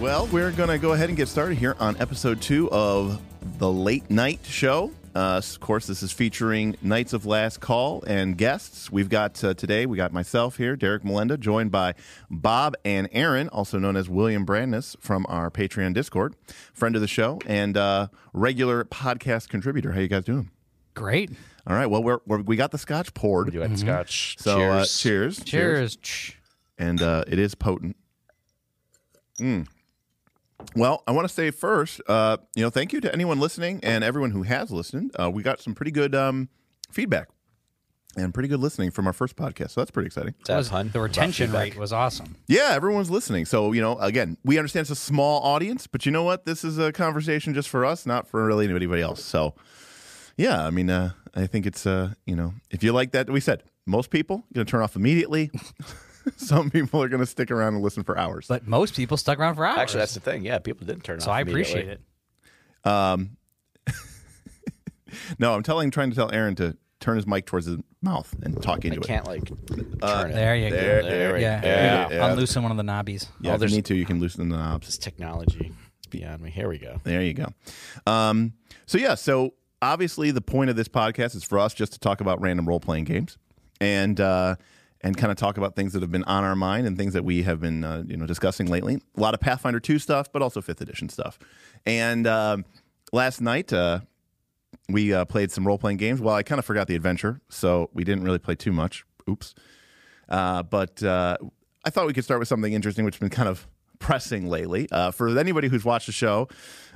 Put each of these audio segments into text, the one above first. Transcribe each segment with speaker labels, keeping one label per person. Speaker 1: Well, we're going to go ahead and get started here on episode two of the late night show. Uh, of course, this is featuring Knights of Last Call and guests. We've got uh, today, we got myself here, Derek Melinda, joined by Bob and Aaron, also known as William Brandness from our Patreon Discord, friend of the show and uh, regular podcast contributor. How you guys doing?
Speaker 2: Great. Mm-hmm.
Speaker 1: All right. Well, we're, we're, we got the scotch poured.
Speaker 3: We do have scotch.
Speaker 1: So
Speaker 3: cheers.
Speaker 1: Uh, cheers.
Speaker 2: Cheers.
Speaker 1: And uh, it is potent. Mm. Well, I want to say first, uh, you know, thank you to anyone listening and everyone who has listened. Uh, we got some pretty good um, feedback and pretty good listening from our first podcast. So that's pretty exciting.
Speaker 3: Is that a
Speaker 2: Was-
Speaker 3: pun?
Speaker 2: The retention rate was awesome.
Speaker 1: Yeah, everyone's listening. So, you know, again, we understand it's a small audience, but you know what? This is a conversation just for us, not for really anybody else. So, yeah, I mean, uh, I think it's, uh, you know, if you like that, we said most people going to turn off immediately. Some people are going to stick around and listen for hours.
Speaker 2: But most people stuck around for hours.
Speaker 3: Actually, that's the thing. Yeah, people didn't turn
Speaker 2: so
Speaker 3: off.
Speaker 2: I
Speaker 3: immediately.
Speaker 2: appreciate it.
Speaker 1: no, I'm telling, trying to tell Aaron to turn his mic towards his mouth and talk into
Speaker 3: I
Speaker 1: it.
Speaker 3: can't like turn it.
Speaker 2: Uh, There you
Speaker 1: There,
Speaker 2: go.
Speaker 1: there,
Speaker 3: we-
Speaker 2: Yeah.
Speaker 3: yeah.
Speaker 1: Yeah.
Speaker 2: Unloosen one of the knobbies.
Speaker 1: Yeah, if
Speaker 3: Oh,
Speaker 1: you
Speaker 3: there's-
Speaker 1: need to, you can loosen the knobs.
Speaker 3: This technology is beyond me. Here we go.
Speaker 1: There you go. Um, so yeah, so obviously the point of this podcast is for us just to talk about random role playing games and uh, and kind of talk about things that have been on our mind and things that we have been uh, you know discussing lately. A lot of Pathfinder two stuff, but also fifth edition stuff. And um last night. Uh, we uh, played some role playing games. Well, I kind of forgot the adventure, so we didn't really play too much. Oops. Uh, but uh, I thought we could start with something interesting, which has been kind of pressing lately. Uh, for anybody who's watched the show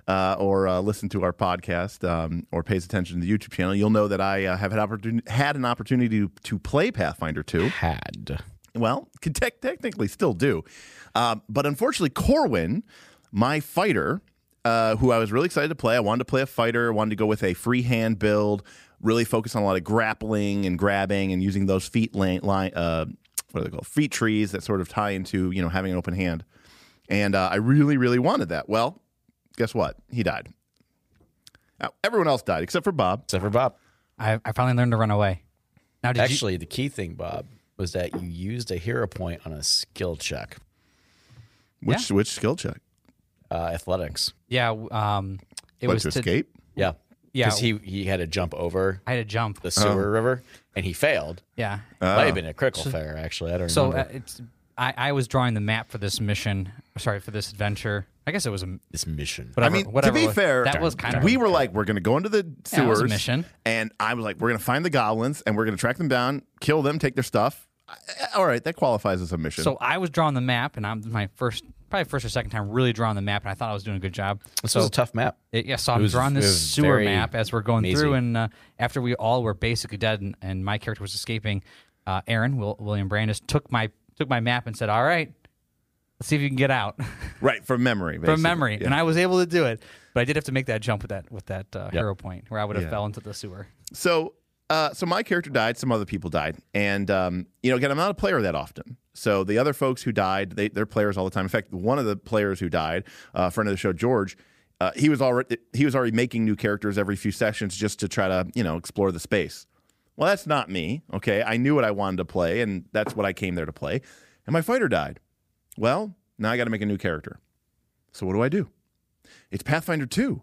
Speaker 1: uh, or uh, listened to our podcast um, or pays attention to the YouTube channel, you'll know that I uh, have had, opportun- had an opportunity to, to play Pathfinder 2
Speaker 3: Had.
Speaker 1: well, could tech technically still do. Um, but unfortunately, Corwin, my fighter, uh, who I was really excited to play, I wanted to play a fighter, wanted to go with a free hand build, really focus on a lot of grappling and grabbing and using those feet line, line uh, what are they called? Feet trees that sort of tie into you know having an open hand. And uh, I really, really wanted that. Well, guess what? He died. Now, everyone else died except for Bob.
Speaker 3: Except for Bob.
Speaker 2: I, I finally learned to run away. Now, did
Speaker 3: Actually, the key thing, Bob, was that you used a hero point on a skill check,
Speaker 1: Which which skill check?
Speaker 3: uh, athletics.
Speaker 2: you? Yeah. Um, it
Speaker 1: What
Speaker 2: was
Speaker 1: to
Speaker 2: to-
Speaker 1: escape?
Speaker 3: Yeah.
Speaker 2: Yeah.
Speaker 3: Because he he had to jump over
Speaker 2: I had to jump.
Speaker 3: the sewer river and he failed.
Speaker 2: Yeah.
Speaker 3: Might have been a critical failure. Actually, I don't
Speaker 2: So
Speaker 3: remember.
Speaker 2: uh, it's I, I was drawing the map for this mission. Sorry for this adventure. I guess it was a
Speaker 3: this mission.
Speaker 2: whatever.
Speaker 1: I mean,
Speaker 2: whatever
Speaker 1: to be
Speaker 2: it was.
Speaker 1: fair,
Speaker 2: that was kind of
Speaker 1: we were like, we're going to go into the
Speaker 2: Yeah, it was
Speaker 1: sewers
Speaker 2: a mission.
Speaker 1: and I was like, we're going to find the goblins and we're going to track them down, kill them, take their stuff. I- I- All right, that qualifies as a mission.
Speaker 2: So I was drawing the map, and I'm my first, probably first or second time really drawing the map, and I thought I was doing a good job.
Speaker 3: This was a tough map.
Speaker 2: It, yeah, so I'm
Speaker 3: was-
Speaker 2: drawing
Speaker 3: it
Speaker 2: this
Speaker 3: was
Speaker 2: sewer
Speaker 3: very
Speaker 2: map as we're going
Speaker 3: mazy.
Speaker 2: through, and uh, after we all were basically dead, and, and my character was escaping, uh, Aaron Will, William Brandis took my took my map and said, "All right, let's see if you can get out
Speaker 1: right, from memory. Basically.
Speaker 2: from memory."
Speaker 1: Yeah.
Speaker 2: And I was able to do it, but I did have to make that jump with that with that uh, hero point where I would have
Speaker 1: Yeah.
Speaker 2: fell into the sewer.
Speaker 1: So, uh, so my character died. Some other people died, and um, you know, again, I'm not a player that often. So the other folks who died, they, they're players all the time. In fact, one of the players who died, uh, friend of the show, George. Uh, he was already he was already making new characters every few sessions just to try to you know explore the space. Well, that's not me. Okay, I knew what I wanted to play, and that's what I came there to play. And my fighter died. Well, now I got to make a new character. So what do I do? It's Pathfinder two.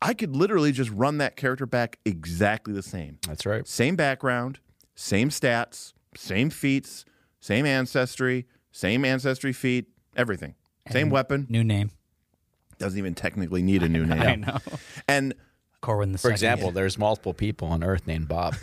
Speaker 1: I could literally just run that character back exactly the same
Speaker 3: That's right.
Speaker 1: same background, same stats, same feats, same ancestry, same ancestry feat, everything. Same weapon.
Speaker 2: New name,
Speaker 1: Doesn't even technically need a new
Speaker 2: I
Speaker 1: name.
Speaker 2: know.
Speaker 1: And
Speaker 2: Corwin the
Speaker 3: For example, there's multiple people on Earth named Bob.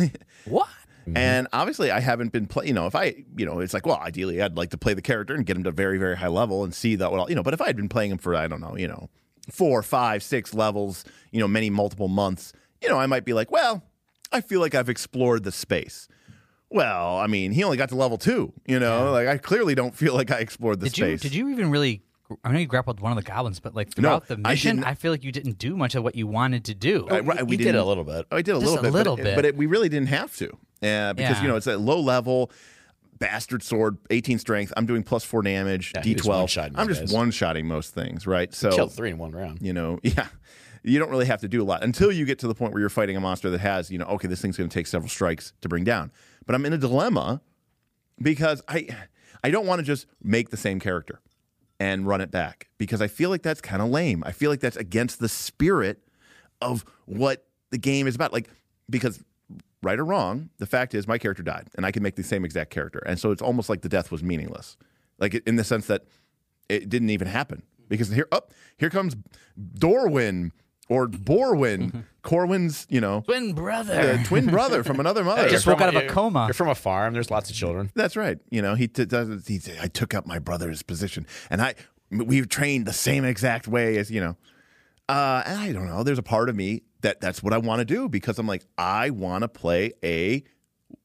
Speaker 2: what?
Speaker 1: and obviously I haven't been play you know, if I you know, it's like, well, ideally I'd like to play the character and get him to very, very high level and see that well, you know, but if I had been playing him for, I don't know, you know, four, five, six levels, you know, many multiple months, you know, I might be like, well, I feel like I've explored the space. Well, I mean, he only got to level two, you know, like I clearly don't feel like I explored the
Speaker 2: Did you
Speaker 1: space.
Speaker 2: did you even really? I know you grappled one of the goblins, but like throughout the
Speaker 1: I
Speaker 2: mission,
Speaker 1: didn't-
Speaker 2: I, feel like you didn't do much of what you wanted to do.
Speaker 1: I- right,
Speaker 3: we did
Speaker 1: didn't-
Speaker 3: a little bit.
Speaker 1: I Oh, did a
Speaker 2: Just
Speaker 1: little
Speaker 2: a
Speaker 1: bit,
Speaker 2: little
Speaker 1: but,
Speaker 2: bit.
Speaker 1: but it, we really didn't have to uh, because
Speaker 2: Yeah.
Speaker 1: you know it's a low level bastard sword, 18 strength. I'm doing plus four damage,
Speaker 3: Yeah, he was
Speaker 1: d12.
Speaker 3: one-shotting
Speaker 1: I'm
Speaker 3: those
Speaker 1: just
Speaker 3: guys.
Speaker 1: one shotting most things, right? So
Speaker 3: Killed three in one round.
Speaker 1: you know, yeah, you don't really have to do a lot until you get to the point where you're fighting a monster that has you know, okay, this thing's going to take several strikes to bring down. But I'm in a dilemma because I I don't want to just make the same character. and run it back because I feel like that's kind of lame. I feel like that's against the spirit of what the game is about. Like, because right or wrong, the fact is my character died and I can make the same exact character. And so it's almost like the death was meaningless, like in the sense that it didn't even happen because here up here comes Dorwin or Borwin, Corwin's, you know,
Speaker 2: Twin brother.
Speaker 1: the twin brother from another mother.
Speaker 2: just
Speaker 3: You're
Speaker 2: woke
Speaker 3: from-
Speaker 2: out of a
Speaker 3: you're-
Speaker 2: coma.
Speaker 3: You're from a farm. There's lots of children.
Speaker 1: That's right. You know, he t- does. He said, "I took up my brother's position, and I we've trained the same exact way as you know." Uh, and I don't know. There's a part of me that that's what I want to do because I'm like, I want to play a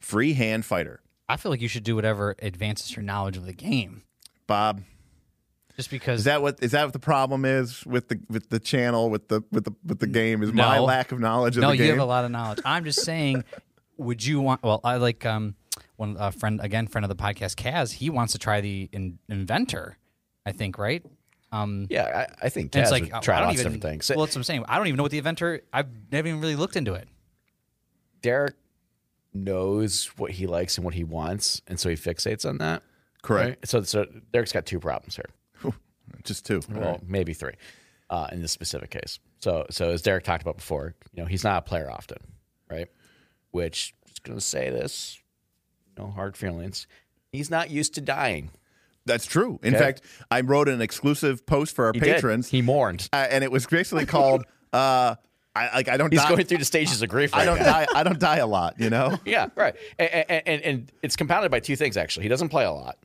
Speaker 1: free hand fighter,
Speaker 2: I feel like you should do whatever advances your knowledge of the game.
Speaker 1: Bob.
Speaker 2: Just because
Speaker 1: Is that what is that what the problem is with the with the channel with the with the with the game? Is my
Speaker 2: No.
Speaker 1: lack of knowledge of
Speaker 2: no,
Speaker 1: the game?
Speaker 2: you have a lot of knowledge. I'm just saying, would you want? Well, I like um one a friend again, friend of the podcast, Kaz. He wants to try the in, inventor. I think right. Um,
Speaker 3: Yeah, I, I think
Speaker 2: and
Speaker 3: Taz
Speaker 2: it's like
Speaker 3: would
Speaker 2: I- I
Speaker 3: try
Speaker 2: don't
Speaker 3: lots
Speaker 2: even,
Speaker 3: of different things.
Speaker 2: Well, that's what I'm saying. I don't even know what the inventor. I've never even really looked into it.
Speaker 3: Derek knows what he likes and what he wants, and so he fixates on that.
Speaker 1: Correct.
Speaker 3: right? So, so Derek's got two problems here.
Speaker 1: Just two.
Speaker 3: Well, maybe three, uh, in this specific case. So, so as Derek talked about before, you know, he's not a player often, right? Which just gonna say this, no hard feelings. He's not used to dying.
Speaker 1: That's true. In
Speaker 3: Okay.
Speaker 1: fact, I wrote an exclusive post for our
Speaker 3: He did.
Speaker 1: patrons.
Speaker 3: He mourned.
Speaker 1: uh, and it was basically called uh, I like I don't
Speaker 3: He's
Speaker 1: die,
Speaker 3: going through the stages of grief. Right
Speaker 1: I don't
Speaker 3: now.
Speaker 1: die I don't die a lot, you know.
Speaker 3: yeah, right. And, and and it's compounded by two things actually. He doesn't play a lot,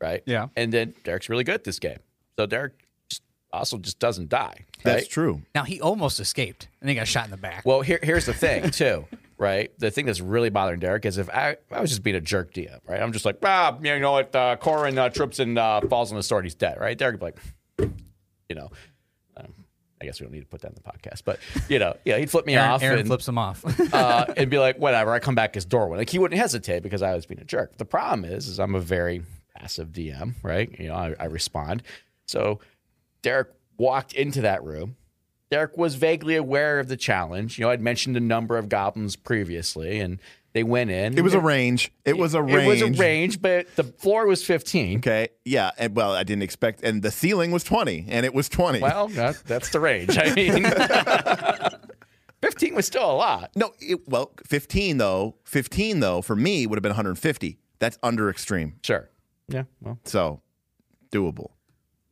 Speaker 3: right?
Speaker 2: Yeah.
Speaker 3: And then Derek's really good at this game, so Derek just also just doesn't die.
Speaker 1: That's
Speaker 3: right?
Speaker 1: true.
Speaker 2: Now he almost escaped and he got shot in the back.
Speaker 3: Well, here, here's the thing, too, right? The thing that's really bothering Derek is if I, I was just being a jerk DM, right? I'm just like, ah, you know what? Uh, Corin uh, trips and uh, falls on the sword. He's dead, right? Derek would be like, you know, um, I guess we don't need to put that in the podcast, but, you know, yeah, he'd flip me
Speaker 2: Aaron,
Speaker 3: off
Speaker 2: Aaron
Speaker 3: and,
Speaker 2: flips him off.
Speaker 3: uh, and be like, whatever, I come back as Dorwin. Like, he wouldn't hesitate because I was being a jerk. The problem is, is I'm a very passive DM, right? You know, I, I respond. So Derek walked into that room. Derek was vaguely aware of the challenge. You know, I'd mentioned a number of goblins previously, and they went in.
Speaker 1: It was a range. It was a range.
Speaker 3: It was a range, but the floor was 15.
Speaker 1: Okay. Yeah. And well, I didn't expect and the ceiling was 20 and it was 20.
Speaker 3: Well, that, that's the range. I mean, 15 was still a lot.
Speaker 1: no, it, well, 15 though. 15 though for me would have been 150. That's under extreme.
Speaker 3: Sure. Yeah. Well,
Speaker 1: So, doable.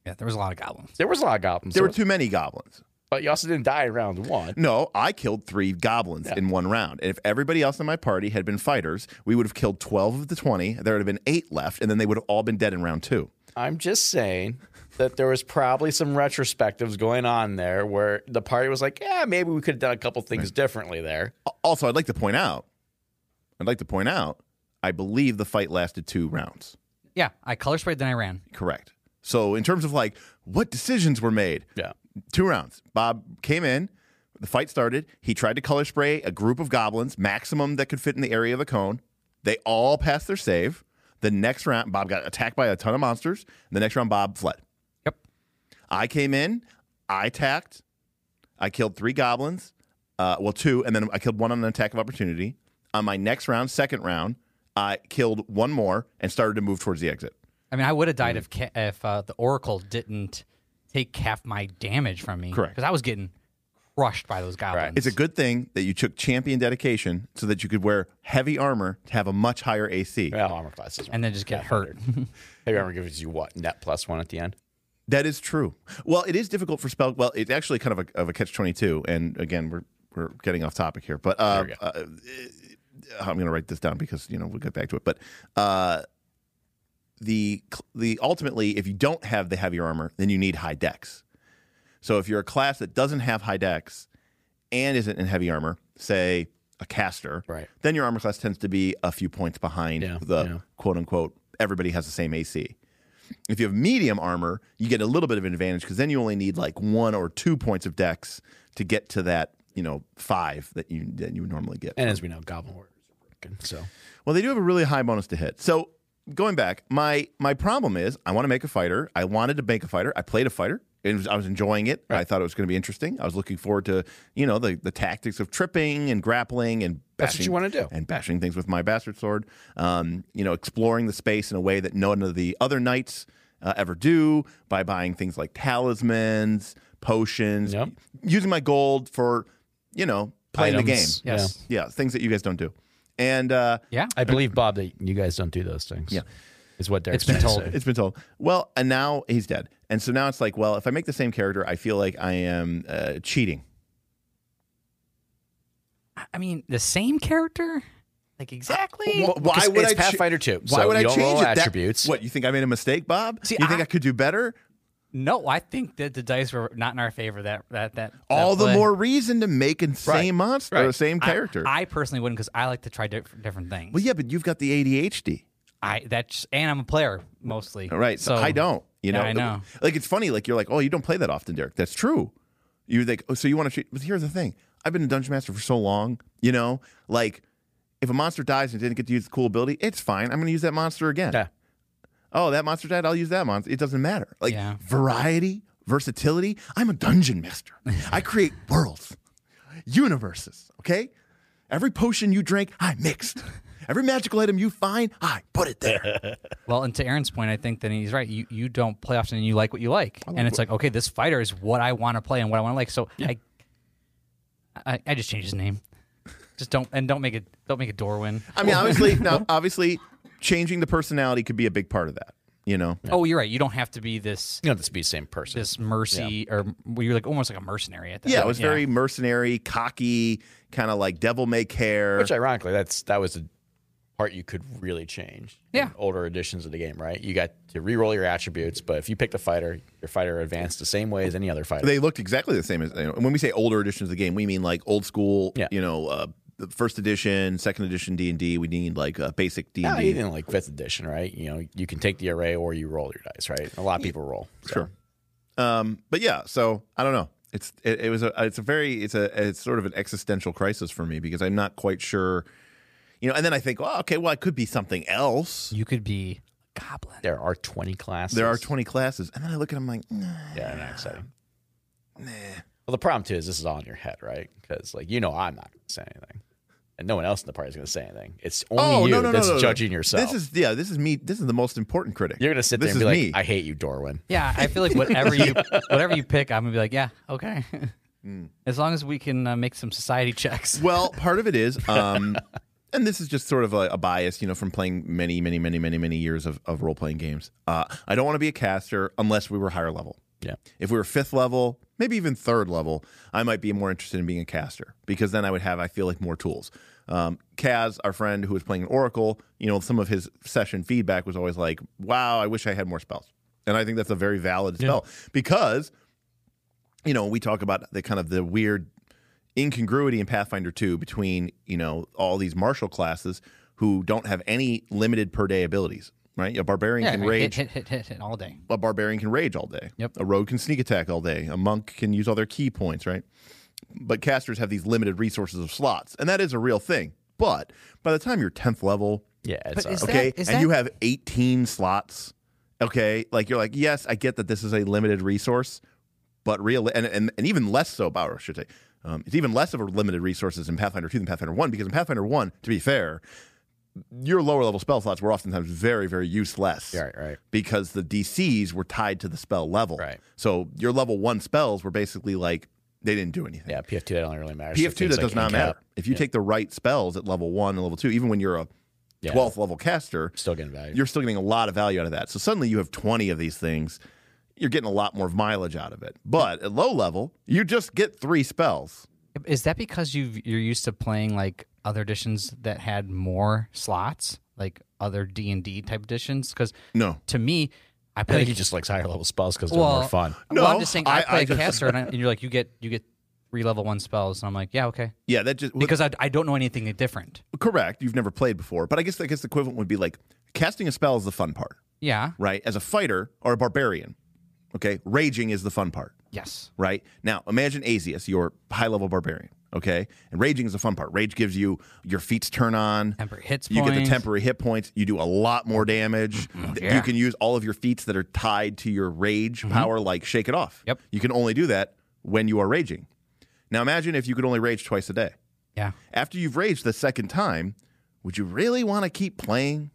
Speaker 2: yeah, there was a lot of goblins.
Speaker 3: there was a lot of goblins.
Speaker 1: There were too many goblins.
Speaker 3: But you also didn't die in round one.
Speaker 1: No, I killed three goblins in one round. And if everybody else in my party had been fighters, we would have killed 12 of the 20. There would have been eight left, and then they would have all been dead in round two.
Speaker 3: I'm just saying that there was probably some retrospectives going on there where the party was like, yeah, maybe we could have done a couple things differently there.
Speaker 1: Al- Also, I'd like to point out, I'd like to point out, I believe the fight lasted two rounds.
Speaker 2: Yeah, I color sprayed, then I ran.
Speaker 1: Correct. So, in terms of like what decisions were made,
Speaker 3: Yeah.
Speaker 1: two rounds. Bob came in, the fight started. He tried to color spray a group of goblins, maximum that could fit in the area of a cone. They all passed their save. The next round, Bob got attacked by a ton of monsters. The next round, Bob fled.
Speaker 2: Yep.
Speaker 1: I came in, I attacked, I killed three goblins, uh, well, two, and then I killed one on an attack of opportunity. On my next round, second round, I killed one more and started to move towards the exit.
Speaker 2: I mean, I would have died if
Speaker 1: Mm-hmm.
Speaker 2: ca- if uh, the Oracle didn't take half my damage from me.
Speaker 1: Correct.
Speaker 2: Because I was getting crushed by those goblins.
Speaker 1: It's a good thing that you took champion dedication so that you could wear heavy armor to have a much higher AC.
Speaker 3: Well, armor classes.
Speaker 2: and then just get hurt.
Speaker 3: Heavy armor gives you what? Net plus one at the end?
Speaker 1: That is true. Well, it is difficult for spell. Well, it's actually kind of a, of a catch twenty two. And again, we're we're getting off topic here, but uh,
Speaker 3: we go.
Speaker 1: uh, I'm going to write this down because you know we'll get back to it. But uh, the the ultimately, if you don't have the heavier armor, then you need high dex. So if you're a class that doesn't have high dex and isn't in heavy armor, say a caster,
Speaker 3: Right.
Speaker 1: then your armor class tends to be a few points behind
Speaker 3: Yeah,
Speaker 1: the
Speaker 3: yeah.
Speaker 1: quote unquote everybody has the same AC. If you have medium armor, you get a little bit of an advantage because then you only need like one or two points of dex to get to that, you know, five that you that you would normally get.
Speaker 3: And as we know, goblin warriors are broken. So
Speaker 1: Well, they do have a really high bonus to hit. So going back, my my problem is I want to make a fighter. I wanted to make a fighter. I played a fighter. It was, I was enjoying it. I thought it was going to be interesting. I was looking forward to you know the the tactics of tripping and grappling and bashing,
Speaker 3: That's what you wanna do.
Speaker 1: and bashing things with my bastard sword. Um, you know, exploring the space in a way that none of the other knights uh, ever do by buying things like talismans, potions,
Speaker 3: Yep.
Speaker 1: using my gold for, you know, playing
Speaker 3: Items.
Speaker 1: the game.
Speaker 2: Yes.
Speaker 1: Yeah, things that you guys don't do. And uh,
Speaker 2: Yeah.
Speaker 3: I believe Bob that you guys don't do those things.
Speaker 1: Yeah.
Speaker 3: is what Derek's
Speaker 2: It's been
Speaker 3: trying to
Speaker 2: told.
Speaker 3: say.
Speaker 1: It's been told. Well, and now he's dead. And so now it's like, well, if I make the same character, I feel like I am uh, cheating.
Speaker 2: I mean, the same character? Like exactly?
Speaker 1: Wh- why
Speaker 3: Because
Speaker 1: would
Speaker 3: it's
Speaker 1: I ch-
Speaker 3: Pathfinder 2,
Speaker 1: Why
Speaker 3: so
Speaker 1: would I
Speaker 3: you don't
Speaker 1: change
Speaker 3: roll
Speaker 1: it? That-
Speaker 3: attributes.
Speaker 1: what you think I made a mistake, Bob?
Speaker 2: See,
Speaker 1: you think I,
Speaker 2: I-
Speaker 1: could do better?
Speaker 2: no, I think that the dice were not in our favor that that that
Speaker 1: All
Speaker 2: that
Speaker 1: the
Speaker 2: play.
Speaker 1: more reason to make the same
Speaker 3: Right.
Speaker 1: monster or
Speaker 3: Right.
Speaker 1: the same character.
Speaker 2: I personally wouldn't because I like to try diff- different things.
Speaker 1: well, yeah, but you've got the ADHD,
Speaker 2: I that's and I'm a player mostly.
Speaker 1: all right? So, I don't. You know,
Speaker 2: Yeah, I know.
Speaker 1: Like it's funny. Like you're like, oh, you don't play that often, Derek. That's true. You like, oh, so you want to cheat? But here's the thing: I've been a dungeon master for so long. You know, like if a monster dies and didn't get to use the cool ability, it's fine. I'm going to use that monster again.
Speaker 3: Yeah.
Speaker 1: oh, that monster died. I'll use that monster. It doesn't matter. Like
Speaker 2: Yeah.
Speaker 1: variety, versatility. I'm a dungeon master. I create worlds, universes. Okay. Every potion you drink, I mixed. Every magical item you find, I put it there.
Speaker 2: Well, and to Aaron's point, I think that he's right. You you don't play often, and you like what you like, and it's like okay, this fighter is what I want to play and what I want to like. So I, I, I just changed his name. Just don't and don't make it don't make it Dorwin.
Speaker 1: I mean, obviously, now obviously, changing the personality could be a big part of that. You know,
Speaker 2: Oh, you're right. You don't have to be this
Speaker 3: You don't have to be the same person.
Speaker 2: this mercy or well, you're like almost like a mercenary at that.
Speaker 1: yeah, it
Speaker 2: point.
Speaker 1: was very mercenary, cocky, kind of like devil may care.
Speaker 3: Which ironically, that's that was the part you could really change. in
Speaker 2: Yeah.
Speaker 3: older editions of the game, right? You got to re-roll your attributes, but if you picked a fighter, your fighter advanced the same way as any other fighter.
Speaker 1: they looked exactly the same as you know, when we say older editions of the game we mean like old school
Speaker 3: Yeah.
Speaker 1: you know uh, the first edition second edition d&d we need like uh, basic d&d
Speaker 3: No, even like fifth edition, right? You know, you can take the array or you roll your dice, right? A lot of people roll. So.
Speaker 1: sure um, but yeah so i don't know it's it, it was a it's a very it's a it's sort of an existential crisis for me because i'm not quite sure you know and then i think oh okay well i could be something else
Speaker 2: You could be a goblin.
Speaker 3: There are twenty classes.
Speaker 1: there are 20 classes and then i look at them like nah,
Speaker 3: Yeah, not exciting. Well, the problem too is this is all in your head, right? Because like you know, I'm not going to say anything, and no one else in the party is going to say anything. It's only
Speaker 1: oh
Speaker 3: you
Speaker 1: no no no
Speaker 3: that's
Speaker 1: no, no.
Speaker 3: judging yourself.
Speaker 1: this is yeah this is me this is the most important critic
Speaker 3: You're going to sit there
Speaker 1: this
Speaker 3: and be like,
Speaker 1: is me.
Speaker 3: "I hate you, Dorwin."
Speaker 2: Yeah, I feel like whatever you whatever you pick, I'm gonna be like, yeah, okay.
Speaker 1: Mm.
Speaker 2: As long as we can uh, make some society checks.
Speaker 1: Well, part of it is, um, and this is just sort of a, a bias, you know, from playing many, many, many, many, many years of, of role playing games. Uh, I don't want to be a caster unless we were higher level.
Speaker 3: Yeah.
Speaker 1: If we were fifth level, maybe even third level, I might be more interested in being a caster because then I would have, I feel like, more tools. Um, Kaz, our friend who was playing an Oracle, you know, some of his session feedback was always like, wow, I wish I had more spells. And I think that's a very valid spell because, you know, we talk about the kind of the weird incongruity in Pathfinder 2 between, you know, all these martial classes who don't have any limited per day abilities, right? A barbarian
Speaker 2: yeah,
Speaker 1: can
Speaker 2: hit,
Speaker 1: rage
Speaker 2: hit, hit, hit, hit all day.
Speaker 1: a barbarian can rage all day.
Speaker 2: Yep.
Speaker 1: A rogue can sneak attack all day. A monk can use all their key points, right? But casters have these limited resources of slots, and that is a real thing. But by the time you're 10th level,
Speaker 3: Yeah, it's
Speaker 2: is
Speaker 3: uh,
Speaker 2: that-
Speaker 1: okay, and
Speaker 2: that-
Speaker 1: you have 18 slots, okay? Like you're like, "Yes, I get that this is a limited resource, but real and and, and even less so, Bauer should say. Um, it's even less of a limited resources in Pathfinder 2 than Pathfinder 1 because in Pathfinder 1, to be fair, your lower level spell slots were oftentimes very, very useless
Speaker 3: right, right.
Speaker 1: because the DCs were tied to the spell level.
Speaker 3: Right.
Speaker 1: So your level one spells were basically like they didn't do anything.
Speaker 3: Yeah, PF2 that don't really matter. So
Speaker 1: PF2
Speaker 3: things
Speaker 1: that
Speaker 3: like
Speaker 1: does not
Speaker 3: Incap
Speaker 1: matter. If you take the right spells at level one and level two, even when you're a
Speaker 3: Yeah.
Speaker 1: 12th level caster,
Speaker 3: Still getting value.
Speaker 1: you're still getting a lot of value out of that. So suddenly you have 20 of these things. You're getting a lot more mileage out of it. But at low level, you just get three spells.
Speaker 2: Is that because you you're used to playing like other editions that had more slots, like other D and D type editions? Because
Speaker 1: No.
Speaker 2: to me, I
Speaker 3: I
Speaker 2: play
Speaker 3: think he just likes higher level spells because they're
Speaker 2: well,
Speaker 3: more fun.
Speaker 2: Well,
Speaker 1: No,
Speaker 2: I'm just saying I,
Speaker 1: I-
Speaker 2: play
Speaker 1: I
Speaker 2: a
Speaker 1: just-
Speaker 2: caster, and, I, and you're like, you get you get three level one spells, and I'm like, yeah, okay,
Speaker 1: Yeah, that just
Speaker 2: because I, I don't know anything different.
Speaker 1: correct. You've never played before, but I guess I guess the equivalent would be like casting a spell is the fun part,
Speaker 2: Yeah.
Speaker 1: right? As a fighter or a barbarian, okay, raging is the fun part.
Speaker 2: Yes.
Speaker 1: right? Now, imagine Azius, your high level barbarian, okay? And raging is the fun part. Rage gives you your feats turn on.
Speaker 2: Temporary hits.
Speaker 1: You get the
Speaker 2: points. Mm-hmm. Oh,
Speaker 1: temporary hit points. You do a lot more damage. Th-
Speaker 2: yeah. Mm-hmm.
Speaker 1: You can use all of your feats that are tied to your rage power, like Shake It Off.
Speaker 2: Yep.
Speaker 1: You can only do that when you are raging. Now, imagine if you could only rage twice a day.
Speaker 2: Yeah.
Speaker 1: After you've raged the second time, would you really want to keep playing?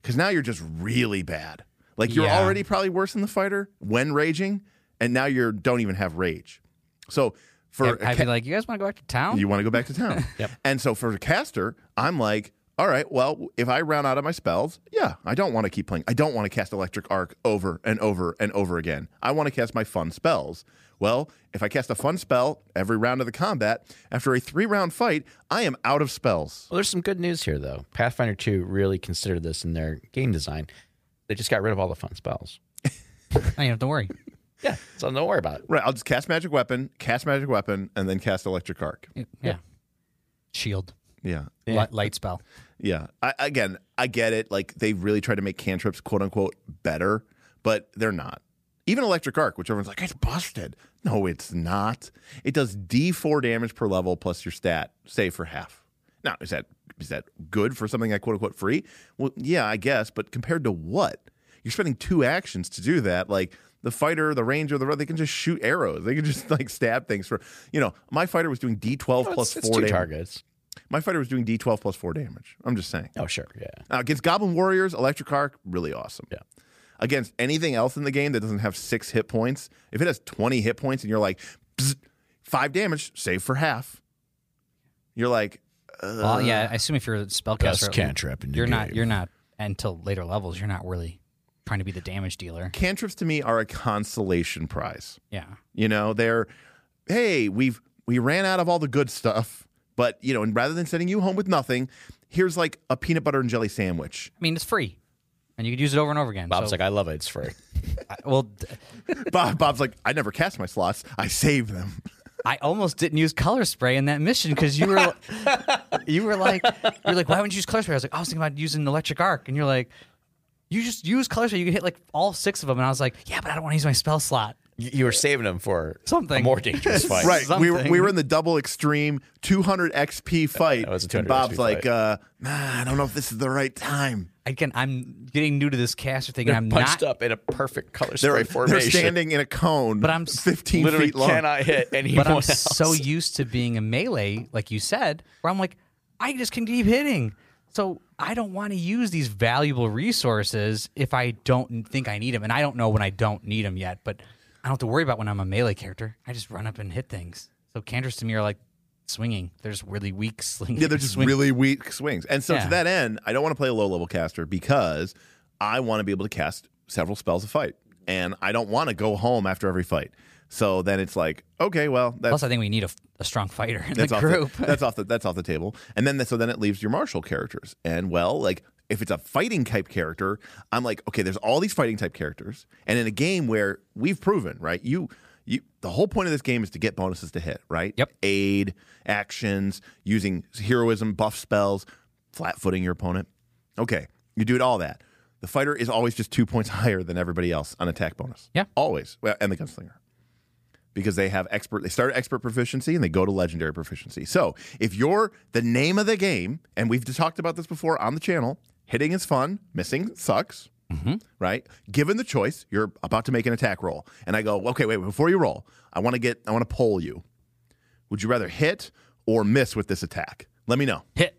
Speaker 1: Because now you're just really bad. Like you're
Speaker 2: Yeah.
Speaker 1: already probably worse than the fighter when raging, and now you are don't even have rage. So for a
Speaker 2: I'd
Speaker 1: ca-
Speaker 2: be like, you guys want to go back to town?
Speaker 1: you want to go back to town. And so for the caster, I'm like, all right, well, if I round out of my spells, yeah, I don't want to keep playing. I don't want to cast Electric Arc over and over and over again. I want to cast my fun spells. Well, if I cast a fun spell every round of the combat, after a three round fight, I am out of spells.
Speaker 3: Well, there's some good news here, though. Pathfinder 2 really considered this in their game design. They just got rid of all the fun spells.
Speaker 2: I don't have to worry.
Speaker 3: Yeah, so don't worry about it.
Speaker 1: Right, I'll just cast Magic Weapon, cast Magic Weapon, and then cast Electric Arc.
Speaker 2: Yeah. Shield.
Speaker 1: Yeah.
Speaker 2: Li- light spell.
Speaker 1: Yeah. I, again, I get it. Like they really tried to make cantrips quote unquote better, but they're not. Even electric arc, which everyone's like, it's busted. No, it's not. It does D4 damage per level plus your stat, save for half. Now, is that is that good for something that quote unquote free? Well, yeah, I guess, but compared to what? You're spending two actions to do that. Like the fighter, the ranger, the they can just shoot arrows. They can just like stab things for you know, my fighter was doing D12
Speaker 3: Well,
Speaker 1: plus
Speaker 3: it's, it's
Speaker 1: four
Speaker 3: two
Speaker 1: damage.
Speaker 3: targets.
Speaker 1: My fighter was doing D12 plus four damage. I'm just saying.
Speaker 3: Oh, sure. Yeah.
Speaker 1: Now, against Goblin Warriors, Electric Arc, really awesome.
Speaker 3: Yeah.
Speaker 1: Against anything else in the game that doesn't have six hit points, if it has 20 hit points and you're like, "Bzz, five damage, save for half, you're like, Uh,
Speaker 2: well, yeah. I assume if you're a spellcaster,
Speaker 3: cantrip in the
Speaker 2: you're not.
Speaker 3: game.
Speaker 2: You're not until later levels. You're not really trying to be the damage dealer.
Speaker 1: cantrips to me are a consolation prize.
Speaker 2: Yeah.
Speaker 1: You know, they're, hey, we've, we ran out of all the good stuff, but, you know, and rather than sending you home with nothing, here's like a peanut butter and jelly sandwich.
Speaker 2: I mean, it's free, and you could use it over and over again.
Speaker 3: Bob's
Speaker 2: so,
Speaker 3: like, I love it. It's free.
Speaker 2: well, d-
Speaker 1: Bob, Bob's like, I never cast my slots, I save them.
Speaker 2: I almost didn't use color spray in that mission because you were, you were like, you're like, why wouldn't you use color spray? I was like, I was thinking about using electric arc, and you're like, you just use color spray. You can hit like all six of them, and I was like, yeah, but I don't want to use my spell slot.
Speaker 3: You you were saving them for
Speaker 2: Something.
Speaker 3: a more dangerous fight.
Speaker 1: Right. We were
Speaker 2: something.
Speaker 1: we were in the double extreme 200 XP fight.
Speaker 3: That was a
Speaker 1: and
Speaker 3: 200
Speaker 1: Bob's
Speaker 3: XP
Speaker 1: like,
Speaker 3: fight.
Speaker 1: uh, nah, I don't know if this is the right time.
Speaker 2: Again, I'm getting new to this caster thing, and I'm
Speaker 3: Punched
Speaker 2: not
Speaker 3: up in a perfect color
Speaker 1: They're,
Speaker 3: spray
Speaker 1: they're
Speaker 3: formation.
Speaker 1: standing in a cone,
Speaker 2: But I'm s-
Speaker 1: 15
Speaker 3: Literally
Speaker 1: feet long.
Speaker 3: cannot hit anyone
Speaker 2: But I'm
Speaker 3: else.
Speaker 2: so used to being a melee, like you said, where I'm like, I just can keep hitting. So I don't want to use these valuable resources if I don't think I need them. And I don't know when I don't need them yet, but I don't have to worry about when I'm a melee character. I just run up and hit things. So canters to me are like swinging. They're just really weak swinging.
Speaker 1: Yeah, they're just
Speaker 2: swing.
Speaker 1: really weak swings. And so
Speaker 2: Yeah.
Speaker 1: to that end, I don't want to play a low level caster because I want to be able to cast several spells a fight. And I don't want to go home after every fight. So then it's like, okay, well, that's
Speaker 2: Plus, I think we need a, f- a strong fighter in
Speaker 1: that's
Speaker 2: the
Speaker 1: off
Speaker 2: group.
Speaker 1: The, that's off the that's off the table. And then so then it leaves your martial characters. And well, like if it's a fighting type character, I'm like, okay, there's all these fighting type characters, and in a game where we've proven right, you you the whole point of this game is to get bonuses to hit, right?
Speaker 2: Yep.
Speaker 1: Aid actions using heroism buff spells, flat footing your opponent. Okay, you do it all that. The fighter is always just two points higher than everybody else on attack bonus.
Speaker 2: Yeah.
Speaker 1: always, Well, and the gunslinger because they have expert they start at expert proficiency and they go to legendary proficiency. So, if you're the name of the game and we've talked about this before on the channel, hitting is fun, missing sucks. Right? Given the choice, you're about to make an attack roll and I go, "Okay, wait, before you roll, I want to get I want to poll you. Would you rather hit or miss with this attack? Let me know."
Speaker 2: hit.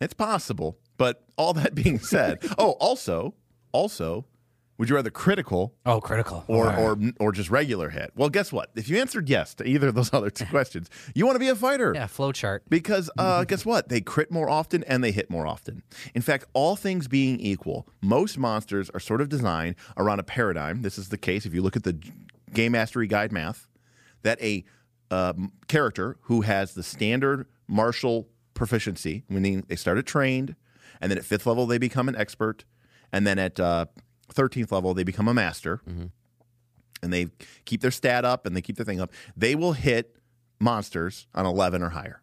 Speaker 1: It's possible, but all that being said, oh, also, also, would you rather critical
Speaker 2: Oh, critical.
Speaker 1: or or or just regular hit. Well, guess what? If you answered yes to either of those other two questions, you want to be a fighter.
Speaker 2: yeah, flowchart.
Speaker 1: Because uh, guess what? They crit more often and they hit more often. In fact, all things being equal, most monsters are sort of designed around a paradigm. This is the case if you look at the Game Mastery Guide math, that a uh, m- character who has the standard martial proficiency, meaning they started trained, and then at fifth level they become an expert, and then at uh, 13th level they become a master and they keep their stat up and they keep their thing up, they will hit monsters on 11 or higher.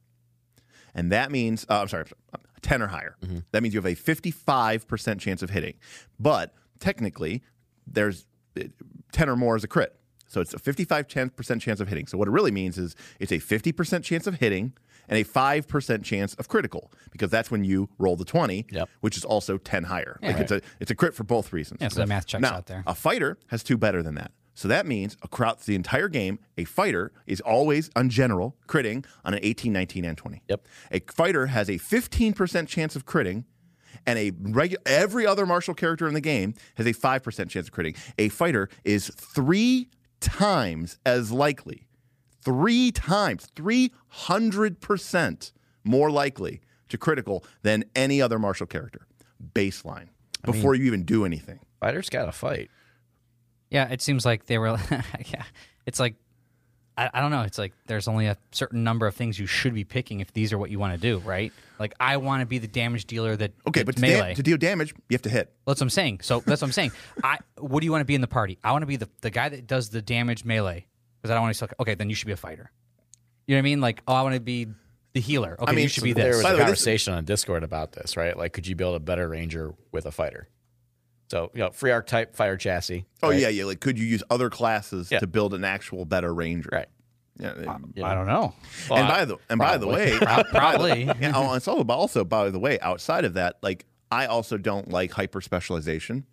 Speaker 1: And that means, uh, I'm sorry, I'm sorry, 10 or higher. That means you have a 55% chance of hitting. But technically, there's uh, 10 or more is a crit. So it's a 55% chance of hitting. So what it really means is it's a 50% chance of hitting and a 5% chance of critical because that's when you roll the 20,
Speaker 3: Yep.
Speaker 1: which is also 10 higher. like it's a it's a crit for both reasons.
Speaker 2: Yeah, so the math checks
Speaker 1: Now,
Speaker 2: out there.
Speaker 1: a fighter has two better than that. So that means across the entire game, a fighter is always on general critting on an 18, 19, and 20.
Speaker 3: Yep.
Speaker 1: A fighter has a 15% chance of critting, and a regu- every other martial character in the game has a 5% chance of critting. A fighter is three times as likely, three times, 300% more likely to critical than any other martial character. Baseline before you even do anything.
Speaker 3: Fighters got to fight.
Speaker 2: Yeah, it seems like they were. yeah, it's like I, I don't know. It's like there's only a certain number of things you should be picking if these are what you want to do, right? Like I want to be the damage dealer that
Speaker 1: Okay,
Speaker 2: that
Speaker 1: but to, da-
Speaker 2: melee.
Speaker 1: to deal damage, you have to hit.
Speaker 2: that's what I'm saying. So that's what I'm saying. I what do you want to be in the party? I want to be the the guy that does the damage melee because I don't want to suck. Okay, then you should be a fighter. You know what I mean? Like oh, I want to be the healer. Okay,
Speaker 1: mean,
Speaker 2: you should be
Speaker 1: there
Speaker 2: this.
Speaker 3: There was
Speaker 1: By
Speaker 3: a
Speaker 1: the way, this-
Speaker 3: conversation on Discord about this, right? Like, could you build a better ranger with a fighter? So, you know, free archetype, fighter chassis.
Speaker 1: Oh
Speaker 3: right?
Speaker 1: yeah, yeah. Like, could you use other classes
Speaker 3: Yeah.
Speaker 1: to build an actual better ranger?
Speaker 3: Right.
Speaker 1: Yeah.
Speaker 2: I don't know.
Speaker 3: Well,
Speaker 1: and by the and by the
Speaker 3: probably.
Speaker 1: way,
Speaker 2: Probably.
Speaker 1: yeah, oh, and it's all about also by the way, outside of that, like I also don't like hyper specialization,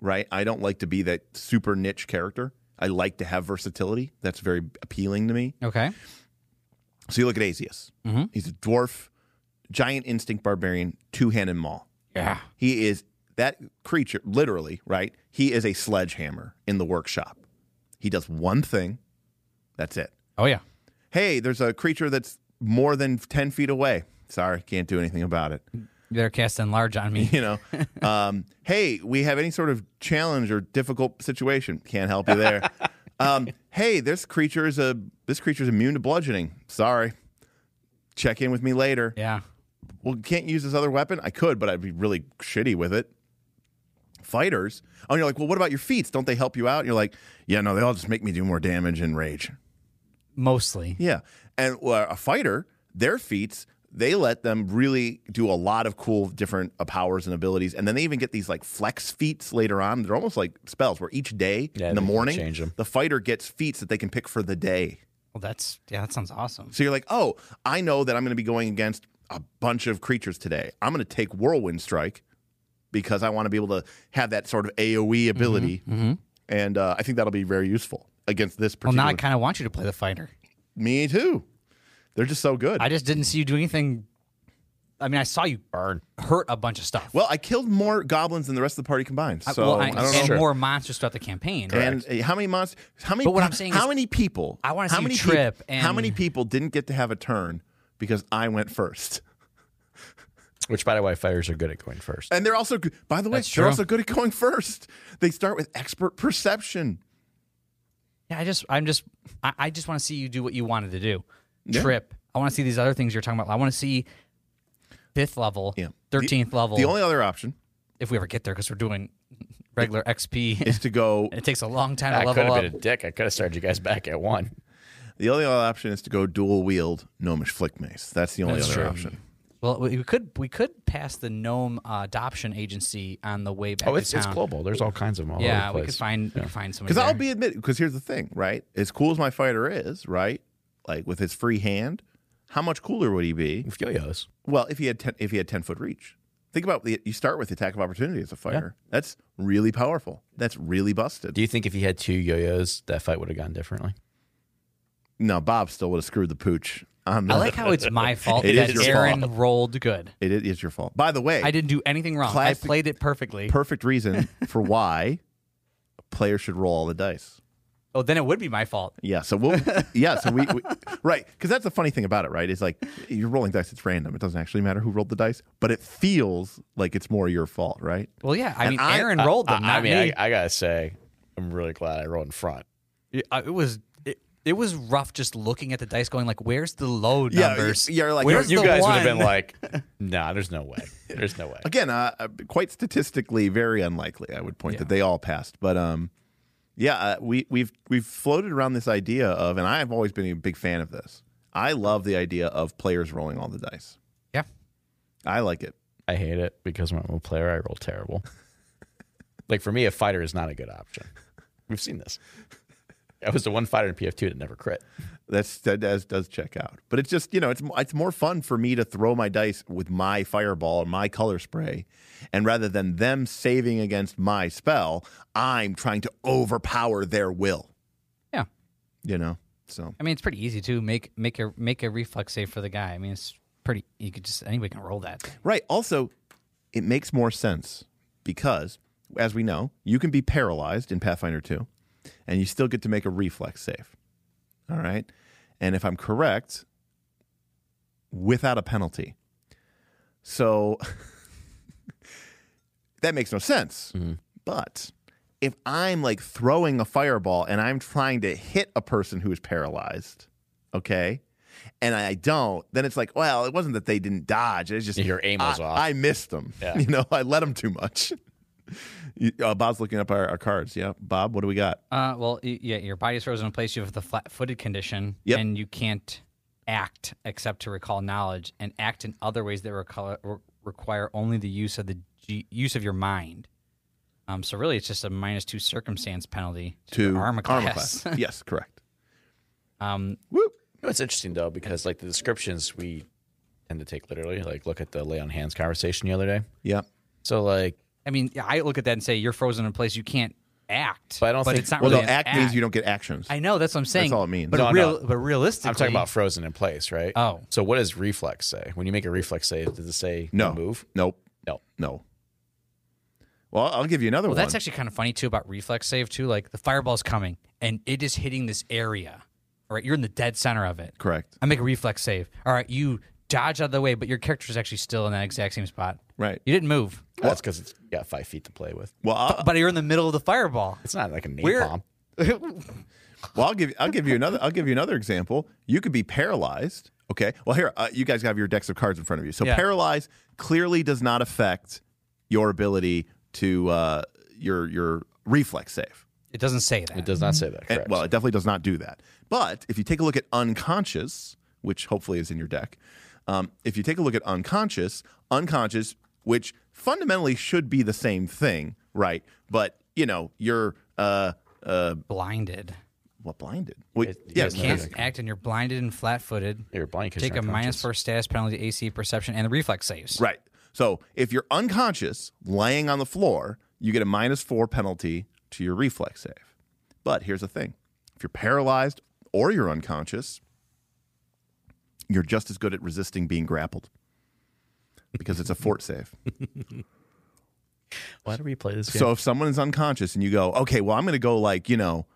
Speaker 1: right? I don't like to be that super niche character. I like to have versatility. That's very appealing to me.
Speaker 2: Okay.
Speaker 1: So you look at Asius.
Speaker 3: Mm-hmm.
Speaker 2: Mhm.
Speaker 1: He's a dwarf, giant instinct barbarian, two handed maul.
Speaker 2: Yeah.
Speaker 1: He is that creature, literally, right? He is a sledgehammer in the workshop. He does one thing, that's it.
Speaker 2: Oh yeah.
Speaker 1: Hey, there's a creature that's more than 10 feet away. Sorry, can't do anything about it.
Speaker 2: You better cast enlarge on me.
Speaker 1: You know, um, hey, we have any sort of challenge or difficult situation. Can't help you there. um, hey, this creature is a this creature's immune to bludgeoning. Sorry. Check in with me later.
Speaker 2: yeah.
Speaker 1: well, can't you use this other weapon? I could, but I'd be really shitty with it. Fighters. Oh, and you're like, well, what about your feats? Don't they help you out? And you're like, yeah, no, they all just make me do more damage and rage.
Speaker 2: Mostly.
Speaker 1: Yeah. And well, a fighter, their feats, they let them really do a lot of cool different uh, powers and abilities. And then they even get these like flex feats later on. They're almost like spells where each day
Speaker 3: Yeah,
Speaker 1: in the
Speaker 3: they can
Speaker 1: morning,
Speaker 3: change 'em.
Speaker 1: the fighter gets feats that they can pick for the day.
Speaker 2: Well, that's yeah. That sounds awesome.
Speaker 1: So you're like, oh, I know that I'm going to be going against a bunch of creatures today. I'm going to take Whirlwind Strike because I want to be able to have that sort of AOE
Speaker 2: Mm-hmm,
Speaker 1: ability, and uh, I think that'll be very useful against this
Speaker 2: Well,
Speaker 1: particular.
Speaker 2: now I kind of want you to play the fighter.
Speaker 1: Me too. They're just so good.
Speaker 2: I just didn't see you do anything. I mean, I saw you burn, hurt a bunch of stuff.
Speaker 1: well, I killed more goblins than the rest of the party combined. So
Speaker 2: Well,
Speaker 1: I, don't know.
Speaker 2: and more monsters throughout the campaign.
Speaker 1: And uh, how many monsters? How many?
Speaker 2: But what I'm saying
Speaker 1: how
Speaker 2: is-
Speaker 1: many people?
Speaker 2: I wanna
Speaker 1: how
Speaker 2: see you
Speaker 1: many
Speaker 2: trip
Speaker 1: peop- how
Speaker 2: and-
Speaker 1: many people didn't get to have a turn because I went first?
Speaker 3: Which, by the way, fighters are good at going
Speaker 2: Uh,
Speaker 3: first.
Speaker 1: And they're also, good. by the way,
Speaker 2: That's
Speaker 1: they're
Speaker 2: true.
Speaker 1: also good at going first. They start with expert perception.
Speaker 2: yeah, I just, I'm just, I, I just want to see you do what you wanted to do. Trip. I want to see these other things you're talking about. I want to see fifth level,
Speaker 1: Yeah.
Speaker 2: thirteenth level.
Speaker 1: The only other option
Speaker 2: if we ever get there, because we're doing regular XP,
Speaker 1: is to go.
Speaker 2: it takes a long time
Speaker 3: I
Speaker 2: to
Speaker 3: could have
Speaker 2: level up.
Speaker 3: been a dick. I could have started you guys back at one.
Speaker 1: The only other option is to go dual wield gnomish flick mace. That's the only
Speaker 2: That's
Speaker 1: other
Speaker 2: true.
Speaker 1: option.
Speaker 2: Well, we we could, we could pass the gnome uh, adoption agency on the way back.
Speaker 3: Oh, it's,
Speaker 2: to
Speaker 3: it's
Speaker 2: town.
Speaker 3: global. There's all kinds of them. All
Speaker 2: Yeah,
Speaker 3: over
Speaker 2: we
Speaker 3: the
Speaker 2: could
Speaker 3: place.
Speaker 2: find, we could find somebody.
Speaker 1: Because I'll
Speaker 2: there.
Speaker 1: be admitted. Because here's the thing, right? As cool as my fighter is, right? Like with his free hand, how much cooler would he be?
Speaker 3: with yo-yos.
Speaker 1: Well, if he had ten, if he had ten foot reach. Think about the. You start with the attack of opportunity as a fighter. That's really powerful. That's really busted.
Speaker 3: Do you think if he had two yo-yos, that fight would have gone differently?
Speaker 1: no, Bob still would have screwed the pooch. On the,
Speaker 2: I like how it's my fault
Speaker 1: It
Speaker 2: that
Speaker 1: is your
Speaker 2: Aaron rolled good.
Speaker 1: it i- is your fault. By the way,
Speaker 2: I didn't do anything wrong.
Speaker 1: Classic-
Speaker 2: I played it perfectly.
Speaker 1: perfect reason for why a player should roll all the dice.
Speaker 2: oh, then it would be my fault.
Speaker 1: Yeah. So we'll. Yeah. So we. we right. Because that's the funny thing about it, right? Is like you're rolling dice. It's random. It doesn't actually matter who rolled the dice, but it feels like it's more your fault, right?
Speaker 2: Well, yeah. I
Speaker 1: And
Speaker 2: mean,
Speaker 1: I-
Speaker 2: Aaron rolled them, not
Speaker 3: I mean,
Speaker 2: me.
Speaker 3: I, I gotta say, I'm really glad I rolled in front.
Speaker 2: It- uh, it was. It, it was rough just looking at the dice, going like, "Where's the low
Speaker 1: Yeah,
Speaker 2: numbers?
Speaker 1: y- you're like,
Speaker 2: Where's
Speaker 3: you
Speaker 2: the
Speaker 3: guys would have been
Speaker 2: one?"
Speaker 3: like, "Nah, there's no way. There's no way."
Speaker 1: Again, uh, uh, quite statistically, very unlikely. I would point that they all passed, but um, yeah, uh, we we've we've floated around this idea of, and I've always been a big fan of this. I love the idea of players rolling all the dice.
Speaker 2: "Yeah,
Speaker 1: I like it.
Speaker 3: I hate it because when I'm a player, I roll terrible. like for me, a fighter is not a good option. We've seen this. I was the one fighter in PF2 that never crit.
Speaker 1: That's that does, does check out. But it's just you know it's it's more fun for me to throw my dice with my fireball or my color spray, and rather than them saving against my spell, I'm trying to overpower their will.
Speaker 2: Yeah.
Speaker 1: You know. So
Speaker 2: I mean, it's pretty easy to make make a make a reflex save for the guy. I mean, it's pretty. You could just anybody can roll that.
Speaker 1: right. Also, it makes more sense because as we know, you can be paralyzed in Pathfinder 2, and you still get to make a reflex save. All right. And if I'm correct, without a penalty. So that makes no sense.
Speaker 3: Mm-hmm.
Speaker 1: But if I'm like throwing a fireball and I'm trying to hit a person who is paralyzed, okay, and I don't, then it's like, well, it wasn't that they didn't dodge. It's just
Speaker 3: Your aim was
Speaker 1: I,
Speaker 3: off.
Speaker 1: I missed them.
Speaker 3: Yeah.
Speaker 1: You know, I let them too much. You- uh, Bob's looking up our, our cards. Yeah, Bob, what do we got?
Speaker 2: Uh, well, y- yeah, your body's frozen in place. You have the flat-footed condition,
Speaker 1: Yep.
Speaker 2: and you can't act except to recall knowledge and act in other ways that recall, re- require only the use of the G- use of your mind. Um, so really, it's just a minus two circumstance penalty
Speaker 1: To
Speaker 2: your armor class.
Speaker 1: yes, correct.
Speaker 2: um,
Speaker 1: Whoop.
Speaker 3: You know, it's interesting though because like the descriptions we tend to take literally. Like look at the lay on hands conversation the other day.
Speaker 1: Yep.
Speaker 3: So like,
Speaker 2: I mean, yeah, I look at that and say you're frozen in place. You can't act.
Speaker 3: But I don't think-
Speaker 2: it's not
Speaker 1: Well,
Speaker 2: really
Speaker 1: no,
Speaker 2: an
Speaker 1: act, means you don't get actions.
Speaker 2: I know that's what I'm saying.
Speaker 1: all it means.
Speaker 2: But
Speaker 1: No,
Speaker 2: real,
Speaker 3: no.
Speaker 2: but realistically,
Speaker 3: I'm talking about frozen in place, right?
Speaker 2: Oh.
Speaker 3: So what does reflex say? When you make a reflex save, does it say
Speaker 1: no.
Speaker 3: move?
Speaker 1: Nope.
Speaker 3: No.
Speaker 1: No. Well, I'll give you another
Speaker 2: Well,
Speaker 1: one.
Speaker 2: that's actually kind of funny too about reflex save too. Like the fireball's coming and it is hitting this area. All right, you're in the dead center of it.
Speaker 1: correct.
Speaker 2: I make a reflex save. All right, you dodge out of the way, but your character is actually still in that exact same spot.
Speaker 1: Right.
Speaker 2: You didn't move,
Speaker 3: Well, that's because it's got five feet to play with.
Speaker 1: Well, I'll,
Speaker 2: but you're in the middle of the fireball.
Speaker 3: It's not like a napalm.
Speaker 2: Where-
Speaker 3: palm.
Speaker 1: well, I'll give I'll give you another I'll give you another example. You could be paralyzed. Okay. Well, here uh, you guys have your decks of cards in front of you. So
Speaker 2: Yeah.
Speaker 1: paralyzed clearly does not affect your ability to uh, your your reflex save.
Speaker 2: It doesn't say that.
Speaker 3: It does not say that.
Speaker 1: And-
Speaker 3: Correct.
Speaker 1: well, it definitely does not do that. But if you take a look at unconscious, which hopefully is in your deck, um, if you take a look at unconscious, unconscious, which fundamentally should be the same thing, right? But you know, you're uh, uh,
Speaker 2: Blinded.
Speaker 1: what blinded? Wait,
Speaker 3: It- it
Speaker 1: yeah,
Speaker 3: doesn't
Speaker 2: Can't
Speaker 3: Okay.
Speaker 2: act and you're blinded and flat-footed.
Speaker 3: you're blind 'cause
Speaker 2: Take
Speaker 3: you're
Speaker 2: a minus
Speaker 3: unconscious.
Speaker 2: four status penalty, to AC, perception, and the reflex saves.
Speaker 1: right. So if you're unconscious, laying on the floor, you get a minus four penalty to your reflex save. But here's the thing: if you're paralyzed or you're unconscious, you're just as good at resisting being grappled because it's a fort save.
Speaker 3: Why do we play this game?
Speaker 1: So if someone is unconscious and you go, okay, well, I'm going to go like, you know,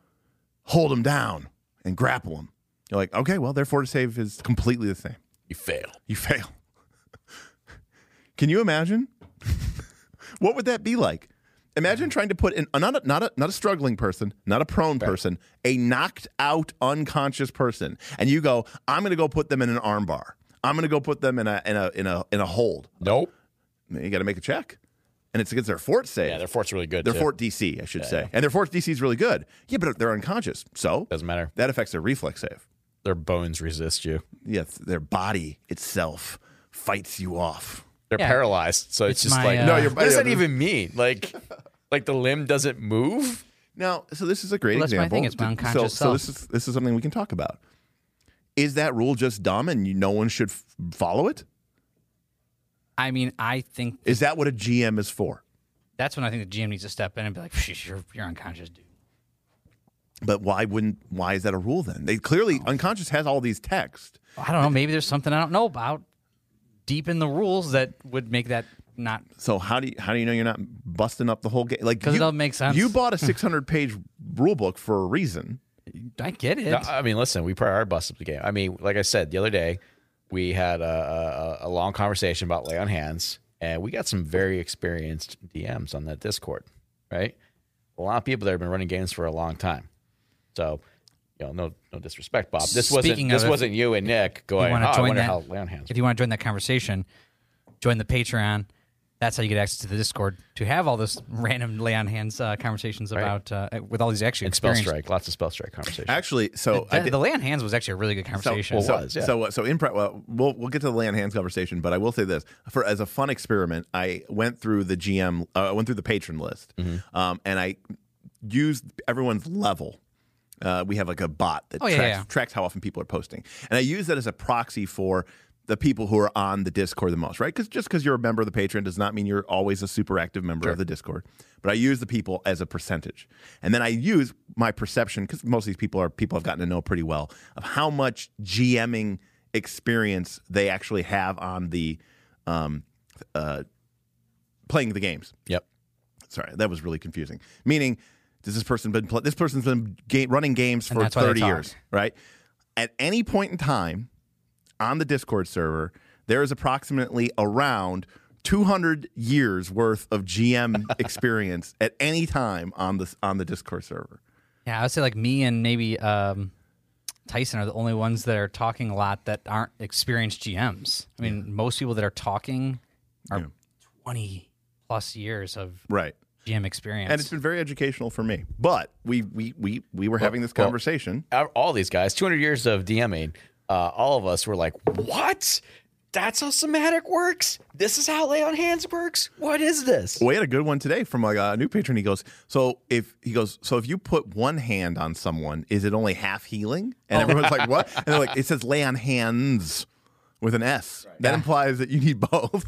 Speaker 1: hold them down and grapple them, you're like, okay, well, their fort save is completely the same.
Speaker 3: you fail.
Speaker 1: You fail. Can you imagine? what would that be like? Imagine trying to put an uh, not a, not a not a struggling person, not a prone person, a knocked out unconscious person, and you go, "I'm going to go put them in an armbar. I'm going to go put them in a in a in a in a hold."
Speaker 3: Nope.
Speaker 1: And You got to make a check, and it's against their fort save.
Speaker 3: Yeah, their fort's really good.
Speaker 1: their
Speaker 3: too.
Speaker 1: fort DC, I should say, and their fort DC is really good. Yeah, but they're unconscious, so
Speaker 3: doesn't matter.
Speaker 1: that affects their reflex save.
Speaker 3: Their bones resist you.
Speaker 1: Yes, their body itself fights you off.
Speaker 3: They're
Speaker 2: Yeah.
Speaker 3: paralyzed. So it's,
Speaker 2: It's
Speaker 3: just
Speaker 2: my,
Speaker 3: like
Speaker 2: uh, No,
Speaker 1: your
Speaker 3: What does that
Speaker 1: body-
Speaker 3: even mean? Like like the limb doesn't move?
Speaker 1: Now, so this is a great
Speaker 2: Well, that's my
Speaker 1: example.
Speaker 2: thing, it's my
Speaker 1: So-
Speaker 2: unconscious
Speaker 1: so, this is this is something we can talk about. Is that rule just dumb and you, no one should f- follow it?
Speaker 2: I mean, I think
Speaker 1: Is that what a GM is for?
Speaker 2: that's when I think the GM needs to step in and be like, "Phew, "You're you're unconscious, dude."
Speaker 1: But why wouldn't? Why is that a rule then? They clearly
Speaker 2: Oh.
Speaker 1: unconscious has all these texts.
Speaker 2: I don't know. Maybe there's something I don't know about deep in the rules that would make that not.
Speaker 1: So how do you how do you know you're not busting up the whole game? Like
Speaker 2: 'Cause it
Speaker 1: you-
Speaker 2: don't make sense.
Speaker 1: You bought a 600 page rule book for a reason.
Speaker 2: I get it.
Speaker 3: No, I mean, listen, we probably are bust up the game. I mean, like I said the other day, we had a, a, a long conversation about lay on hands, and we got some very experienced DMs on that Discord, right? A lot of people that have been running games for a long time. So, you know, no no disrespect, Bob. This
Speaker 2: Speaking of
Speaker 3: wasn't this
Speaker 2: if-
Speaker 3: wasn't you and Nick going. Oh,
Speaker 2: wanna
Speaker 3: I
Speaker 2: join
Speaker 3: wonder
Speaker 2: that-
Speaker 3: how lay on hands.
Speaker 2: if you want to join that conversation, join the Patreon. That's how you get access to the Discord to have all this random lay on hands uh, conversations about uh, with all these actually
Speaker 3: And spell
Speaker 2: experienced. Uh,
Speaker 3: strike, lots of spell strike conversation.
Speaker 1: Actually, so I
Speaker 2: The,
Speaker 1: did,
Speaker 2: the lay on hands was actually a really good conversation.
Speaker 3: well,
Speaker 1: so,
Speaker 3: what- was, yeah.
Speaker 1: so uh, so in pre- well, we'll we'll get to the land hands conversation, but I will say this for as a fun experiment, I went through the GM,
Speaker 3: Mm-hmm.
Speaker 1: uh, I went through the patron list, um, and I used everyone's level Uh, we have like a bot that
Speaker 2: Oh, yeah,
Speaker 1: tracks,
Speaker 2: yeah.
Speaker 1: tracks how often people are posting, and I use that as a proxy for the people who are on the Discord the most, right? Because just because you're a member of the Patreon does not mean you're always a super active member of the Discord. But I use the people as a percentage, and then I use my perception because most of these people are people I've gotten to know pretty well of how much GMing experience they actually have on the um, uh, playing the games
Speaker 3: Yep.
Speaker 1: sorry, that was really confusing. Meaning, does this person been pl- this person's been ga- running games
Speaker 2: And
Speaker 1: for
Speaker 2: that's why they
Speaker 1: thirty
Speaker 2: talk.
Speaker 1: years, right? At any point in time, on the Discord server, there is approximately around. 200 years worth of GM experience at any time on the on the Discord server.
Speaker 2: Yeah, I would say like me and maybe um, Tyson are the only ones that are talking a lot that aren't experienced GMs. I mean, most people that are talking are twenty plus years of
Speaker 1: Right.
Speaker 2: GM experience.
Speaker 1: And it's been very educational for me. But we we we we were having this
Speaker 3: well-
Speaker 1: conversation.
Speaker 3: Our- All these guys, 200 years of DMing, uh, all of us were like, what? That's how somatic works? This is how lay on hands works? What is this?
Speaker 1: We had a good one today from a uh, new patron. He goes, "So if he goes, so if you put one hand on someone, is it only half healing?"
Speaker 3: Oh.
Speaker 1: And everyone's like, "What?" And they're like, "It says lay on hands with an S. That implies that you need both."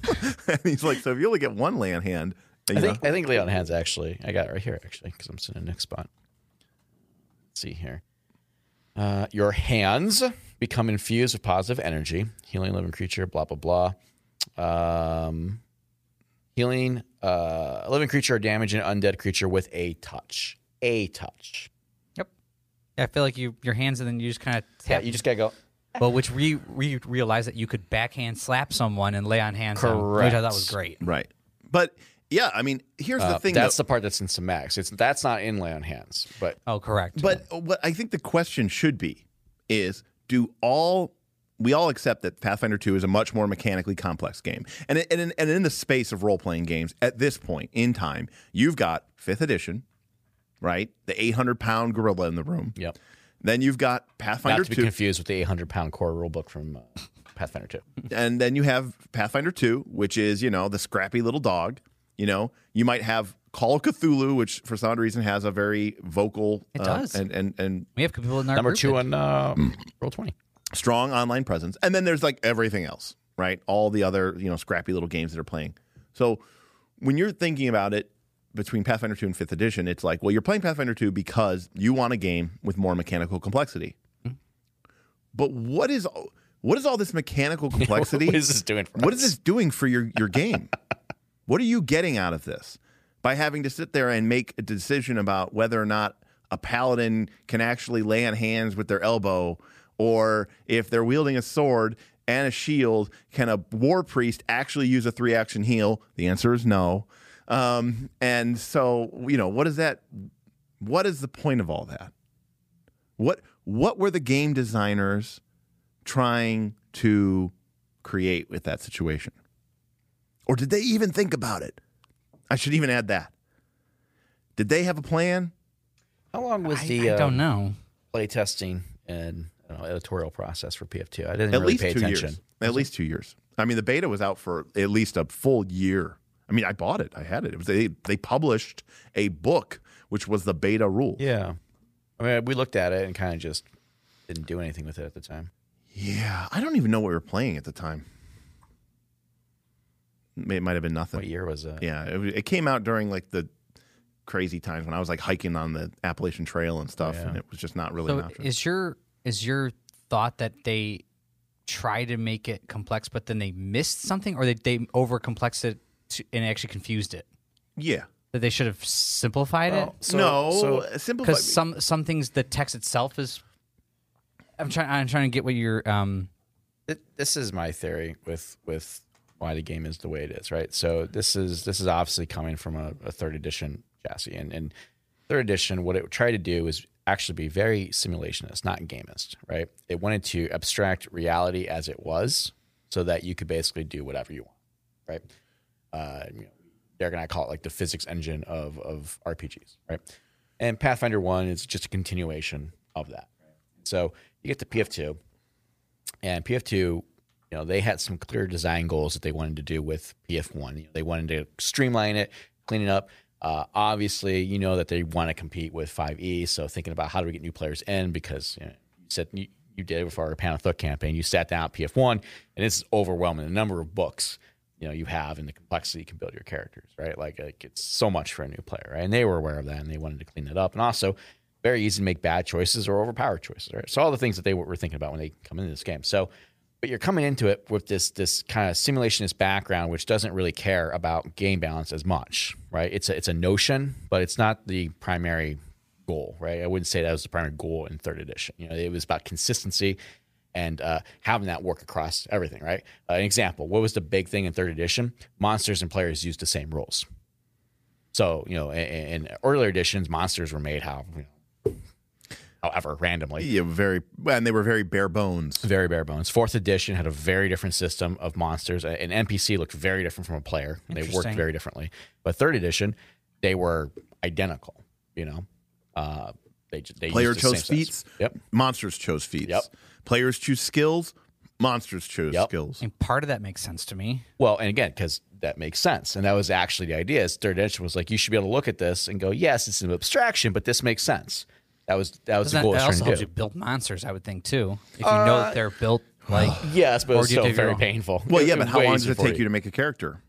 Speaker 1: and he's like, "So if you only get one lay on hand, then,
Speaker 3: I
Speaker 1: you
Speaker 3: think I think Leon Hands actually. I got it right here actually because I'm sitting in the next spot. Let's see here. Uh, your hands become infused with positive energy, healing living creature. Blah blah blah. Um, healing uh, a living creature or damaging an undead creature with a touch. A touch.
Speaker 2: yep. Yeah, I feel like you your hands and then you just kind of
Speaker 3: Yeah,
Speaker 2: tap.
Speaker 3: you just gotta go.
Speaker 2: Well, which we we realized that you could backhand slap someone and lay on hands, on, which I
Speaker 3: Correct.
Speaker 2: thought was great.
Speaker 1: right." But yeah, I mean, here's
Speaker 3: Uh,
Speaker 1: the thing.
Speaker 3: that's
Speaker 1: though,
Speaker 3: the part that's in somatics. It's that's not in lay on hands, but
Speaker 2: Oh, correct.
Speaker 1: but what I think the question should be is, do all we all accept that Pathfinder 2 is a much more mechanically complex game. And, and, in, and in the space of role playing games, at this point in time, you've got 5th edition, right? The 800 pound gorilla in the room.
Speaker 3: yep.
Speaker 1: Then you've got Pathfinder
Speaker 3: Not to be
Speaker 1: 2.
Speaker 3: confused with the 800 pound core rulebook from uh, Pathfinder 2.
Speaker 1: and then you have Pathfinder 2, which is, you know, the scrappy little dog. You know, you might have Call of Cthulhu, which for some reason has a very vocal it
Speaker 2: does.
Speaker 1: and, and, and
Speaker 2: we have people in our
Speaker 3: Number
Speaker 2: group
Speaker 3: two
Speaker 2: that-
Speaker 3: on uh, roll 20.
Speaker 1: strong online presence, and then there's like everything else, right? All the other you know scrappy little games that are playing. So when you're thinking about it between Pathfinder 2 and 5th edition, it's like, well, you're playing Pathfinder 2 because you want a game with more mechanical complexity.
Speaker 3: Mm-hmm.
Speaker 1: But what is what is all this mechanical complexity?
Speaker 3: What is this doing for
Speaker 1: What
Speaker 3: us?
Speaker 1: is this doing for your your game? what are you getting out of this by having to sit there and make a decision about whether or not a paladin can actually lay on hands with their elbow, or if they're wielding a sword and a shield, can a war priest actually use a three action heal? The answer is no. Um, and so you know what is that? What is the point of all that? What what were the game designers trying to create with that situation? Or did they even think about it? I should even add that. Did they have a plan?
Speaker 3: How long was
Speaker 2: I,
Speaker 3: the
Speaker 2: I
Speaker 3: uh,
Speaker 2: don't know.
Speaker 3: play testing and I don't know, editorial process for PF2? I didn't
Speaker 1: At
Speaker 3: really
Speaker 1: least
Speaker 3: pay
Speaker 1: two
Speaker 3: attention.
Speaker 1: years. At least two years. I mean, the beta was out for at least a full year. I mean, I bought it. I had it. It was they they published a book which was the beta rule.
Speaker 3: Yeah. I mean, we looked at it and kind of just didn't do anything with it at the time.
Speaker 1: Yeah. I don't even know what we were playing at the time. It might have been nothing.
Speaker 3: What year was that?
Speaker 1: Yeah, it, w- it came out during like the crazy times when I was like hiking on the Appalachian Trail and stuff, and it was just not really an
Speaker 2: So
Speaker 1: option.
Speaker 2: is your is your thought that they try to make it complex, but then they missed something, or they they over complexed it to, and actually confused it?
Speaker 1: yeah,
Speaker 2: That they should have simplified it
Speaker 1: no,
Speaker 3: so-
Speaker 1: simplify.
Speaker 2: because some some things the text itself is. I'm trying. I'm trying to get what you're. Um,
Speaker 3: Th- this is my theory with with why the game is the way it is, right? So this is this is obviously coming from a, a third edition chassis, and and third edition, what it tried to do is actually be very simulationist, not gamist, right? It wanted to abstract reality as it was, so that you could basically do whatever you want, right? Uh, you know, Derek and I call it like the physics engine of of RPGs, right? And Pathfinder One is just a continuation of that. So you get to PF two and PF2, you know, they had some clear design goals that they wanted to do with PF1. You know, they wanted to streamline it, clean it up. Uh, obviously, you know that they want to compete with 5e. So thinking about how do we get new players in because you, know, you said you, you did with our Panathuk campaign, you sat down at PF1, and it's overwhelming the number of books you know you have and the complexity you can build your characters, right? Like, like it's so much for a new player, right? And they were aware of that and they wanted to clean it up. And also, very easy to make bad choices or overpower choices, right? So all the things that they were were thinking about when they come into this game. So, but you're coming into it with this this kind of simulationist background, which doesn't really care about game balance as much, right? It's a, it's a notion, but it's not the primary goal, right? I wouldn't say that was the primary goal in third edition. You know, it was about consistency and uh, having that work across everything, right? Uh, an example: what was the big thing in third edition? Monsters and players used the same rules. So you know, in, in earlier editions, monsters were made how, you know, however, randomly.
Speaker 1: Yeah, very, and they were very bare bones.
Speaker 3: Very bare bones. Fourth edition had a very different system of monsters. A- An NPC looked very different from a player. They worked
Speaker 2: Interesting.
Speaker 3: very differently. But third edition, they were identical. You know, uh, they, j- they
Speaker 1: Player
Speaker 3: used the same
Speaker 1: chose
Speaker 3: sets.
Speaker 1: feats.
Speaker 3: Yep.
Speaker 1: Monsters chose feats.
Speaker 3: Yep.
Speaker 1: Players choose skills. Monsters chose
Speaker 3: Yep.
Speaker 1: skills.
Speaker 2: And part of that makes sense to me.
Speaker 3: Well, and again, because that makes sense, and that was actually the idea. Is third edition was like you should be able to look at this and go, yes, it's an abstraction, but this makes sense. That was that was
Speaker 2: Doesn't
Speaker 3: the
Speaker 2: that,
Speaker 3: goal. I
Speaker 2: that
Speaker 3: was
Speaker 2: also
Speaker 3: trying
Speaker 2: helps
Speaker 3: to
Speaker 2: you
Speaker 3: do.
Speaker 2: build monsters, I would think, too. If you know that they're built like
Speaker 3: Yes, but
Speaker 2: Or
Speaker 3: it's
Speaker 2: do you have to have your
Speaker 3: still very
Speaker 2: own?
Speaker 3: painful.
Speaker 1: Well, yeah,
Speaker 3: It
Speaker 1: but
Speaker 3: was
Speaker 1: how
Speaker 3: way
Speaker 1: long does
Speaker 3: easier
Speaker 1: it
Speaker 3: for
Speaker 1: take you to make a character?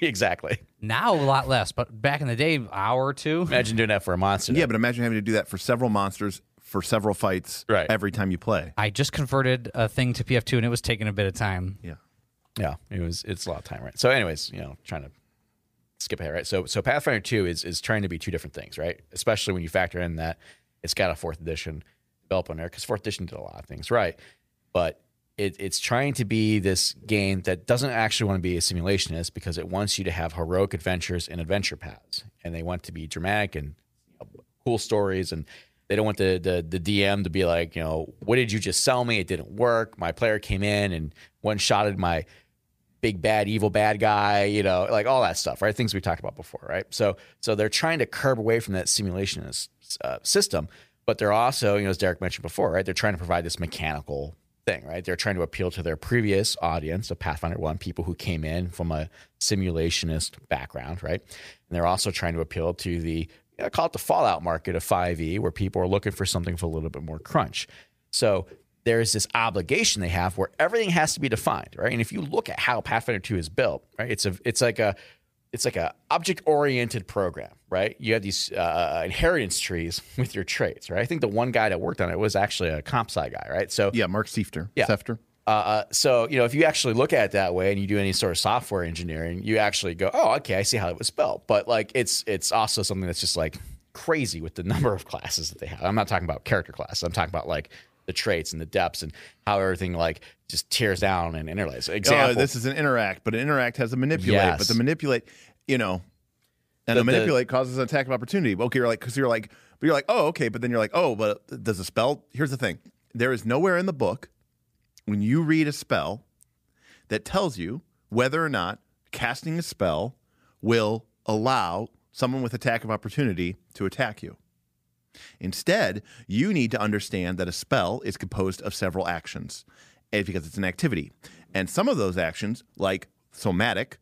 Speaker 3: exactly.
Speaker 2: now a lot less, but back in the day, hour or two.
Speaker 3: Imagine doing that for a monster.
Speaker 1: Yeah, but imagine having to do that for several monsters for several fights
Speaker 3: Right.
Speaker 1: every time you play.
Speaker 2: I just converted a thing to PF2 and it was taking a bit of time.
Speaker 1: Yeah.
Speaker 3: Yeah, it was. It's a lot of time, right? So, anyways, you know, trying to skip ahead, right? So, so Pathfinder Two is is trying to be two different things, right? Especially when you factor in that it's got a fourth edition develop on there because fourth edition did a lot of things, right? But it, it's trying to be this game that doesn't actually want to be a simulationist because it wants you to have heroic adventures and adventure paths, and they want to be dramatic and cool stories and they don't want the, the the DM to be like, you know, what did you just sell me? It didn't work. My player came in and one shotted my big bad evil bad guy, you know, like all that stuff, right? Things we talked about before, right? So so they're trying to curb away from that simulationist uh, system, but they're also, you know, as Derek mentioned before, right? They're trying to provide this mechanical thing, right? They're trying to appeal to their previous audience of Pathfinder 1, people who came in from a simulationist background, right? And they're also trying to appeal to the I call it the Fallout market of 5e, where people are looking for something for a little bit more crunch. So there is this obligation they have where everything has to be defined, right? And if you look at how Pathfinder 2 is built, right, it's a it's like a it's like a object oriented program, right? You have these uh, inheritance trees with your traits, right? I think the one guy that worked on it was actually a comp sci guy, right? So
Speaker 1: Yeah, Mark Sefter.
Speaker 3: Yeah.
Speaker 1: Sefter.
Speaker 3: uh, uh, so you know, if you actually look at it that way and you do any sort of software engineering, you actually go, "Oh, okay, I see how it was spelled." But like, it's it's also something that's just like crazy with the number of classes that they have. I'm not talking about character classes. I'm talking about like the traits and the depths and how everything like just tears down and interlaces. Example,
Speaker 1: Oh, this is an interact, but an interact has a manipulate,
Speaker 3: Yes.
Speaker 1: but the manipulate, you know, and
Speaker 3: The-
Speaker 1: a
Speaker 3: the-
Speaker 1: manipulate causes an attack of opportunity. Okay, you're like, because you're like, but you're like, oh, okay, but then you're like, oh, but does a spell? Here's the thing: there is nowhere in the book when you read a spell that tells you whether or not casting a spell will allow someone with attack of opportunity to attack you. Instead, you need to understand that a spell is composed of several actions and because it's an activity. And some of those actions, like somatic,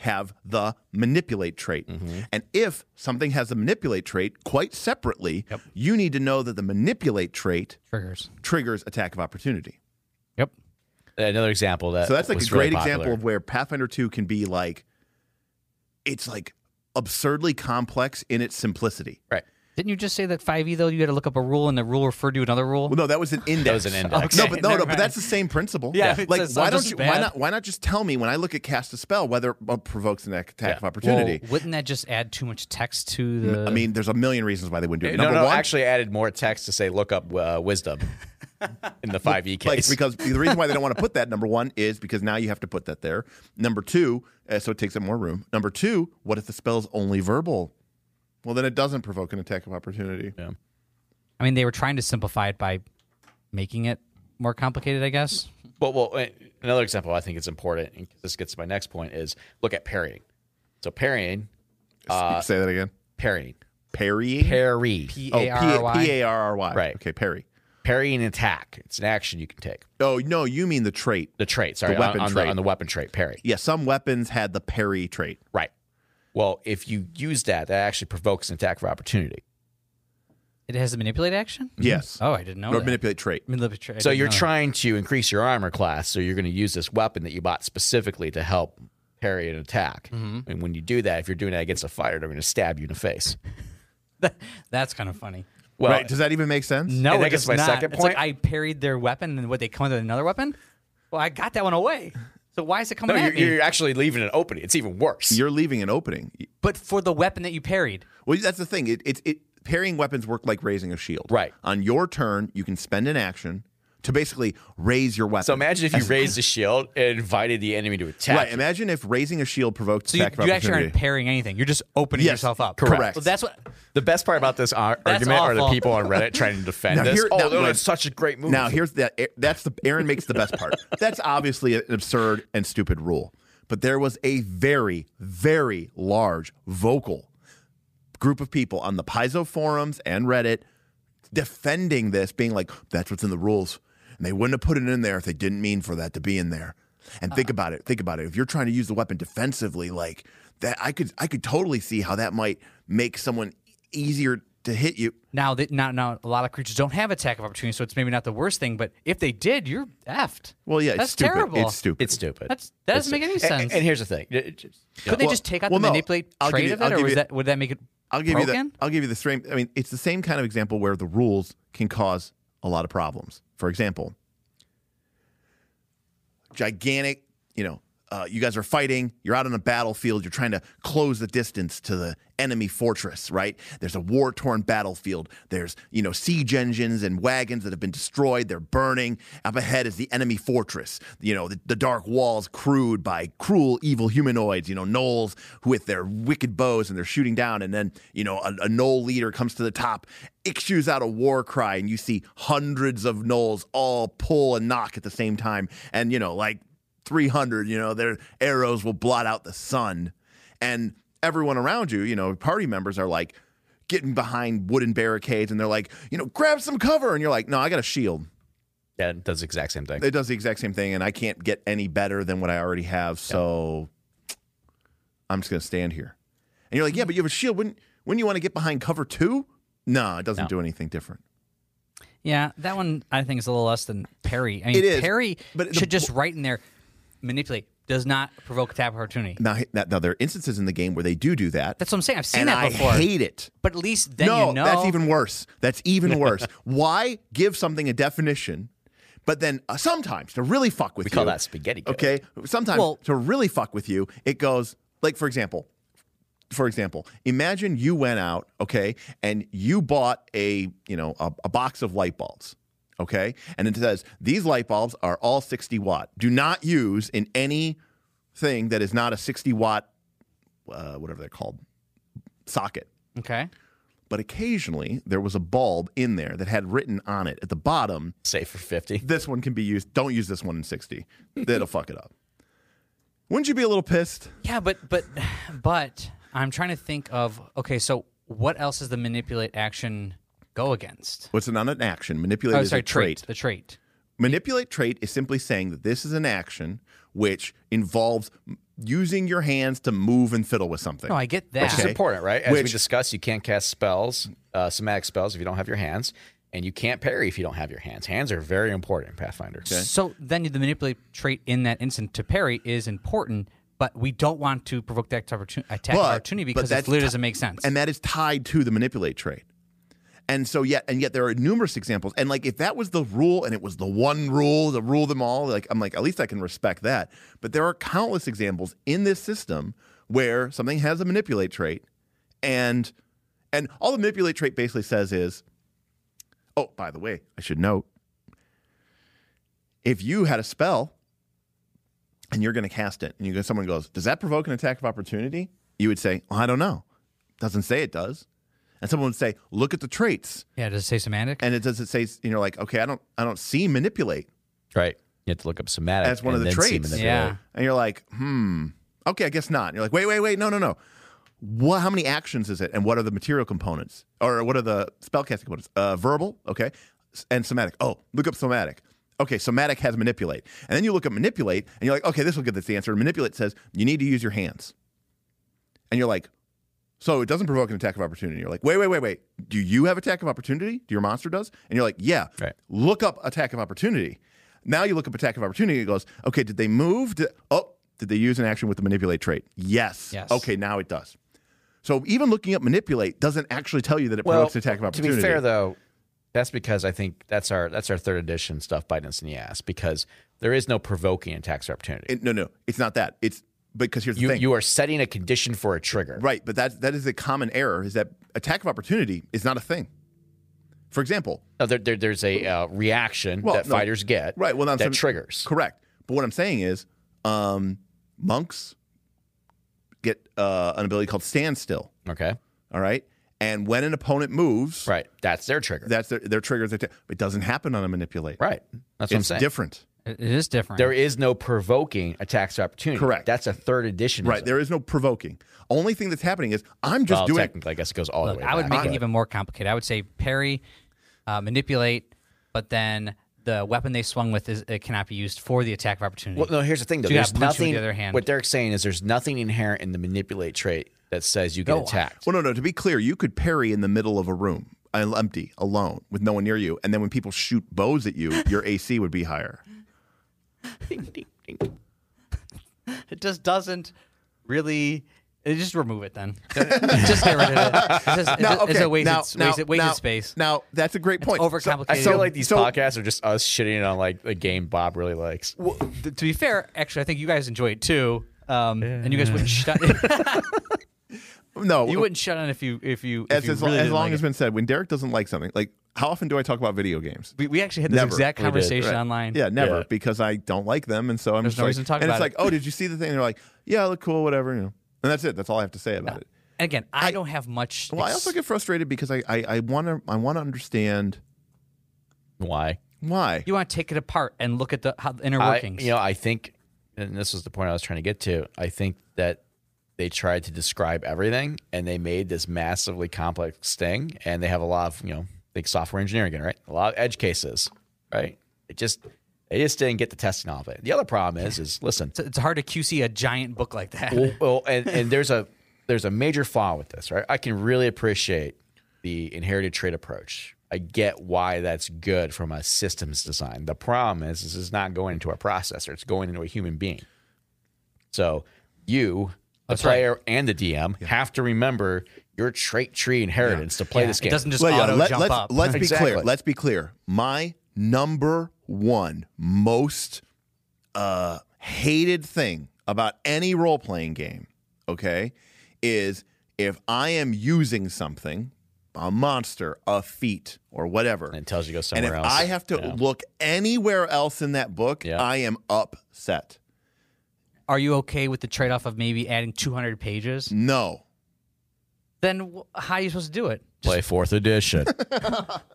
Speaker 1: have the manipulate trait. And if something has the manipulate trait quite separately, you need to know that the manipulate trait
Speaker 2: Triggers.
Speaker 1: triggers attack of opportunity.
Speaker 2: Yep.
Speaker 3: another example that
Speaker 1: So that's like a
Speaker 3: was
Speaker 1: great
Speaker 3: really
Speaker 1: example
Speaker 3: popular.
Speaker 1: of where Pathfinder 2 can be like, it's like absurdly complex in its simplicity.
Speaker 3: right.
Speaker 2: Didn't you just say that 5e, though, you had to look up a rule and the rule referred to another rule?
Speaker 1: Well, no, that was an index. Oh,
Speaker 3: was an index.
Speaker 1: No,
Speaker 2: Okay,
Speaker 1: but no, no,
Speaker 2: never
Speaker 1: but
Speaker 2: mind.
Speaker 1: that's the same principle.
Speaker 2: Yeah, it
Speaker 1: like
Speaker 2: says,
Speaker 1: why
Speaker 2: oh,
Speaker 1: don't
Speaker 2: this
Speaker 1: you?
Speaker 2: is
Speaker 1: Why
Speaker 2: bad.
Speaker 1: not? Why not just tell me when I look at cast a spell whether it provokes an attack of opportunity?
Speaker 2: Well, wouldn't that just add too much text to the.
Speaker 1: I mean, there's a million reasons why they wouldn't do it.
Speaker 3: No,
Speaker 1: Number
Speaker 3: no,
Speaker 1: one,
Speaker 3: actually added more text to say look up uh, wisdom in the five E
Speaker 1: like
Speaker 3: case.
Speaker 1: because the reason why they don't want to put that number one is because now you have to put that there. Number two, uh, so it takes up more room. Number two, what if the spell's only verbal? Well, then it doesn't provoke an attack of opportunity.
Speaker 2: I mean, they were trying to simplify it by making it more complicated, I
Speaker 1: Oh,
Speaker 2: guess.
Speaker 3: But well, uh, another example I think is important, and this gets to my next point is look at parrying. So parrying,
Speaker 2: Uh,
Speaker 1: Say that again.
Speaker 3: parrying,
Speaker 1: Parrying.
Speaker 3: parry,
Speaker 2: P
Speaker 1: oh,
Speaker 2: A R R
Speaker 1: P
Speaker 2: Y.
Speaker 1: A R R Y.
Speaker 3: Right.
Speaker 1: Okay, parry.
Speaker 3: parrying an attack. It's an action you can take.
Speaker 1: Oh no, you mean the trait.
Speaker 3: The trait, sorry,
Speaker 1: The weapon
Speaker 3: on, on
Speaker 1: trait.
Speaker 3: The, on the weapon trait, parry.
Speaker 1: Yeah, some weapons had the parry trait.
Speaker 3: Right. Well, if you use that, that actually provokes an attack of opportunity.
Speaker 2: It has the manipulate action?
Speaker 1: Yes.
Speaker 2: Oh, I didn't know.
Speaker 1: or
Speaker 2: that.
Speaker 1: manipulate trait.
Speaker 2: Manipulate. I
Speaker 3: So
Speaker 2: didn't
Speaker 3: you're
Speaker 2: know that.
Speaker 3: trying to increase your armor class, so you're going to use this weapon that you bought specifically to help parry an attack.
Speaker 2: Mm-hmm.
Speaker 3: And when you do that, if you're doing that against a fighter, they're going to stab you in the face.
Speaker 2: That's kind of funny.
Speaker 3: Well,
Speaker 1: right. Does that even make sense?
Speaker 2: No,
Speaker 3: that
Speaker 2: it
Speaker 3: gets
Speaker 2: does
Speaker 3: my
Speaker 2: not.
Speaker 3: second
Speaker 2: It's like
Speaker 3: point.
Speaker 2: I parried their weapon, and what they come with another weapon. Well, I got that one away. So why is it coming
Speaker 3: no, you're,
Speaker 2: at me?
Speaker 3: you're actually leaving an opening. It's even worse.
Speaker 1: You're leaving an opening.
Speaker 2: but for the weapon that you parried,
Speaker 1: Well, that's the thing. It, it, it parrying weapons work like raising a shield.
Speaker 3: Right.
Speaker 1: On your turn, you can spend an action to basically raise your weapon.
Speaker 3: so imagine if you raised the shield and invited the enemy to attack.
Speaker 1: Right.
Speaker 3: you.
Speaker 1: Imagine if raising a shield provoked
Speaker 2: so you,
Speaker 1: attack of
Speaker 2: you actually
Speaker 1: opportunity.
Speaker 2: aren't parrying anything. You're just opening
Speaker 1: Yes,
Speaker 2: yourself up.
Speaker 1: correct.
Speaker 2: So that's what.
Speaker 3: The best part about this ar- argument are the
Speaker 2: awful.
Speaker 3: people on Reddit trying to defend
Speaker 1: Now
Speaker 3: this.
Speaker 1: here-
Speaker 3: oh,
Speaker 1: now,
Speaker 3: no,
Speaker 1: wait.
Speaker 3: that's such a great move.
Speaker 1: Now here's that. That's the Aaron makes the best part. That's obviously an absurd and stupid rule, but there was a very, very large vocal group of people on the Paizo forums and Reddit defending this, being like, "That's what's in the rules," and they wouldn't have put it in there if they didn't mean for that to be in there. And
Speaker 2: Uh.
Speaker 1: think about it. Think about it. If you're trying to use the weapon defensively, like that, I could, I could totally see how that might make someone easier to hit you.
Speaker 2: Now that now now a lot of creatures don't have attack of opportunity, so it's maybe not the worst thing. But if they did, you're effed.
Speaker 1: Well, yeah,
Speaker 2: that's
Speaker 1: it's stupid.
Speaker 2: terrible.
Speaker 1: It's stupid.
Speaker 3: it's stupid.
Speaker 2: That's- that doesn't make any
Speaker 3: And-
Speaker 2: sense.
Speaker 3: And, here's the thing. It- it just-
Speaker 2: Could they
Speaker 1: Well-
Speaker 2: just take out
Speaker 1: well,
Speaker 2: the
Speaker 1: no.
Speaker 2: manipulate
Speaker 1: I'll give
Speaker 2: trait
Speaker 1: you-
Speaker 2: of
Speaker 1: I'll
Speaker 2: it,
Speaker 1: give
Speaker 2: or was
Speaker 1: you-
Speaker 2: that would that make it?
Speaker 1: I'll give you
Speaker 2: broken?
Speaker 1: the I'll give you the same. I mean, it's the same kind of example where the rules can cause a lot of problems. For example, gigantic. You know, uh, you guys are fighting. You're out on a battlefield. You're trying to close the distance to the enemy fortress. Right? There's a war torn battlefield. There's you know siege engines and wagons that have been destroyed. They're burning. Up ahead is the enemy fortress. You know, the, the dark walls crewed by cruel, evil humanoids. You know, gnolls with their wicked bows and they're shooting down. And then you know, a, a gnoll leader comes to the top, issues out a war cry, and you see hundreds of gnolls all pull and knock at the same time. And you know, like 300, you know, their arrows will blot out the sun. And everyone around you, you know, party members are like getting behind wooden barricades and they're like, you know, grab some cover. And you're like, no, I got a shield.
Speaker 3: yeah, it does the exact same thing.
Speaker 1: It does the exact same thing and I can't get any better than what I already have. So I'm just going to stand here. And you're like, yeah, but you have a shield. Wouldn't, wouldn't you want to get behind cover too? No, it doesn't do anything different.
Speaker 2: Yeah, that one I think is a little less than Perry. I mean,
Speaker 1: It is,
Speaker 2: Perry
Speaker 1: but the-
Speaker 2: should just write in there, manipulate does not provoke attack opportunity.
Speaker 1: Now, now, now, there are instances in the game where they do do that.
Speaker 2: That's what I'm saying. I've seen
Speaker 1: and
Speaker 2: that
Speaker 1: I
Speaker 2: before.
Speaker 1: hate it.
Speaker 2: but at least then
Speaker 1: no,
Speaker 2: you know.
Speaker 1: that's even worse. That's even worse. Why give something a definition, but then uh, sometimes to really fuck with
Speaker 3: We
Speaker 1: you?
Speaker 3: call that spaghetti code.
Speaker 1: Okay, sometimes
Speaker 2: Well-
Speaker 1: to really fuck with you, it goes like for example, for example, imagine you went out, okay, and you bought a you know a, a box of light bulbs. Okay. And it says these light bulbs are all 60 watt. Do not use in any thing that is not a 60 watt, uh, whatever they're called, socket
Speaker 2: okay.
Speaker 1: but occasionally there was a bulb in there that had written on it at the bottom,
Speaker 3: Say for 50.
Speaker 1: this one can be used. Don't use this one in 60. That'll fuck it up. Wouldn't you be a little pissed?
Speaker 2: Yeah, but but but I'm trying to think of okay. So what else does the manipulate action go against?
Speaker 1: What's not an action? Manipulate
Speaker 2: Oh,
Speaker 1: is
Speaker 2: sorry,
Speaker 1: a trait.
Speaker 2: The trait.
Speaker 1: Manipulate trait is simply saying that this is an action which involves m- using your hands to move and fiddle with something.
Speaker 2: No, I get that.
Speaker 3: Which is
Speaker 1: Okay.
Speaker 3: important, right? As we
Speaker 1: Which-
Speaker 3: discussed, you can't cast spells, uh, somatic spells, if you don't have your hands. And you can't parry if you don't have your hands. Hands are very important in Pathfinder.
Speaker 2: So then the manipulate trait in that instant to parry is important, but we don't want to provoke that opportunity, attack
Speaker 1: But-
Speaker 2: opportunity
Speaker 1: but
Speaker 2: because it
Speaker 1: that's
Speaker 2: literally
Speaker 1: ti-
Speaker 2: doesn't make sense.
Speaker 1: and that is tied to the manipulate trait. And so yet and yet there are numerous examples. And like if that was the rule and it was the one rule to rule them all, like I'm like, at least I can respect that. But there are countless examples in this system where something has a manipulate trait and and all the manipulate trait basically says is, oh, by the way, I should note, if you had a spell and you're going to cast it, and you go, someone goes, does that provoke an attack of opportunity? You would say, well, I don't know. Doesn't say it does. And someone would say, look at the traits,
Speaker 2: yeah, does it say semantic?
Speaker 1: and it doesn't say. And you're like, okay, I don't, I don't see manipulate.
Speaker 3: Right. You have to look up somatic.
Speaker 1: That's one of
Speaker 3: and
Speaker 1: the
Speaker 3: then see
Speaker 1: traits.
Speaker 3: manipulate.
Speaker 2: yeah.
Speaker 1: And you're like, hmm, okay, I guess not. And you're like, wait, wait, wait, no, no, no. What? How many actions is it, and what are the material components, or what are the spellcasting components? Uh, verbal, okay, S- and somatic. Oh, look up somatic. Okay, somatic has manipulate, and then you look at manipulate, and you're like, okay, this will get this answer. And manipulate says you need to use your hands, and you're like, so it doesn't provoke an attack of opportunity. You're like, wait, wait, wait, wait. Do you have attack of opportunity? Do your monster does? And you're like, yeah.
Speaker 3: Right.
Speaker 1: Look up attack of opportunity. Now you look up attack of opportunity. It goes, okay, did they move? Did, oh, did they use an action with the manipulate trait? Yes.
Speaker 2: Yes.
Speaker 1: Okay, now it does. So even looking up manipulate doesn't actually tell you that it provokes an attack of
Speaker 3: to
Speaker 1: opportunity.
Speaker 3: be fair though, that's because I think that's our that's our third edition stuff biting us in the ass because there is no provoking attacks or opportunity.
Speaker 1: It- no, no, it's not that. It's because here's the
Speaker 3: you
Speaker 1: thing.
Speaker 3: you are setting a condition for a trigger.
Speaker 1: Right, but that that is a common error is that attack of opportunity is not a thing. For example,
Speaker 3: No, there, there, there's a uh, reaction
Speaker 1: Well,
Speaker 3: that
Speaker 1: no.
Speaker 3: fighters get
Speaker 1: Right, well,
Speaker 3: that
Speaker 1: that's some-
Speaker 3: triggers.
Speaker 1: correct. But what I'm saying is, um, monks get uh, an ability called standstill.
Speaker 3: Okay,
Speaker 1: All right, and when an opponent moves,
Speaker 3: right, that's their trigger.
Speaker 1: that's their, their trigger. is atta- It doesn't happen on a manipulate.
Speaker 3: right, that's what I'm
Speaker 1: it's
Speaker 3: saying.
Speaker 1: different.
Speaker 2: It it is different.
Speaker 3: There is no provoking attacks or opportunity.
Speaker 1: Correct.
Speaker 3: That's a third edition.
Speaker 1: Right, there is no provoking. Only thing that's happening is I'm just
Speaker 3: well,
Speaker 1: doing.
Speaker 3: technically, I guess it goes all the way.
Speaker 2: I would
Speaker 3: back,
Speaker 2: make
Speaker 3: but-
Speaker 2: it even more complicated. I would say parry, uh, manipulate, but then the weapon they swung with is it cannot be used for the attack of opportunity.
Speaker 3: Well, no, here's the thing though.
Speaker 2: So you
Speaker 3: There's
Speaker 2: gotta punch with
Speaker 3: nothing.
Speaker 2: the other hand.
Speaker 3: What Derek's saying is there's nothing inherent in the manipulate trait that says you get attacked.
Speaker 1: Well, no, no. To be clear, you could parry in the middle of a room, uh, empty, alone, with no one near you, and then when people shoot bows at you, your AC would be higher.
Speaker 2: it just doesn't really. it- just remove it then. just get rid of it. It's, just,
Speaker 1: Now,
Speaker 2: it's, it's
Speaker 1: okay,
Speaker 2: a wasted,
Speaker 1: now-
Speaker 2: wasted,
Speaker 1: now-
Speaker 2: wasted
Speaker 1: now-
Speaker 2: space.
Speaker 1: Now that's a great point.
Speaker 2: overcomplicated.
Speaker 3: I feel
Speaker 2: So-
Speaker 3: like these
Speaker 1: so-
Speaker 3: podcasts are just us shitting on like a game Bob really likes.
Speaker 2: Well, th- to be fair, actually, I think you guys enjoy it too, um, and you guys wouldn't shut.
Speaker 1: So- no, uh,
Speaker 2: you wouldn't shut on if you if you if
Speaker 1: as,
Speaker 2: you
Speaker 1: as,
Speaker 2: really
Speaker 1: as
Speaker 2: didn't
Speaker 1: long
Speaker 2: like
Speaker 1: as
Speaker 2: it.
Speaker 1: been said, when Derek doesn't like something, like how often do I talk about video games?
Speaker 2: we, we actually had this
Speaker 1: Never.
Speaker 2: exact
Speaker 1: We did,
Speaker 2: conversation
Speaker 1: right.
Speaker 2: online.
Speaker 1: Yeah, never
Speaker 3: Yeah.
Speaker 1: because I don't like them, and so I'm
Speaker 2: There's
Speaker 1: just
Speaker 2: no
Speaker 1: like,
Speaker 2: reason to talk
Speaker 1: and
Speaker 2: about
Speaker 1: it's like,
Speaker 2: it.
Speaker 1: oh, did you see the thing? And they're like, yeah, I look cool, whatever, you know, and that's it. That's all I have to say about it.
Speaker 2: And again, I, don't have much.
Speaker 1: Well, I also get frustrated because I I want to I want to understand
Speaker 3: Why?
Speaker 1: why.
Speaker 2: you want to take it apart and look at the how the inner
Speaker 3: I,
Speaker 2: workings.
Speaker 3: you know, I think, and this was the point I was trying to get to. I think that they tried to describe everything, and they made this massively complex thing, and they have a lot of you know, like software engineering, right? A lot of edge cases, right? It just, they just didn't get the testing off it. The other problem is, is listen,
Speaker 2: it's, it's hard to QC a giant book like that.
Speaker 3: well, well and, and there's a there's a major flaw with this, right? I can really appreciate the inherited trait approach. I get why that's good from a systems design. The problem is, is it's not going into a processor; it's going into a human being. So you, the
Speaker 2: right.
Speaker 3: player, and the DM have to remember your trait tree inheritance to play this
Speaker 2: it
Speaker 3: game.
Speaker 2: doesn't just
Speaker 1: Well, yeah,
Speaker 2: auto
Speaker 1: let,
Speaker 2: jump
Speaker 1: us
Speaker 2: up.
Speaker 1: let's be
Speaker 3: Exactly.
Speaker 1: clear. Let's be clear. My number one most uh, hated thing about any role playing game, okay, is if I am using something, a monster, a feat, or whatever,
Speaker 3: and it tells you to go
Speaker 1: and
Speaker 3: somewhere
Speaker 1: if
Speaker 3: else.
Speaker 1: I have to
Speaker 3: Yeah.
Speaker 1: look anywhere else in that book,
Speaker 3: Yeah.
Speaker 1: I am upset.
Speaker 2: Are you okay with the trade off of maybe adding 200 pages?
Speaker 1: No,
Speaker 2: Then wh- how are you supposed to do it? Just,
Speaker 3: play fourth edition,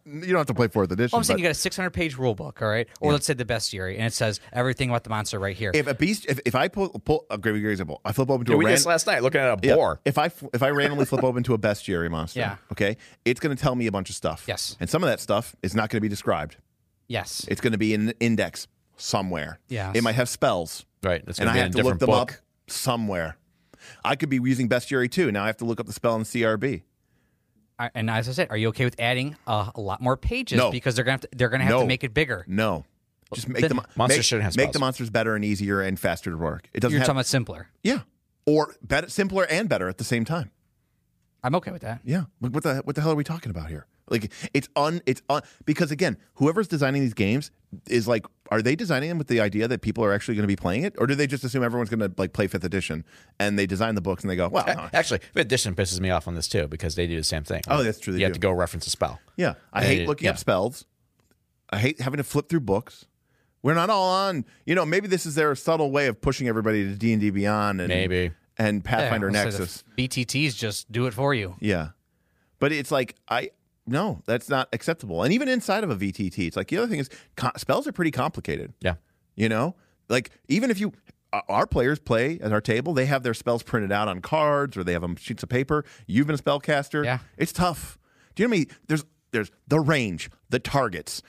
Speaker 1: you don't have to play fourth edition.
Speaker 2: well, I'm saying
Speaker 1: but-
Speaker 2: you got a 600 page rule book, all right? Or let's say the bestiary, and it says everything about the monster right here.
Speaker 1: if a beast, if, if I pull, pull a great example, I flip open to
Speaker 3: Yeah,
Speaker 1: a
Speaker 3: we did
Speaker 1: ran-
Speaker 3: this last night looking at a
Speaker 1: Yeah.
Speaker 3: boar.
Speaker 1: If I if I randomly flip open to a bestiary monster,
Speaker 2: Yeah.
Speaker 1: okay, it's going to tell me a bunch of stuff.
Speaker 2: Yes.
Speaker 1: and some of that stuff is not going to be described.
Speaker 2: yes.
Speaker 1: It's going to be in an index somewhere.
Speaker 2: Yes.
Speaker 1: it might have spells,
Speaker 3: Right, that's
Speaker 1: and
Speaker 3: gonna
Speaker 1: I
Speaker 3: be in
Speaker 1: have to
Speaker 3: a
Speaker 1: look
Speaker 3: different
Speaker 1: them
Speaker 3: book.
Speaker 1: up somewhere. I could be using bestiary too. Now I have to look up the spell in CRB.
Speaker 2: I- and as I said, are you okay with adding a, a lot more pages
Speaker 1: No.
Speaker 2: because they're gonna have to, they're gonna have
Speaker 1: No.
Speaker 2: to make it bigger?
Speaker 1: No, just make
Speaker 2: then
Speaker 1: them
Speaker 3: monsters
Speaker 1: make,
Speaker 3: shouldn't have
Speaker 1: make
Speaker 3: spells.
Speaker 1: the monsters better and easier and faster to work. It doesn't
Speaker 2: You're
Speaker 1: have
Speaker 2: talking about simpler.
Speaker 1: yeah, or better, simpler and better at the same time.
Speaker 2: I'm okay with that.
Speaker 1: Yeah. Like, What the what the hell are we talking about here? Like it's un it's un because again, whoever's designing these games is like, are they designing them with the idea that people are actually going to be playing it, or do they just assume everyone's going to like play fifth edition and they design the books and they go, well, no.
Speaker 3: Actually, fifth edition pisses me off on this too because they do the same thing.
Speaker 1: Oh, that's true, they
Speaker 3: you have
Speaker 1: do.
Speaker 3: to go reference a spell.
Speaker 1: yeah, I hate
Speaker 3: Hey,
Speaker 1: looking up
Speaker 3: yeah.
Speaker 1: spells. I hate having to flip through books. We're not all on, you know. Maybe this is their subtle way of pushing everybody to D and D Beyond and
Speaker 3: Maybe.
Speaker 1: and Pathfinder
Speaker 2: Yeah, I'll say the
Speaker 1: Nexus.
Speaker 2: BTTs just do it for you.
Speaker 1: Yeah. But it's like, I, no, that's not acceptable. And even inside of a VTT, it's like the other thing is co- spells are pretty complicated.
Speaker 3: Yeah.
Speaker 1: You know, like even if you, o- our players play at our table, they have their spells printed out on cards or they have them sheets of paper. You've been a spellcaster.
Speaker 2: Yeah.
Speaker 1: It's tough. Do you know what I mean? There's, there's the range, the targets,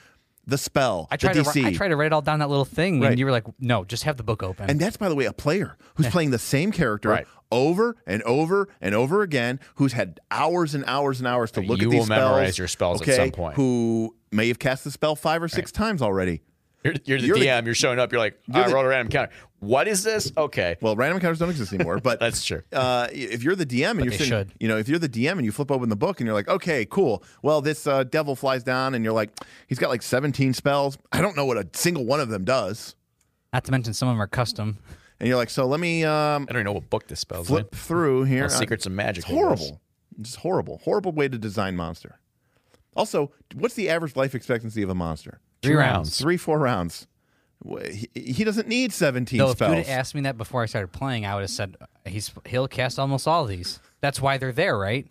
Speaker 1: the spell,
Speaker 2: I tried
Speaker 1: the
Speaker 2: to
Speaker 1: DC.
Speaker 2: ri- I tried to write it all down that little thing,
Speaker 1: Right.
Speaker 2: and you were like, "No, just have the book open."
Speaker 1: And that's, by the way, a player who's playing the same character
Speaker 3: Right.
Speaker 1: over and over and over again, who's had hours and hours and hours to look
Speaker 3: You
Speaker 1: at these
Speaker 3: will
Speaker 1: spells.
Speaker 3: memorize your spells at
Speaker 1: okay,
Speaker 3: some point.
Speaker 1: Who may have cast the spell five or six times already.
Speaker 3: You're, you're the
Speaker 1: You're the-
Speaker 3: DM. you're showing up. You're like, I
Speaker 1: the-
Speaker 3: rolled a random counter. What is this? Okay.
Speaker 1: Well, random encounters don't exist anymore, but
Speaker 3: That's true.
Speaker 1: Uh, if you're the DM and you're
Speaker 2: they
Speaker 1: sitting,
Speaker 2: should.
Speaker 1: you know, if you're the DM and you flip open the book and you're like, okay, cool. Well, this uh, devil flies down and you're like, he's got like 17 spells. I don't know what a single one of them does.
Speaker 2: Not to mention, some of them are custom.
Speaker 1: And you're like, so let me um,
Speaker 3: I don't even know what book this spells.
Speaker 1: flip through
Speaker 3: in.
Speaker 1: here. Uh,
Speaker 3: Well, Secrets of Magic.
Speaker 1: It's horrible. It's horrible. Horrible way to design monster. Also, what's the average life expectancy of a monster?
Speaker 2: Three rounds.
Speaker 1: Three, four rounds. Wh- He, he doesn't need 17
Speaker 2: Though, if you
Speaker 1: spells.
Speaker 2: would have asked me that before I started playing, I would have said uh, he's he'll cast almost all of these. That's why they're there, right?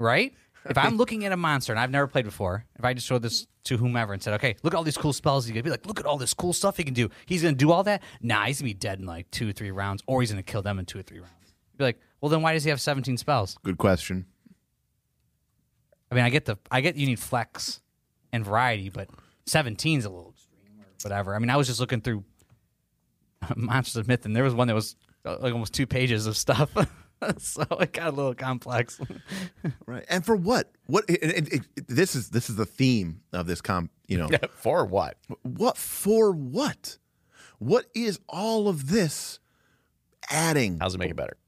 Speaker 2: right? If I'm looking at a monster and I've never played before, if I just showed this to whomever and said, "Okay, look at all these cool spells," he's gonna be like, "Look at all this cool stuff he can do." He's gonna do all that. Nah, he's gonna be dead in like two or three rounds, or he's gonna kill them in two or three rounds. Be like, well, then why does he have 17 spells?
Speaker 1: Good question.
Speaker 2: I mean, I get the I get you need flex and variety, but 17's a little extreme or whatever. I mean, I was just looking through Monsters of Myth, and there was one that was uh, like almost two pages of stuff, so it got a little complex.
Speaker 1: Right. And for what? What? It, it, it- it- this is this is the theme of this comp. You know,
Speaker 3: For what?
Speaker 1: what for? What? What is all of this adding?
Speaker 3: How's it make it better?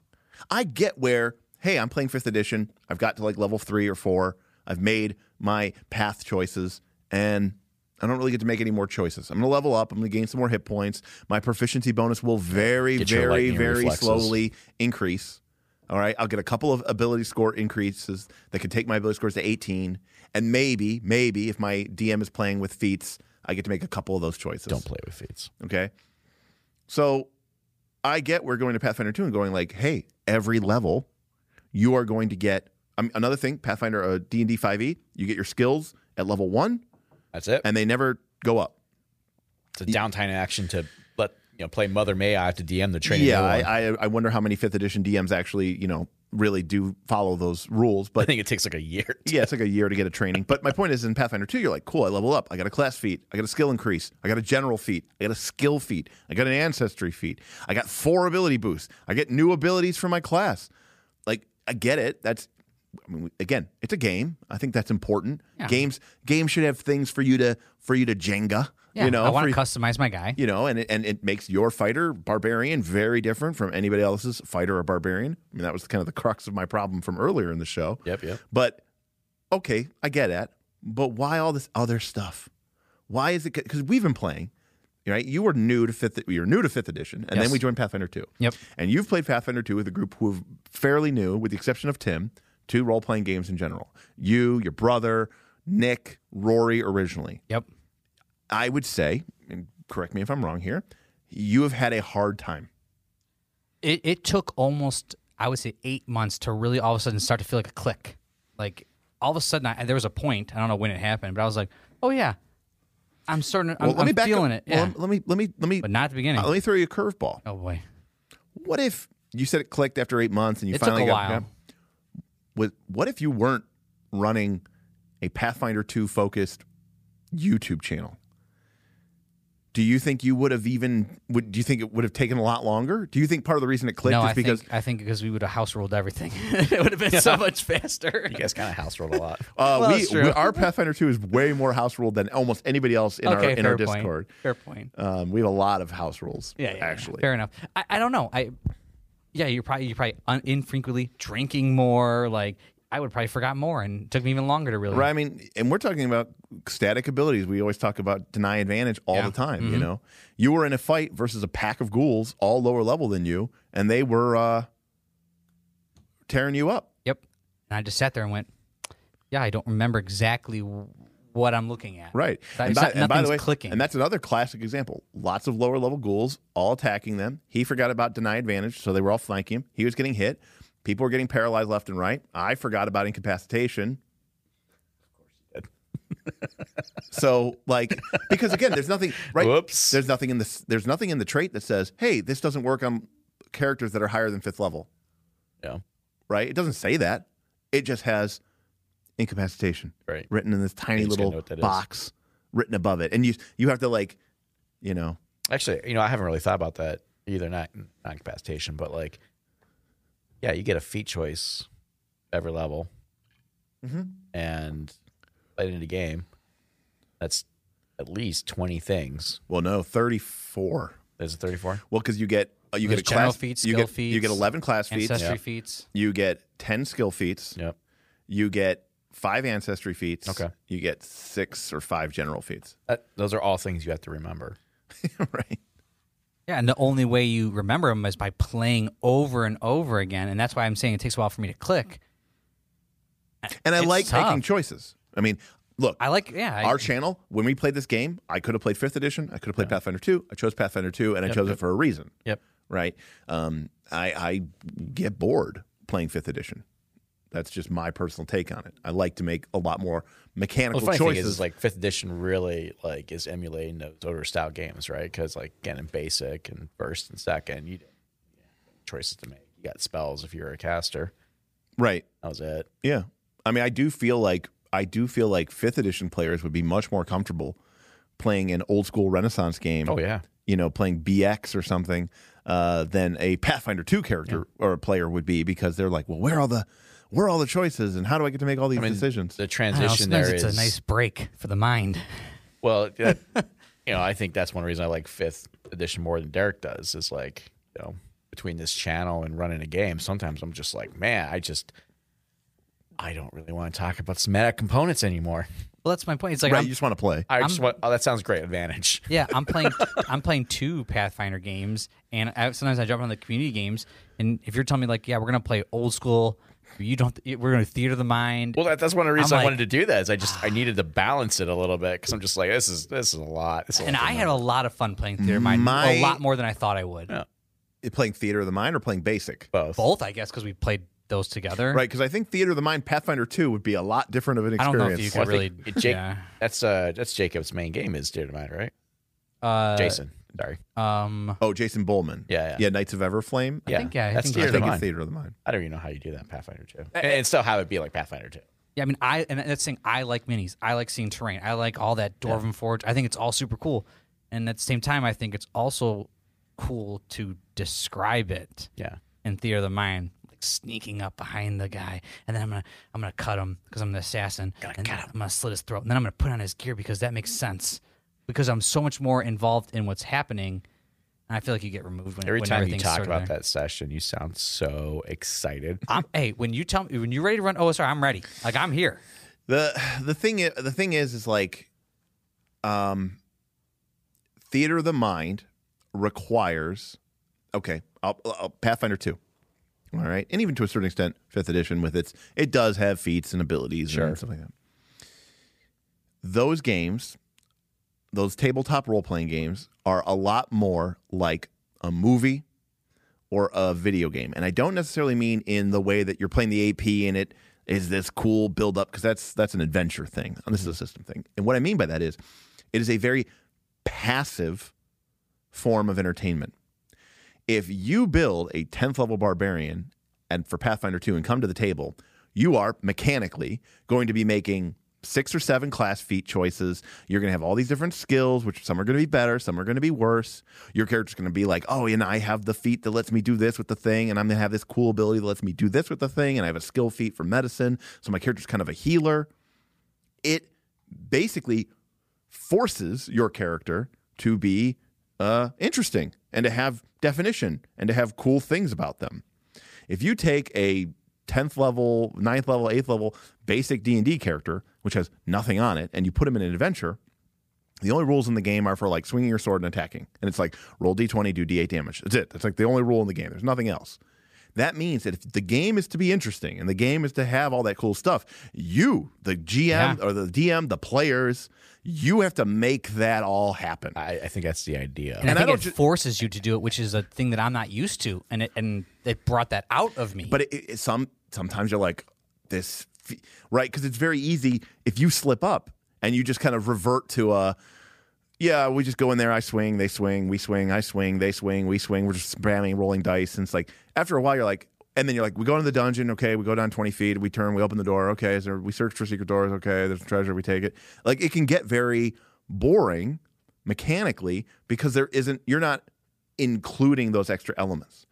Speaker 1: I get where, hey, I'm playing fifth edition. I've got to like level three or four. I've made my path choices and I don't really get to make any more choices. I'm going to level up. I'm going to gain some more hit points. My proficiency bonus will very,
Speaker 3: Get your
Speaker 1: very,
Speaker 3: lightning
Speaker 1: very
Speaker 3: reflexes.
Speaker 1: slowly increase. All right. I'll get a couple of ability score increases that can take my ability scores to 18. And maybe, maybe if my DM is playing with feats, I get to make a couple of those choices.
Speaker 3: Don't play with feats.
Speaker 1: Okay. So I get we're going to Pathfinder 2 and going like, hey, every level you are going to get I mean, another thing, Pathfinder uh, D&D 5e, you get your skills at level 1
Speaker 3: That's it.
Speaker 1: and they never go up.
Speaker 3: It's a downtime action to let you know play Mother May. I have to DM the training.
Speaker 1: yeah,
Speaker 3: new one.
Speaker 1: I, I I wonder how many 5th edition DMs actually, you know, really do follow those rules,
Speaker 3: I
Speaker 1: but
Speaker 3: think it takes like a year.
Speaker 1: yeah, it's like a year to get a training. But my point is, in Pathfinder 2, you're like, cool, I level up. I got a class feat. I got a skill increase. I got a general feat. I got a skill feat. I got an ancestry feat. I got four ability boosts. I get new abilities for my class. Like, I get it. That's, I mean, again, it's a game. I think that's important. Games games should have things for you to for you to Jenga.
Speaker 2: Yeah,
Speaker 1: you know,
Speaker 2: I want
Speaker 1: for-
Speaker 2: to customize my guy.
Speaker 1: you know, and it, and it makes your fighter barbarian very different from anybody else's fighter or barbarian. I mean, that was kind of the crux of my problem from earlier in the show.
Speaker 3: Yep, yep.
Speaker 1: But okay, I get that. But why all this other stuff? Why is it? Because we've been playing, right? You were new to fifth. You were new to fifth edition, and then
Speaker 3: Yes.
Speaker 1: we joined Pathfinder two.
Speaker 2: Yep.
Speaker 1: And you've played Pathfinder two with a group who are fairly new, with the exception of Tim, to role playing games in general. You, your brother, Nick, Rory, originally.
Speaker 2: Yep.
Speaker 1: I would say, and correct me if I'm wrong here, you have had a hard time.
Speaker 2: It it took almost I would say eight months to really all of a sudden start to feel like a click. Like all of a sudden, I, there was a point. I don't know when it happened, but I was like, oh yeah, I'm starting. I'm,
Speaker 1: Well, let me
Speaker 2: I'm
Speaker 1: back
Speaker 2: feeling
Speaker 1: up.
Speaker 2: it. Yeah.
Speaker 1: Well, let me let me let me
Speaker 2: but not at the beginning.
Speaker 1: uh, let me throw you a curveball.
Speaker 2: oh boy.
Speaker 1: What if you said it clicked after eight months and you
Speaker 2: It took
Speaker 1: finally
Speaker 2: a
Speaker 1: got?
Speaker 2: while.
Speaker 1: With what if you weren't running a Pathfinder two focused YouTube channel? Do you think you would have even? Would do you think it would have taken a lot longer? Do you think part of the reason it clicked
Speaker 2: no,
Speaker 1: is
Speaker 2: I
Speaker 1: because
Speaker 2: think, I think because we would have house ruled everything. it would have been so much faster.
Speaker 3: You guys kind of house rolled a lot.
Speaker 1: uh,
Speaker 2: Well,
Speaker 1: we,
Speaker 2: that's true.
Speaker 1: we- our Pathfinder two is way more house ruled than almost anybody else in our
Speaker 2: okay,
Speaker 1: in
Speaker 2: fair
Speaker 1: our
Speaker 2: point.
Speaker 1: Discord.
Speaker 2: Fair point.
Speaker 1: Um, we have a lot of house rules.
Speaker 2: Yeah, yeah, yeah.
Speaker 1: actually.
Speaker 2: fair enough. I, I don't know. I yeah, you're probably you're probably un- infrequently drinking more. Like I would probably forgot more, and it took me even longer to really.
Speaker 1: Right. I mean, and we're talking about static abilities. We always talk about deny advantage all
Speaker 2: Yeah. Mm-hmm.
Speaker 1: the time. You know, you were in a fight versus a pack of ghouls, all lower level than you, and they were uh, tearing you up.
Speaker 2: Yep. And I just sat there and went, yeah, I don't remember exactly w- what I'm looking at.
Speaker 1: Right.
Speaker 2: That-
Speaker 1: and,
Speaker 2: it's
Speaker 1: by,
Speaker 2: not-
Speaker 1: and by the
Speaker 2: nothing's
Speaker 1: way,
Speaker 2: clicking.
Speaker 1: and that's another classic example. Lots of lower level ghouls all attacking them. He forgot about deny advantage, so they were all flanking him. He was getting hit. People were getting paralyzed left and right. I forgot about incapacitation. so like because again there's nothing right
Speaker 3: Whoops.
Speaker 1: there's nothing in this there's nothing in the trait that says hey this doesn't work on characters that are higher than fifth level
Speaker 3: Yeah.
Speaker 1: right it doesn't say that it just has incapacitation
Speaker 3: Right.
Speaker 1: written in this tiny
Speaker 3: just gotta know
Speaker 1: little
Speaker 3: what that is.
Speaker 1: box written above it, and you you have to like, you know,
Speaker 3: Actually, you know, I haven't really thought about that either. Not not capacitation, but like, yeah, you get a feat choice every level, Mm-hmm. and played in a game. That's at least twenty things.
Speaker 1: well, no, thirty four.
Speaker 3: There's a thirty-four.
Speaker 1: Well, because you get uh, you
Speaker 2: There's
Speaker 1: get a
Speaker 2: general
Speaker 1: class,
Speaker 2: feats,
Speaker 1: you
Speaker 2: skill
Speaker 1: get, you get
Speaker 2: feats,
Speaker 1: eleven class feats,
Speaker 2: Ancestry feats.
Speaker 1: you get ten skill feats,
Speaker 3: Yep.
Speaker 1: you get five ancestry feats,
Speaker 3: Okay.
Speaker 1: you get six or five general feats,
Speaker 3: That, those are all things you have to remember.
Speaker 1: right?
Speaker 2: Yeah, and the only way you remember them is by playing over and over again, and that's why I'm saying it takes a while for me to click.
Speaker 1: And I
Speaker 2: It's
Speaker 1: like
Speaker 2: tough.
Speaker 1: making choices. I mean, look,
Speaker 2: I like, yeah, I,
Speaker 1: our channel when we played this game, I could have played Fifth Edition, I could have played Pathfinder Two, I chose Pathfinder Two, and I chose it for a reason.
Speaker 3: Yep.
Speaker 1: right? Um, I, I get bored playing fifth edition. That's just my personal take on it. I like to make a lot more mechanical
Speaker 3: Well, the funny
Speaker 1: choices.
Speaker 3: thing is, is, like fifth edition really like is emulating those older style games, right? Because like again, in basic and first and second, you choices to make. You got spells if you're a caster.
Speaker 1: right.
Speaker 3: That was it.
Speaker 1: Yeah. I mean, I do feel like I do feel like fifth edition players would be much more comfortable playing an old school Renaissance game.
Speaker 3: Oh, yeah,
Speaker 1: You know, playing BX or something uh, than a Pathfinder two character or a player would be because they're like, well, where are all the where are all the choices and how do I get to make all these decisions?
Speaker 2: I
Speaker 3: the
Speaker 2: don't know,
Speaker 3: transition
Speaker 2: sometimes
Speaker 3: there
Speaker 2: it's
Speaker 3: is
Speaker 2: a nice break for the mind.
Speaker 3: well. That, you know, I think that's one reason I like fifth edition more than Derek does. Is like you know between this channel and running a game, sometimes I'm just like, man, I just I don't really want to talk about meta components anymore.
Speaker 2: Well, that's my point. It's like
Speaker 1: Right,
Speaker 2: I'm-
Speaker 1: you just want to play.
Speaker 3: I just want. Oh, that sounds great. Advantage.
Speaker 2: Yeah, I'm playing. I'm playing two Pathfinder games, and I, sometimes I jump on the community games. And if you're telling me like, yeah, we're gonna play old school, you don't. We're gonna theater the mind.
Speaker 3: Well, that, that's one of the reasons
Speaker 2: I'm
Speaker 3: I
Speaker 2: like-
Speaker 3: wanted to do that. Is I just I needed to balance it a little bit because I'm just like this is this is a lot. This is a
Speaker 2: and
Speaker 3: lot.
Speaker 2: I had a lot of fun playing theater of mind.
Speaker 1: My-
Speaker 2: a lot more than I thought I would.
Speaker 1: Playing theater of the mind or playing basic?
Speaker 3: both.
Speaker 2: Both, I guess, because we played those together.
Speaker 1: Right, because I think Theater of the Mind Pathfinder 2 would be a lot different of an
Speaker 2: I don't
Speaker 1: experience.
Speaker 2: know if you could
Speaker 3: Well, I
Speaker 2: really.
Speaker 3: think Jake-
Speaker 2: yeah.
Speaker 3: That's uh that's Jacob's main game is Dear to Mind, right?
Speaker 2: Uh,
Speaker 3: Jason, sorry.
Speaker 2: Um.
Speaker 1: Oh, Jason Bowman.
Speaker 3: Yeah, yeah.
Speaker 1: yeah Knights of Everflame.
Speaker 3: yeah,
Speaker 2: think, yeah, I
Speaker 3: that's
Speaker 2: think
Speaker 1: I
Speaker 3: Theater
Speaker 1: think
Speaker 3: of
Speaker 1: it's
Speaker 3: Mind.
Speaker 1: Theater of the Mind.
Speaker 3: I don't even know how you do that in Pathfinder 2. And, and still have it be like Pathfinder 2.
Speaker 2: Yeah, I mean, I and that's saying I like minis. I like seeing terrain. I like all that dwarven forge. I think it's all super cool. And at the same time, I think it's also cool to describe it.
Speaker 3: Yeah.
Speaker 2: in Theater of the Mind, like sneaking up behind the guy, and then I'm gonna I'm gonna cut him because I'm the assassin. and then I'm gonna slit his throat, and then I'm gonna put on his gear because that makes sense. Because I'm so much more involved in what's happening, and I feel like you get removed when
Speaker 3: Every
Speaker 2: when
Speaker 3: time you
Speaker 2: everything's
Speaker 3: talk
Speaker 2: sort of
Speaker 3: about
Speaker 2: there.
Speaker 3: that session, you sound so excited.
Speaker 2: I'm, hey, when you tell me when you're ready to run OSR, I'm ready. Like I'm here.
Speaker 1: The the thing is, the thing is is like um Theater of the Mind requires okay, I'll, I'll, Pathfinder 2. All right. And even to a certain extent 5th edition with its it does have feats and abilities and stuff like that. Those games, those tabletop role-playing games are a lot more like a movie or a video game. And I don't necessarily mean in the way that you're playing the AP and it is this cool build up because that's that's an adventure thing. And this is a system thing. And what I mean by that is it is a very passive form of entertainment. If you build a 10th level barbarian and for Pathfinder 2 and come to the table, you are mechanically going to be making six or seven class feat choices. You're going to have all these different skills, which some are going to be better, some are going to be worse. Your character's going to be like, oh, and I have the feat that lets me do this with the thing, and I'm going to have this cool ability that lets me do this with the thing, and I have a skill feat for medicine. So my character's kind of a healer. It basically forces your character to be uh, interesting and to have definition and to have cool things about them. If you take a 10th level, 9th level, 8th level basic D&D character which has nothing on it and you put him in an adventure, the only rules in the game are for like swinging your sword and attacking. And it's like roll d20, do d8 damage. That's it. That's like the only rule in the game. There's nothing else. That means that if the game is to be interesting and the game is to have all that cool stuff, you, the GM or the DM, the players, you have to make that all happen.
Speaker 3: I, I think that's the idea.
Speaker 2: And,
Speaker 1: And I
Speaker 2: I
Speaker 1: don't
Speaker 2: think it
Speaker 1: ju-
Speaker 2: forces you to do it, which is a thing that I'm not used to, and it and it brought that out of me.
Speaker 1: But it, it, some sometimes you're like this, f- right? Because it's very easy if you slip up and you just kind of revert to a, yeah, we just go in there, I swing, they swing, we swing, I swing, they swing, we swing. We're just spamming, rolling dice, and it's like after a while you're like, and then you're like, we go into the dungeon, okay, we go down twenty feet, we turn, we open the door, okay, is there, we search for secret doors, okay, there's treasure, we take it. Like it can get very boring mechanically because there isn't you're not including those extra elements.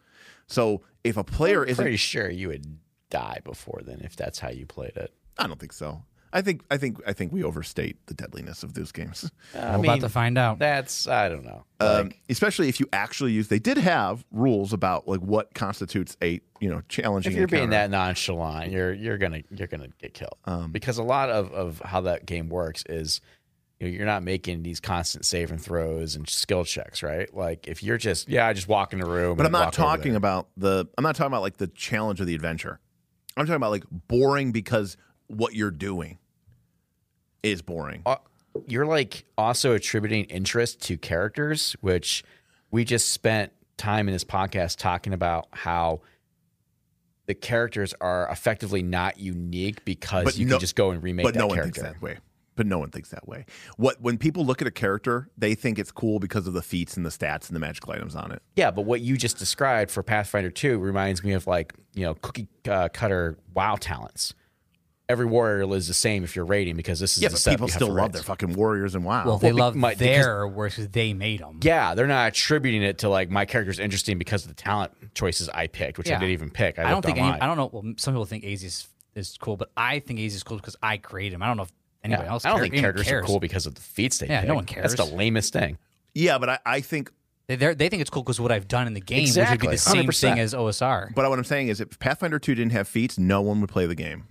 Speaker 1: So if a player isn't
Speaker 3: Pretty sure you would die before then if that's how you played it.
Speaker 1: I don't think so. I think I think I think we overstate the deadliness of those games.
Speaker 3: Uh, I
Speaker 2: We're
Speaker 3: mean, uh,
Speaker 2: about to find out.
Speaker 3: that's I don't know.
Speaker 1: Um, especially if you actually use they did have rules about like what constitutes a you know challenging
Speaker 3: if you're being
Speaker 1: encounter. Um,
Speaker 3: that nonchalant, you're you're gonna you're gonna get killed Um, because a lot of of how that game works is you know, you're not making these constant save and throws and skill checks, right? Like if you're just yeah, I just walk in the room.
Speaker 1: But I'm
Speaker 3: and
Speaker 1: not
Speaker 3: walk over
Speaker 1: talking
Speaker 3: there.
Speaker 1: about the I'm not talking about like the challenge of the adventure. I'm talking about like boring because what you're doing is boring.
Speaker 3: Uh, You're like also attributing interest to characters, which we just spent time in this podcast talking about how. The characters are effectively not unique because
Speaker 1: But
Speaker 3: you
Speaker 1: no-
Speaker 3: can just go and remake
Speaker 1: But
Speaker 3: that
Speaker 1: no one
Speaker 3: character.
Speaker 1: thinks that way. But no one thinks that way. What when people look at a character, they think it's cool because of the feats and the stats and the magical items on it.
Speaker 3: Yeah, but what you just described for Pathfinder 2 reminds me of like, you know, cookie uh, cutter WoW talents. Every warrior is the same if you're raiding because this is
Speaker 1: Yeah,
Speaker 3: the
Speaker 1: but
Speaker 3: setup
Speaker 1: people
Speaker 3: you have
Speaker 1: still
Speaker 3: for
Speaker 1: love
Speaker 3: raids.
Speaker 1: their fucking warriors and wow.
Speaker 2: Well, they
Speaker 3: we
Speaker 2: love
Speaker 3: might- because-
Speaker 2: their works because they made them.
Speaker 3: Yeah, they're not attributing it to like my character's interesting because of the talent choices I picked, which I
Speaker 2: Yeah.
Speaker 3: didn't even pick. I,
Speaker 2: I don't think any,
Speaker 3: online.
Speaker 2: I don't know. Well, some people think AZ is, is cool, but I think AZ is cool because I created him. I don't know if anybody else.
Speaker 3: I don't
Speaker 2: care-
Speaker 3: think
Speaker 2: even
Speaker 3: characters
Speaker 2: cares.
Speaker 3: are cool because of the feats they
Speaker 2: Yeah,
Speaker 3: pick.
Speaker 2: no one cares.
Speaker 3: That's the lamest thing.
Speaker 1: yeah, but I, I think
Speaker 2: They, they're- they think it's cool because what I've done in the game, which would
Speaker 3: Exactly,
Speaker 2: be the same
Speaker 3: 100%.
Speaker 2: thing as OSR.
Speaker 1: but what I'm saying is if Pathfinder 2 didn't have feats, no one would play the game.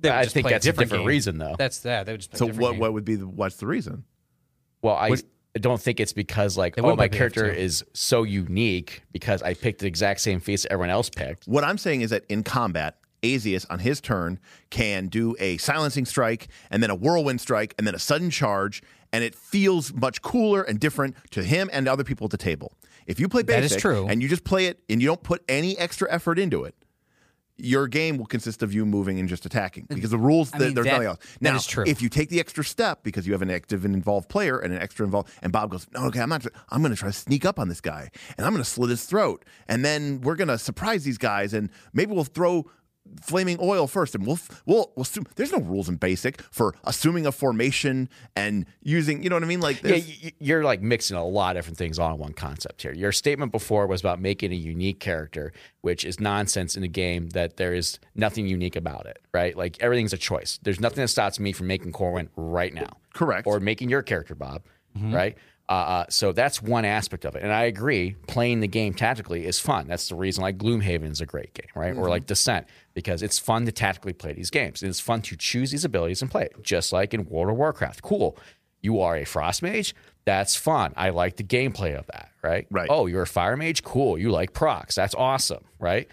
Speaker 2: They would
Speaker 3: I
Speaker 2: just
Speaker 3: think
Speaker 2: play a
Speaker 3: that's a
Speaker 2: different
Speaker 3: different
Speaker 2: game.
Speaker 3: reason, though.
Speaker 2: That's that. They would just play a
Speaker 1: So
Speaker 2: different
Speaker 1: what
Speaker 2: game.
Speaker 1: what would be the what's the reason?
Speaker 3: Well, I don't think it's because like, oh,
Speaker 2: would
Speaker 3: my
Speaker 2: probably have
Speaker 3: character
Speaker 2: to.
Speaker 3: is so unique because I picked the exact same feats everyone else picked.
Speaker 1: What I'm saying is that in combat, Azius on his turn can do a silencing strike and then a whirlwind strike and then a sudden charge, and it feels much cooler and different to him and other people at the table. If you play basic
Speaker 2: That is true.
Speaker 1: and you just play it and you don't put any extra effort into it, your game will consist of you moving and just attacking because the rules
Speaker 2: I
Speaker 1: th-
Speaker 2: mean,
Speaker 1: there's
Speaker 2: that-
Speaker 1: nothing else.
Speaker 2: that
Speaker 1: Now,
Speaker 2: is true.
Speaker 1: if you take the extra step because you have an active and involved player and an extra involved, and Bob goes, "No, okay, I'm not. I'm going to try to sneak up on this guy and I'm going to slit his throat, and then we're going to surprise these guys, and maybe we'll throw." Flaming oil first, and we'll f- we'll, we'll assume, there's no rules in basic for assuming a formation and using you know what I mean like
Speaker 3: Yeah,
Speaker 1: there's-
Speaker 3: y- y- you're like mixing a lot of different things all in one concept here. Your statement before was about making a unique character, which is nonsense in a game that there is nothing unique about it, right? Like everything's a choice. There's nothing that stops me from making Corwin right now.
Speaker 1: Correct.
Speaker 3: Or making your character, Bob,
Speaker 1: Mm-hmm.
Speaker 3: right? Uh, uh, so that's one aspect of it. And I agree, playing the game tactically is fun. That's the reason like Gloomhaven is a great game, right? Or
Speaker 1: Mm-hmm.
Speaker 3: like Descent, because it's fun to tactically play these games. And it's fun to choose these abilities and play it, just like in World of Warcraft. Cool. You are a frost mage. That's fun. I like the gameplay of that, right?
Speaker 1: Right.
Speaker 3: Oh, you're a fire mage. Cool. You like procs. That's awesome, right?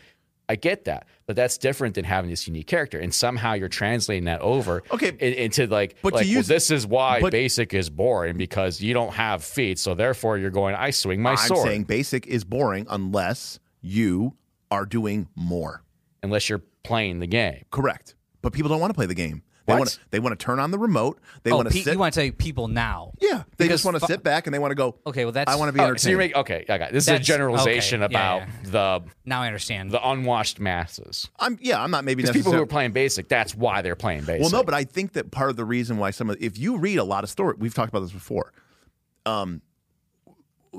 Speaker 3: I get that, but that's different than having this unique character, and somehow you're translating that over
Speaker 1: Okay.
Speaker 3: in- into like,
Speaker 1: But to
Speaker 3: like, well,
Speaker 1: use-
Speaker 3: this is why
Speaker 1: but-
Speaker 3: basic is boring because you don't have feet, so therefore you're going. I swing my
Speaker 1: I'm
Speaker 3: sword
Speaker 1: saying basic is boring unless you are doing more.
Speaker 3: unless you're playing the game. Oh,
Speaker 1: Correct. But people don't want to play the game. They
Speaker 3: What?
Speaker 1: want to they want to turn on the remote. They
Speaker 2: Oh,
Speaker 1: want to
Speaker 2: pe-
Speaker 1: sit.
Speaker 2: you want to say people now?
Speaker 1: yeah, they
Speaker 2: because
Speaker 1: just want to
Speaker 2: fu-
Speaker 1: sit back and they want to go.
Speaker 2: Okay, well that's
Speaker 1: I want to be
Speaker 3: Oh,
Speaker 1: entertained.
Speaker 3: so you're making okay. I got it. this is a
Speaker 2: That's-
Speaker 3: generalization
Speaker 2: okay, yeah,
Speaker 3: about the
Speaker 2: now I understand.
Speaker 3: the unwashed masses.
Speaker 1: I'm yeah, I'm not maybe
Speaker 3: Because people who
Speaker 1: necessarily.
Speaker 3: are playing basic, that's why they're playing basic.
Speaker 1: well, no, but I think that part of the reason why some of if you read a lot of story, we've talked about this before. Um,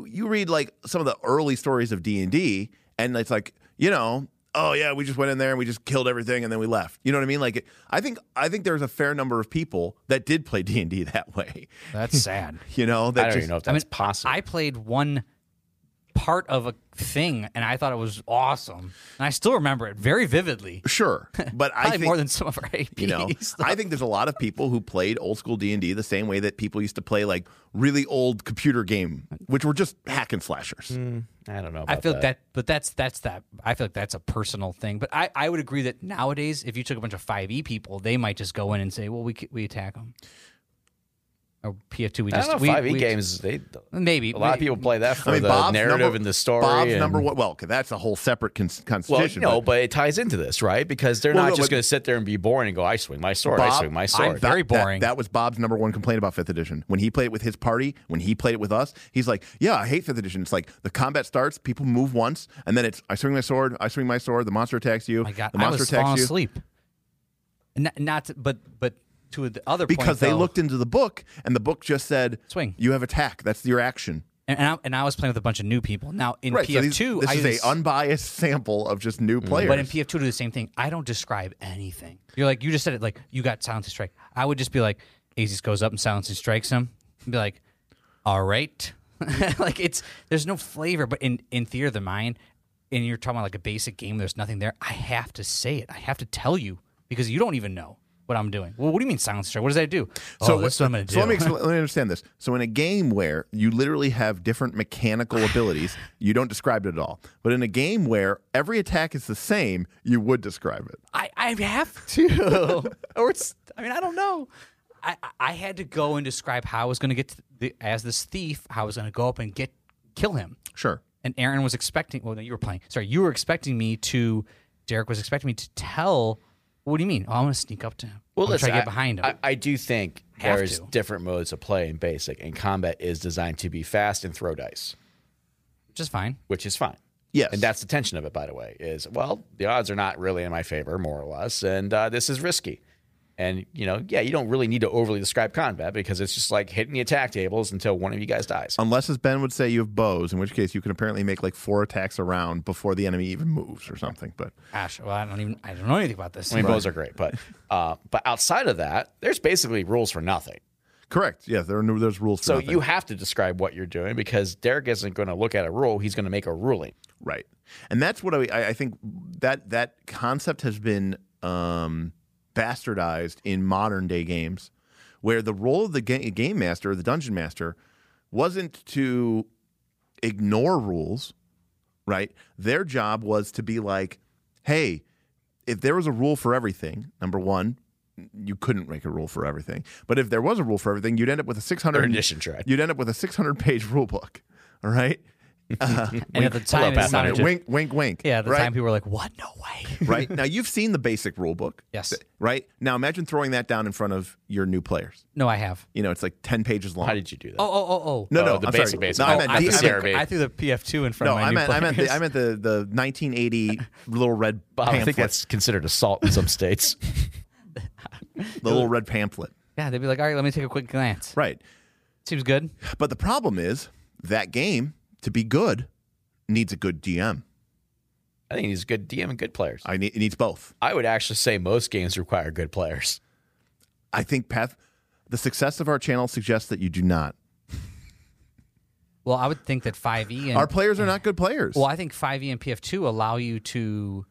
Speaker 1: you read like some of the early stories of D and D, and it's like you know. Oh yeah, we just went in there and we just killed everything and then we left. You know what I mean? Like, I think I think there's a fair number of people that did play D and D that way.
Speaker 2: that's sad.
Speaker 1: You know, that
Speaker 3: I don't
Speaker 1: just
Speaker 3: even know if
Speaker 2: I
Speaker 3: that's
Speaker 2: mean,
Speaker 3: possible.
Speaker 2: I played one part of a thing, and I thought it was awesome, and I still remember it very vividly.
Speaker 1: Sure, but I
Speaker 2: Probably
Speaker 1: think
Speaker 2: more than some of our APs.
Speaker 1: you know, I think there's a lot of people who played old school D and D the same way that people used to play like really old computer game, which were just hack and slashers.
Speaker 3: Mm. I don't know.
Speaker 2: I
Speaker 3: about
Speaker 2: feel that. but that's that's that. I feel like that's a personal thing. But I, I would agree that nowadays, if you took a bunch of five E people, they might just go in and say, "Well, we c- we attack them." Or PF two, we
Speaker 3: I
Speaker 2: just
Speaker 3: don't know.
Speaker 2: we-
Speaker 3: Five E
Speaker 2: we-
Speaker 3: games. They,
Speaker 2: Maybe
Speaker 3: a lot of
Speaker 2: maybe.
Speaker 3: people play that for
Speaker 1: I mean,
Speaker 3: the
Speaker 1: Bob's
Speaker 3: narrative
Speaker 1: number,
Speaker 3: and the story.
Speaker 1: Bob's
Speaker 3: and,
Speaker 1: number one. Well, okay, that's a whole separate cons-
Speaker 3: Well,
Speaker 1: constitution.
Speaker 3: no,
Speaker 1: but
Speaker 3: but it ties into this, right? Because they're
Speaker 1: Well,
Speaker 3: not
Speaker 1: no,
Speaker 3: just
Speaker 1: but-
Speaker 3: going to sit there and be boring and go, "I swing my sword, I
Speaker 1: Bob,
Speaker 3: swing my
Speaker 2: I'm
Speaker 3: sword."
Speaker 2: very
Speaker 1: that- that-
Speaker 2: boring.
Speaker 1: That, was Bob's number one complaint about fifth edition. When he played it with his party, when he played it with us, he's like, "Yeah, I hate fifth edition. It's like the combat starts, people move once, and then it's I swing my sword, I swing my sword, the monster attacks you,
Speaker 2: Oh My God,
Speaker 1: the
Speaker 2: I
Speaker 1: monster
Speaker 2: was
Speaker 1: attacks
Speaker 2: falling
Speaker 1: you."
Speaker 2: asleep. Not, not to- but but to the other point,
Speaker 1: because they
Speaker 2: though,
Speaker 1: looked into the book and the book just said
Speaker 2: Swing.
Speaker 1: You have attack. That's your action.
Speaker 2: and, and, I, and I was playing with a bunch of new people. Now in
Speaker 1: Right.
Speaker 2: PF2,
Speaker 1: so these- this
Speaker 2: I
Speaker 1: is
Speaker 2: use-
Speaker 1: a unbiased sample of just new players.
Speaker 2: But in PF2, do the same thing. I don't describe anything. You're like, you just said it like, you got silencing strike. I would just be like, Aziz goes up and silencing strikes him. And be like, all right. like, it's, there's no flavor. But in, in Theater of the Mind, and you're talking about like a basic game, there's nothing there. I have to say it. I have to tell you because you don't even know what I'm doing. Well, what do you mean silencing strike? What does that do? So oh,
Speaker 1: what-
Speaker 2: that's what I'm going to
Speaker 1: so
Speaker 2: do.
Speaker 1: let me expl- let me understand this. So in a game where you literally have different mechanical abilities, you don't describe it at all. But in a game where every attack is the same, you would describe it.
Speaker 2: I, I have to. or it's, I mean, I don't know. I, I- I had to go and describe how I was going to get to the, as this thief, how I was going to go up and get kill him.
Speaker 1: Sure.
Speaker 2: And Aaron was expecting. Well, no, you were playing. Sorry, you were expecting me to. Derek was expecting me to tell. What do you mean? Oh, I'm going to sneak up to him. Well, I'm gonna
Speaker 3: let's
Speaker 2: try to get behind him.
Speaker 3: I, I do think
Speaker 2: Have
Speaker 3: there's
Speaker 2: to.
Speaker 3: different modes of play in basic, and combat is designed to be fast and throw dice,
Speaker 2: which is fine.
Speaker 3: which is fine.
Speaker 1: Yes.
Speaker 3: and that's the tension of it. By the way, is well, the odds are not really in my favor, more or less, and uh, this is risky. And you know, yeah, you don't really need to overly describe combat because it's just like hitting the attack tables until one of you guys dies.
Speaker 1: Unless, as Ben would say, you have bows, in which case you can apparently make like four attacks a round before the enemy even moves or something. But
Speaker 2: Ash, well, I don't even. I don't know anything about this.
Speaker 3: I mean, bows are great, but uh, but outside of that, there's basically rules for nothing.
Speaker 1: correct. Yeah, there are no, there's rules. For
Speaker 3: So
Speaker 1: nothing.
Speaker 3: you have to describe what you're doing because Derek isn't going to look at a rule; he's going to make a ruling.
Speaker 1: Right, and that's what I, I I think that that concept has been um, bastardized in modern day games, where the role of the ga- game master or the dungeon master wasn't to ignore rules, right? Their job was to be like, hey, if there was a rule for everything, number one. You couldn't make a rule for everything, but if there was a rule for everything, you'd end up with a six hundred
Speaker 3: Third edition tried.
Speaker 1: You'd end up with a six hundred page rule book, all right?
Speaker 2: and at the time,
Speaker 3: Hello,
Speaker 2: it sounded
Speaker 3: Pathfinder.
Speaker 2: just-
Speaker 1: wink, wink, wink.
Speaker 2: yeah, at the
Speaker 1: right?
Speaker 2: time people were like, "What? No way."
Speaker 1: right now, you've seen the basic rule book.
Speaker 2: Yes.
Speaker 1: Right now, imagine throwing that down in front of your new players.
Speaker 2: No, I have.
Speaker 1: You know, it's like ten pages long.
Speaker 3: How did you do that?
Speaker 2: Oh, oh, oh, oh.
Speaker 1: no, no,
Speaker 3: Oh, the
Speaker 1: I'm
Speaker 3: basic,
Speaker 1: sorry.
Speaker 3: basic.
Speaker 1: No,
Speaker 3: Oh,
Speaker 1: I meant
Speaker 3: I
Speaker 1: the,
Speaker 2: threw
Speaker 3: think
Speaker 1: I
Speaker 3: so.
Speaker 1: meant,
Speaker 2: the, I threw the PF2 in front
Speaker 1: no,
Speaker 2: of my
Speaker 1: I
Speaker 2: new
Speaker 1: meant, I meant, the,
Speaker 2: players.
Speaker 1: I meant the the 1980 little red
Speaker 3: I don't think
Speaker 1: pamphlet,
Speaker 3: that's considered assault in some states.
Speaker 1: the little red pamphlet.
Speaker 2: yeah, they'd be like, "All right, let me take a quick glance."
Speaker 1: Right.
Speaker 2: Seems good.
Speaker 1: But the problem is that game to be good needs a good DM.
Speaker 3: I think he's a good DM and good players.
Speaker 1: I need, it needs both.
Speaker 3: I would actually say most games require good players.
Speaker 1: I think path. The success of our channel suggests that you do not.
Speaker 2: Well, I would think that 5e and
Speaker 1: Our players are not good players.
Speaker 2: well, I think 5e and PF2 allow you to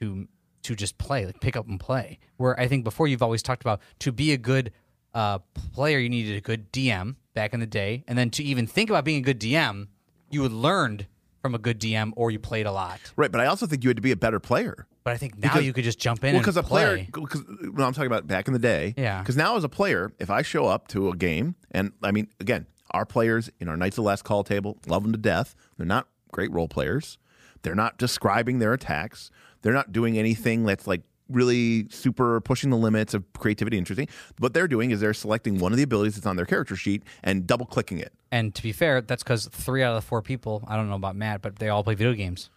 Speaker 2: to to just play, like pick up and play. Where I think before you've always talked about to be a good uh, player, you needed a good DM back in the day, and then to even think about being a good DM, you had learned from a good DM or you played a lot.
Speaker 1: Right, but I also think you had to be a better player.
Speaker 2: But I think now you could just jump in
Speaker 1: Well,
Speaker 2: and
Speaker 1: because a player,
Speaker 2: play.
Speaker 1: because well, I'm talking about back in the day.
Speaker 2: Yeah.
Speaker 1: Because now, as a player, if I show up to a game, and I mean, again, our players in our Knights of the Last Call table love them to death. They're not great role players. They're not describing their attacks. They're not doing anything that's like really super pushing the limits of creativity. and Interesting. What they're doing is they're selecting one of the abilities that's on their character sheet and double clicking it.
Speaker 2: And to be fair, that's because three out of the four people, I don't know about Matt, but they all play video games.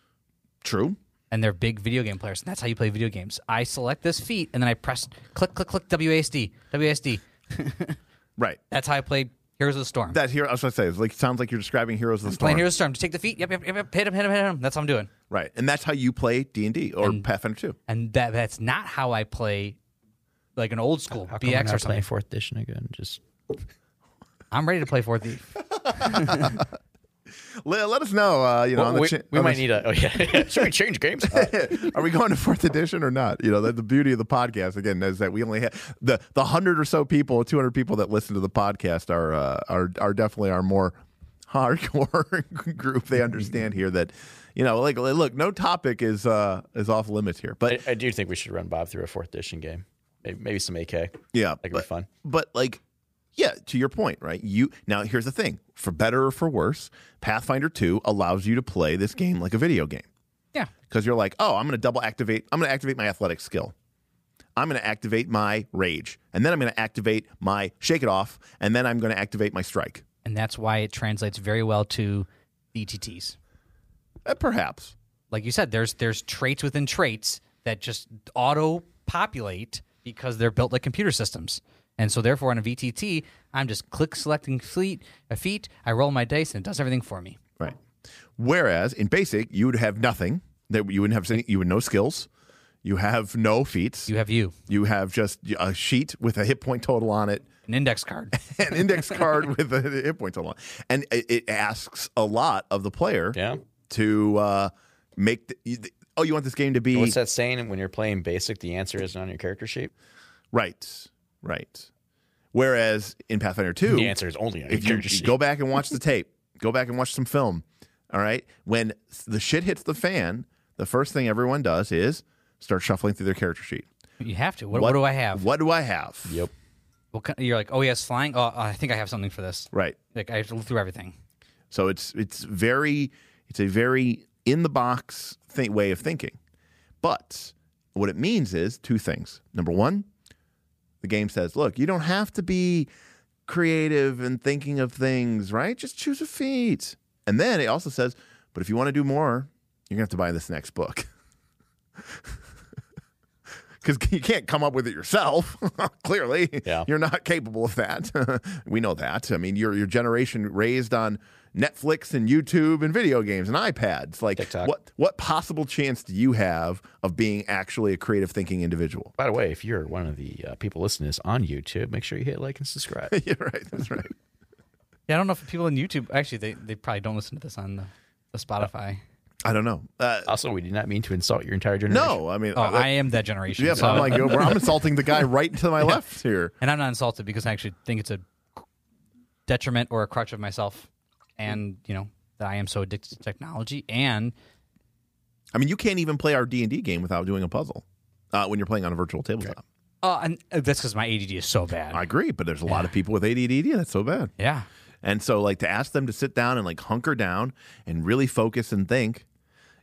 Speaker 1: True.
Speaker 2: and they're big video game players. And that's how you play video games. I select this feat and then I press click, click, click, WASD, WASD.
Speaker 1: Right.
Speaker 2: That's how I played Heroes of the Storm.
Speaker 1: That here, I was going to say, it's like sounds like you're describing Heroes of the Storm.
Speaker 2: Playing Heroes of the Storm. Just take the feat. Yep, yep, yep, yep. Hit him, hit him, hit him. That's what I'm doing.
Speaker 1: right. And that's how you play D and D or Pathfinder Two.
Speaker 2: And that that's not how I play like an old school BX or something.
Speaker 3: fourth edition again. Just
Speaker 2: I'm ready to play 4th.
Speaker 1: Let, let us know. Uh, you know, on the
Speaker 3: we,
Speaker 1: cha-
Speaker 3: we
Speaker 1: on the
Speaker 3: might need a. Oh yeah, should we change games? Uh,
Speaker 1: Are we going to fourth edition or not? You know, the, the beauty of the podcast again is that we only have the the hundred or so people, two hundred people that listen to the podcast are uh, are are definitely our more hardcore group. They understand here that you know, like look, no topic is uh is off limits here, but
Speaker 3: I, I do think we should run Bob through a fourth edition game. Maybe, maybe some AK. That
Speaker 1: yeah,
Speaker 3: could be
Speaker 1: but,
Speaker 3: fun.
Speaker 1: but like yeah to your point right you now here's the thing for better or for worse pathfinder 2 allows you to play this game like a video game
Speaker 2: Yeah.
Speaker 1: because you're like oh i'm going to double activate i'm going to activate my athletic skill i'm going to activate my rage and then i'm going to activate my shake it off and then i'm going to activate my strike
Speaker 2: And that's why it translates very well to E DTTs.
Speaker 1: Uh, perhaps
Speaker 2: Like you said, there's there's traits within traits that just auto populate. because they're built like computer systems. And so, therefore, on a VTT, I'm just click selecting fleet, a feet. I roll my dice, and it does everything for me.
Speaker 1: Right. Whereas in basic, you would have nothing that you wouldn't have. Any, you would no skills. You have no feats.
Speaker 2: You have you,
Speaker 1: You have just a sheet with a hit point total on it,
Speaker 2: an index card.
Speaker 1: an index card with a hit point total on, it. and it, it asks a lot of the player
Speaker 3: Yeah.
Speaker 1: to uh, make. The, you- the, oh, you want this game to be
Speaker 3: What's that saying? When you're playing basic, the answer isn't on your character sheet.
Speaker 1: right, right. Whereas in Pathfinder Two,
Speaker 3: The answer is only on your
Speaker 1: if you,
Speaker 3: character
Speaker 1: you
Speaker 3: sheet.
Speaker 1: go back and watch the tape, go back and watch some film. All right. When the shit hits the fan, the first thing everyone does is start shuffling through their character sheet.
Speaker 2: you have to. What, what do I have?
Speaker 1: What do I have?
Speaker 3: Yep.
Speaker 2: What kind- you're like, oh yes, flying. Oh, I think I have something for this.
Speaker 1: Right.
Speaker 2: Like I have to look through everything.
Speaker 1: So it's it's very it's a very in the box th- way of thinking. But what it means is two things. Number one, the game says, look, you don't have to be creative and thinking of things, right? Just choose a feat. And then it also says, but if you want to do more, you're gonna have to buy this next book. Because you can't come up with it yourself. Clearly,
Speaker 3: Yeah.
Speaker 1: you're not capable of that. we know that. I mean, your your generation raised on Netflix and YouTube and video games and iPads. Like,
Speaker 3: TikTok.
Speaker 1: what what possible chance do you have of being actually a creative thinking individual?
Speaker 3: By the way, if you're one of the uh, people listening to this on YouTube, make sure you hit like and subscribe.
Speaker 1: yeah, right. That's right.
Speaker 2: Yeah, I don't know if people on YouTube actually they, they probably don't listen to this on the, the Spotify.
Speaker 1: I don't know. Uh,
Speaker 3: also, we did not mean to insult your entire generation.
Speaker 1: no, I mean,
Speaker 2: Oh,
Speaker 1: uh,
Speaker 2: I am that generation.
Speaker 1: yeah,
Speaker 2: so-
Speaker 1: I'm like, yo, bro, I'm insulting the guy right to my left here.
Speaker 2: and I'm not insulted because I actually think it's a detriment or a crutch of myself, and you know that I am so addicted to technology. And
Speaker 1: I mean, you can't even play our D and D game without doing a puzzle uh, when you're playing on a virtual tabletop.
Speaker 2: oh, and uh, that's because my ADD is so bad.
Speaker 1: I agree, but there's a lot of people with ADD. That's so bad.
Speaker 2: yeah,
Speaker 1: And so, like, to ask them to sit down and like hunker down and really focus and think,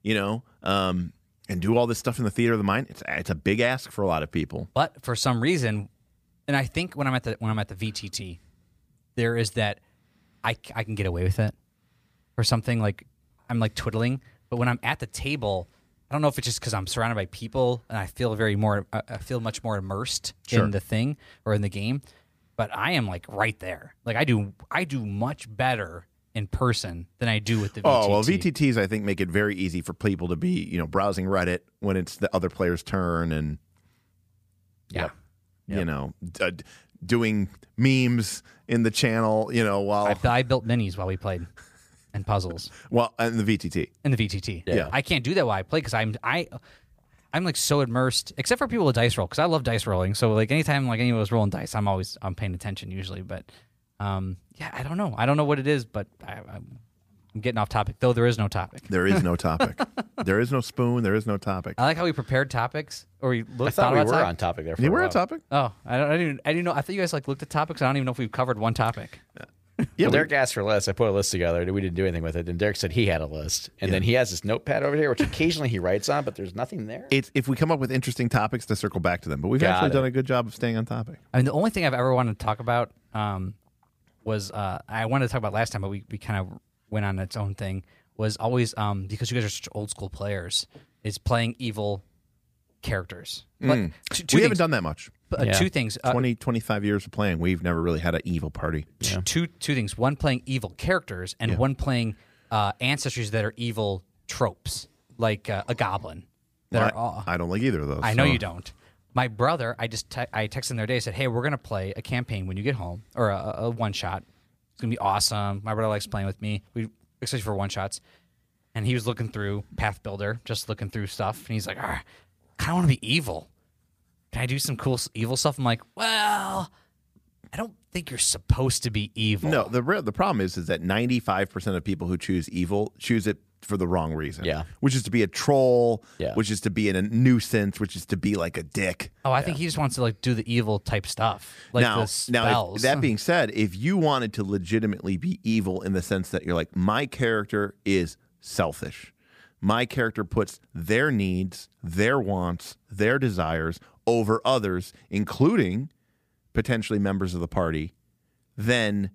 Speaker 1: you know, um, and do all this stuff in the theater of the mind, it's it's a big ask for a lot of people.
Speaker 2: but for some reason, and I think when I'm at the when I'm at the VTT, there is that I c- I can get away with it or something like I'm like twiddling, but when I'm at the table, I don't know if it's just because I'm surrounded by people and I feel very more uh, I I feel much more immersed
Speaker 1: Sure.
Speaker 2: in the thing or in the game, but I am like right there. Like I do I do much better in person than I do with the VTT.
Speaker 1: Oh well, VTTs I think make it very easy for people to be you know browsing Reddit when it's the other player's turn and
Speaker 2: yeah.
Speaker 1: you know d- d- doing memes in the channel you know while
Speaker 2: I, I built minis while we played and puzzles.
Speaker 1: well and the VTT
Speaker 2: in the VTT.
Speaker 1: Yeah.
Speaker 2: I can't do that while I play because I'm I, I'm like so immersed. Except for people with dice roll because I love dice rolling. So like anytime like anyone was rolling dice, I'm always I'm paying attention usually. But um, yeah, I don't know. I don't know what it is, but I, I'm, I'm getting off topic though. There is no topic.
Speaker 1: there is no topic there is no spoon there is no topic
Speaker 2: I like how we prepared topics or we looked,
Speaker 3: I thought we
Speaker 2: about
Speaker 3: were
Speaker 2: top-
Speaker 3: on topic there. For
Speaker 1: you
Speaker 3: a
Speaker 1: were
Speaker 3: while.
Speaker 1: a topic
Speaker 2: Oh, I don't. I didn't. I didn't know. I thought you guys like looked at topics. I don't even know if we've covered one topic.
Speaker 1: yeah
Speaker 3: Well,
Speaker 1: we-
Speaker 3: Derek asked for a list. I put a list together. and We didn't do anything with it. And Derek said he had a list. And then he has this notepad over here, which occasionally he writes on, but there's nothing there.
Speaker 1: it's if we come up with interesting topics to circle back to them but we've
Speaker 3: Got
Speaker 1: actually
Speaker 3: it.
Speaker 1: done a good job of staying on topic
Speaker 2: I mean, the only thing I've ever wanted to talk about um, was uh, I wanted to talk about last time, but we, we kind of went on its own thing. Was always um, because you guys are such old school players, is playing evil characters. Like, two, two
Speaker 1: Hmm. we haven't
Speaker 2: things,
Speaker 1: done that much
Speaker 2: uh, two things. Uh,
Speaker 1: 20 25 years of playing we've never really had an evil party
Speaker 2: t- two two things. One playing evil characters, and one playing uh, ancestries that are evil tropes, like uh, a goblin. That are all,
Speaker 1: I, I don't like either of those
Speaker 2: I know
Speaker 1: so-
Speaker 2: you don't. My brother, I just te- I texted him the other day. I said, "Hey, we're gonna play a campaign when you get home, or a, a one shot. It's gonna be awesome." My brother likes playing with me. We especially for one shots. And he was looking through Path Builder, just looking through stuff, and he's like, "Ah, I kind of want to be evil. Can I do some cool s- evil stuff?" I'm like, "Well, I don't think you're supposed to be evil."
Speaker 1: no the re- the problem is is that 95% of people who choose evil choose it for the wrong reason
Speaker 3: Yeah.
Speaker 1: which is to be a troll
Speaker 3: Yeah.
Speaker 1: which is to be in a nuisance which is to be like a dick
Speaker 2: Oh, I think he just wants to like do the evil type stuff, like the
Speaker 1: now, if-
Speaker 2: spells.
Speaker 1: that being said, if you wanted to legitimately be evil in the sense that you're like, my character is selfish, my character puts their needs, their wants, their desires over others, including potentially members of the party, then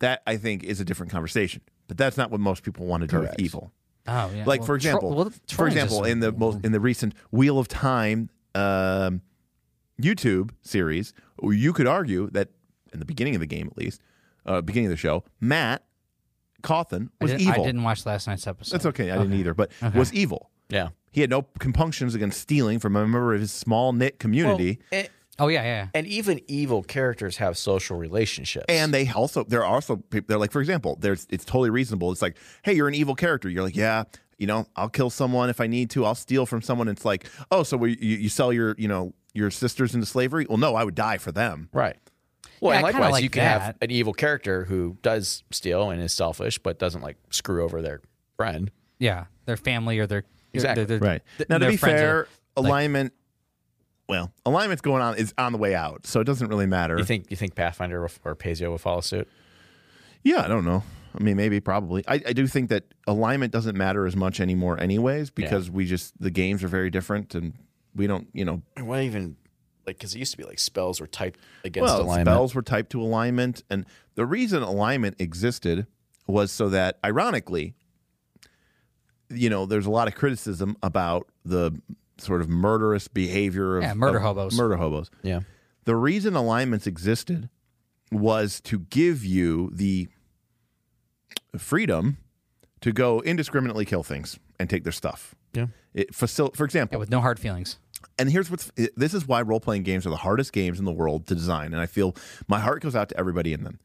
Speaker 1: that I think is a different conversation. But that's not what most people want to do with evil
Speaker 2: oh, yeah.
Speaker 1: like for
Speaker 2: Well, tro-
Speaker 1: example
Speaker 2: well,
Speaker 1: for
Speaker 2: trolling's
Speaker 1: example
Speaker 2: just-
Speaker 1: in the most in the recent wheel of time um YouTube series, you could argue that in the beginning of the game, at least, uh, beginning of the show, Matt Cawthon was
Speaker 2: I, did,
Speaker 1: evil.
Speaker 2: I didn't watch last night's episode.
Speaker 1: That's okay. I didn't either, but was evil.
Speaker 3: Yeah.
Speaker 1: He had no compunctions against stealing from a member of his small knit community.
Speaker 3: And,
Speaker 2: Oh yeah, yeah.
Speaker 3: and even evil characters have social relationships.
Speaker 1: and they also there are also people they're like, for example, there's it's totally reasonable. It's like, hey, you're an evil character. You're like, yeah, you know, I'll kill someone if I need to. I'll steal from someone. It's like, oh, so we, you, you sell your you know your sisters into slavery? Well, no, I would die for them.
Speaker 3: right. Well,
Speaker 2: Yeah,
Speaker 3: and
Speaker 2: I kinda
Speaker 3: likewise,
Speaker 2: like
Speaker 3: you can have
Speaker 2: that.
Speaker 3: an evil character who does steal and is selfish, but doesn't like screw over their friend.
Speaker 2: Yeah, their family or their
Speaker 3: Exactly.
Speaker 2: their- their-
Speaker 1: Right.
Speaker 2: th-
Speaker 1: now, to
Speaker 2: their
Speaker 1: be
Speaker 2: friends
Speaker 1: fair,
Speaker 2: are-
Speaker 1: alignment. well, alignment's going on is on the way out, so it doesn't really matter.
Speaker 3: You think you think Pathfinder will- or Pazio will follow suit?
Speaker 1: yeah, I don't know. I mean, maybe, probably. I, I do think that alignment doesn't matter as much anymore, anyways, because we just the games are very different, and we don't, you know,
Speaker 3: What even like because it used to be like spells were typed against
Speaker 1: well,
Speaker 3: alignment.
Speaker 1: spells were typed to alignment, and the reason alignment existed was so that, ironically, you know, there's a lot of criticism about the sort of murderous behavior of
Speaker 2: Yeah, murder
Speaker 1: of
Speaker 2: hobos.
Speaker 1: Murder hobos.
Speaker 3: Yeah.
Speaker 1: the reason alignments existed was to give you the freedom to go indiscriminately kill things and take their stuff.
Speaker 3: Yeah.
Speaker 1: It facil- for
Speaker 2: yeah,
Speaker 1: example,
Speaker 2: with no hard feelings.
Speaker 1: and here's what's this is why role playing games are the hardest games in the world to design, and I feel my heart goes out to everybody in them.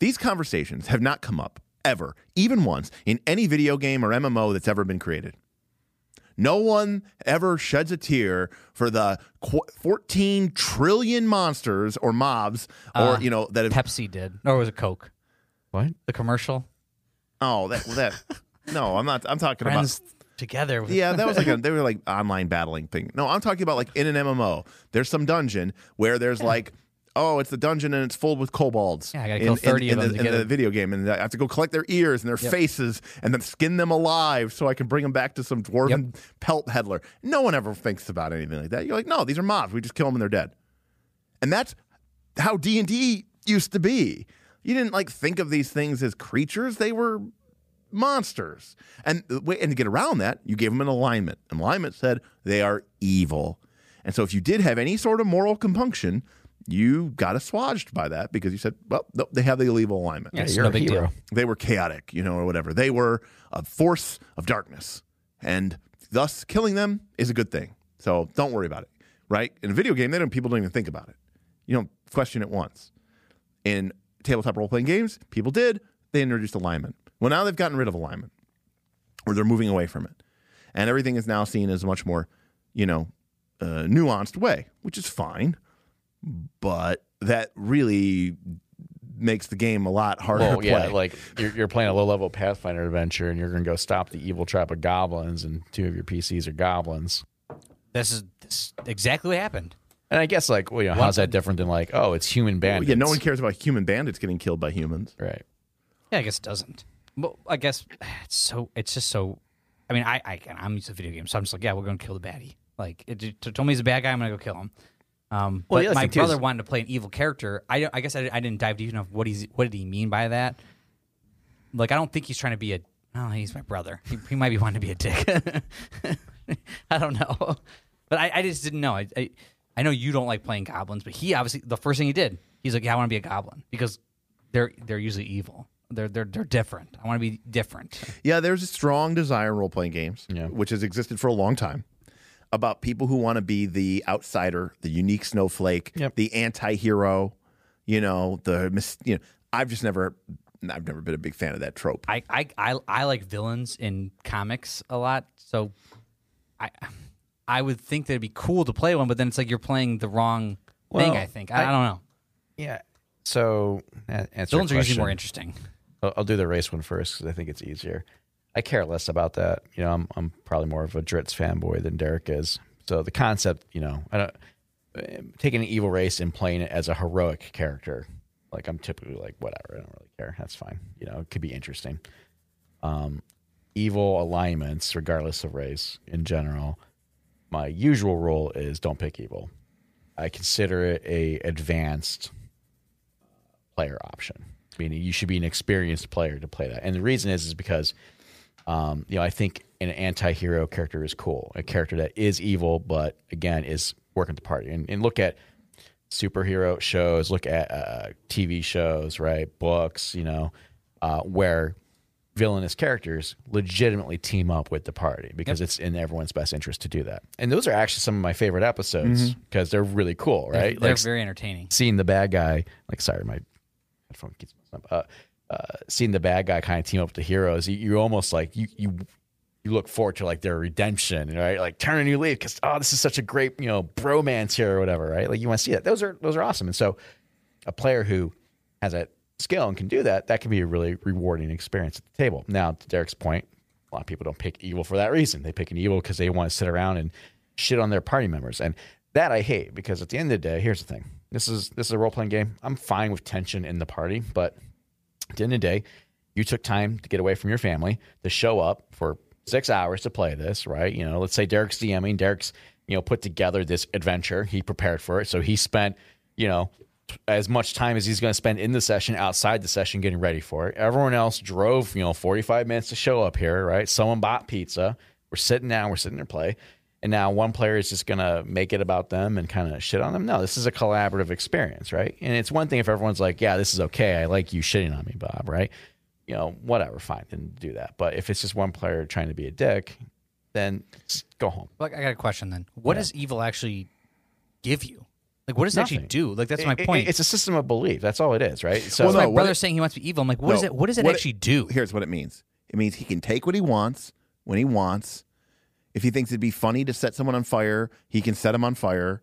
Speaker 1: These conversations have not come up ever, even once, in any video game or MMO that's ever been created. No one ever sheds a tear for the qu- 14 trillion monsters or mobs or
Speaker 2: Uh,
Speaker 1: you know that have
Speaker 2: Pepsi did, or was it Coke?
Speaker 3: What?
Speaker 2: The commercial
Speaker 1: oh that that no, I'm not I'm talking about
Speaker 2: friends together. With,
Speaker 1: Yeah, that was like a, they were like online battling thing. No, I'm talking about like in an MMO. There's some dungeon where there's like, oh, it's the dungeon and it's full with kobolds.
Speaker 2: Yeah, I gotta kill
Speaker 1: in-
Speaker 2: 30
Speaker 1: in,
Speaker 2: of
Speaker 1: in
Speaker 2: them
Speaker 1: the,
Speaker 2: to
Speaker 1: in
Speaker 2: get
Speaker 1: the
Speaker 2: it.
Speaker 1: video game, and I have to go collect their ears and their faces and then skin them alive so I can bring them back to some dwarven pelt peddler. No one ever thinks about anything like that. You're like, no, these are mobs. We just kill them and they're dead. And that's how D and D used to be. You didn't like think of these things as creatures; they were monsters. And the way- and to get around that, you gave them an alignment. An alignment said they are evil. And so, if you did have any sort of moral compunction, you got assuaged by that because you said, "Well, no, they have the evil alignment.
Speaker 2: Yeah,
Speaker 3: Yeah,
Speaker 2: it's
Speaker 3: you're
Speaker 2: no
Speaker 3: a
Speaker 2: big
Speaker 3: hero.
Speaker 2: deal.
Speaker 1: They were chaotic, you know, or whatever. They were a force of darkness, and thus killing them is a good thing. So don't worry about it, right? In a video game, they don't. People don't even think about it. You don't question it once in tabletop role playing games, people did. They introduced alignment. Well, now they've gotten rid of alignment or they're moving away from it. And everything is now seen as a much more, you know, uh, nuanced way, which is fine. But that really makes the game a lot harder
Speaker 3: Well,
Speaker 1: to
Speaker 3: yeah,
Speaker 1: play.
Speaker 3: like you're, you're playing a low level Pathfinder adventure and you're going to go stop the evil trap of goblins, and two of your PCs are goblins.
Speaker 2: This is this is exactly what happened.
Speaker 3: And I guess, like, well, you know, how's that different than, like, oh, it's human
Speaker 1: Well,
Speaker 3: bandits?
Speaker 1: yeah, no one cares about human bandits getting killed by humans.
Speaker 3: Right.
Speaker 2: Yeah, I guess it doesn't. Well, I guess it's so. It's just so. I mean, I, I can, I'm used to video games, so I'm just like, yeah, we're gonna kill the baddie. Like, it, it told me he's a bad guy, I'm gonna go kill him. Um,
Speaker 3: Well,
Speaker 2: but
Speaker 3: the other
Speaker 2: my
Speaker 3: thing, too,
Speaker 2: brother
Speaker 3: is-
Speaker 2: wanted to play an evil character. I, don't- I guess I, I didn't dive deep enough. What he's what did he mean by that? Like, I don't think he's trying to be a. Oh, he's my brother. He, he might be wanting to be a dick. I don't know, but I, I just didn't know. I, I I know you don't like playing goblins, but he obviously the first thing he did, he's like, yeah, I want to be a goblin because they're they're usually evil. They're they're they're different. I want to be different.
Speaker 1: Yeah, there's a strong desire in role playing games,
Speaker 3: Yeah.
Speaker 1: which has existed for a long time, about people who want to be the outsider, the unique snowflake,
Speaker 3: Yep.
Speaker 1: the anti hero, you know, the, mis- you know, I've just never, I've never been a big fan of that trope.
Speaker 2: I I I, I like villains in comics a lot, so I I would think that it'd be cool to play one, but then it's like you're playing the wrong thing.
Speaker 3: Well,
Speaker 2: I think I, I don't know.
Speaker 3: Yeah. So, a- answer
Speaker 2: Villains are
Speaker 3: your
Speaker 2: usually more
Speaker 3: question.
Speaker 2: interesting.
Speaker 3: I'll, I'll do the race one first because I think it's easier. I care less about that. You know, I'm, I'm probably more of a Dritz fanboy than Derek is. So the concept, you know, I don't eh, taking an evil race and playing it as a heroic character. Like I'm typically like whatever. I don't really care. That's fine. You know, it could be interesting. Um, evil alignments, regardless of race in general. My usual rule is don't pick evil. I consider it a advanced player option. Meaning you should be an experienced player to play that. And the reason is is because um, you know, I think an anti-hero character is cool. A character that is evil but again is working the party. And, and look at superhero shows, look at uh, TV shows, right, books, you know, uh, where villainous characters legitimately team up with the party because it's in everyone's best interest to do that. And those are actually some of my favorite episodes because they're really cool,
Speaker 2: They're,
Speaker 3: right?
Speaker 2: they're
Speaker 3: Like,
Speaker 2: very entertaining.
Speaker 3: seeing the bad guy like sorry my headphone keeps messing up uh, uh seeing the bad guy kind of team up with the heroes you, you almost like you you you look forward to like their redemption right like turn a new leaf because oh this is such a great you know bromance here or whatever right like you want to see that those are those are awesome and so a player who has that skill and can do that that can be a really rewarding experience at the table now to derek's point a lot of people don't pick evil for that reason they pick an evil because they want to sit around and shit on their party members and that i hate because at the end of the day here's the thing this is this is a role-playing game i'm fine with tension in the party but at the end of the day, you took time to get away from your family to show up for six hours to play this, right? You know, let's say Derek's DMing, Derek's, you know, put together this adventure. He prepared for it. So he spent, you know, t- as much time as he's going to spend in the session, outside the session, getting ready for it. Everyone else drove, you know, 45 minutes to show up here, right? Someone bought pizza. We're sitting down, we're sitting there play. And now one player is just going to make it about them and kind of shit on them. No, this is a collaborative experience, right? And it's one thing if everyone's like, yeah, this is okay. I like you shitting on me, Bob, right? You know, whatever, fine, then do that. But if it's just one player trying to be a dick, then just go home.
Speaker 2: Like, I got a question then. What does evil actually give you? Like, what does it actually
Speaker 3: Nothing.
Speaker 2: do? Like, that's
Speaker 3: It-
Speaker 2: my
Speaker 3: it-
Speaker 2: point.
Speaker 3: it's a system of belief. That's all it is, right? So,
Speaker 1: Well,
Speaker 2: my
Speaker 1: no, what
Speaker 2: brother's
Speaker 1: it-
Speaker 2: saying he wants to be evil. I'm like, what does
Speaker 1: No,
Speaker 2: it? What does it
Speaker 1: what it-
Speaker 2: actually do?
Speaker 1: Here's what it means. It means he can take what he wants when he wants. If he thinks it'd be funny to set someone on fire, he can set him on fire.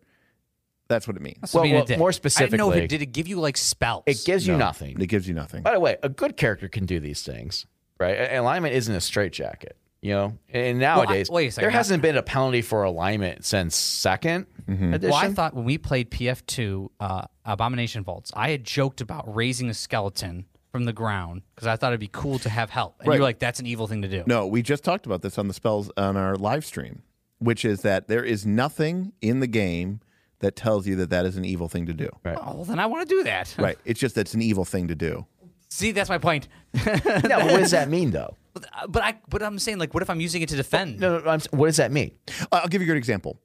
Speaker 1: That's what it means.
Speaker 2: Must have
Speaker 3: Well,
Speaker 2: been a
Speaker 3: well,
Speaker 2: dick.
Speaker 3: more
Speaker 2: I didn't know if
Speaker 3: specifically-
Speaker 2: it, did it give you like spells.
Speaker 3: it gives you nothing.
Speaker 1: It gives you nothing.
Speaker 3: By the way, a good character can do these things, right? A- Alignment isn't a straitjacket, you know. And nowadays,
Speaker 2: wait a second.
Speaker 3: there hasn't been a penalty for alignment since 2nd edition.
Speaker 2: well, I thought when we played PF2 uh, Abomination Vaults, I had joked about raising a skeleton from the ground because I thought it'd be cool to have help. And
Speaker 1: Right.
Speaker 2: you're like, that's an evil thing to do.
Speaker 1: No, we just talked about this on the spells on our live stream, which is that there is nothing in the game that tells you that that is an evil thing to do. Right.
Speaker 2: Oh, well, then I want to do that.
Speaker 1: right. It's just that's an evil thing to do.
Speaker 2: See, that's my point.
Speaker 3: no, but what does that mean, though?
Speaker 2: But but I, but I'm saying, like, what if I'm using it to defend?
Speaker 3: No, no, I'm, s- what does that mean?
Speaker 1: Uh, I'll give you a good example.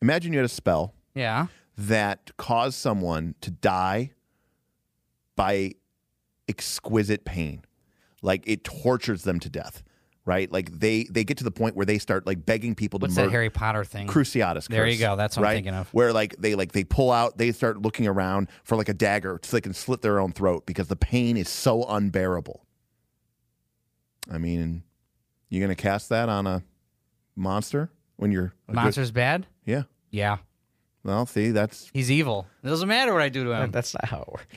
Speaker 1: Imagine you had a spell
Speaker 2: Yeah.
Speaker 1: that caused someone to die by exquisite pain. Like it tortures them to death, right? Like they they get to the point where they start like begging people
Speaker 2: What's
Speaker 1: to
Speaker 2: that
Speaker 1: murder.
Speaker 2: Harry Potter thing?
Speaker 1: Cruciatus.
Speaker 2: There you
Speaker 1: curse,
Speaker 2: go. That's what I'm
Speaker 1: right?
Speaker 2: thinking of.
Speaker 1: Where like they like they pull out, they start looking around for like a dagger so they can slit their own throat because the pain is so unbearable. I mean, you're gonna cast that on a monster when you're a good-
Speaker 2: Monster's bad.
Speaker 1: yeah.
Speaker 2: Yeah,
Speaker 1: Well, see, that's
Speaker 2: he's evil. It doesn't matter what I do to him.
Speaker 3: That's not how it works.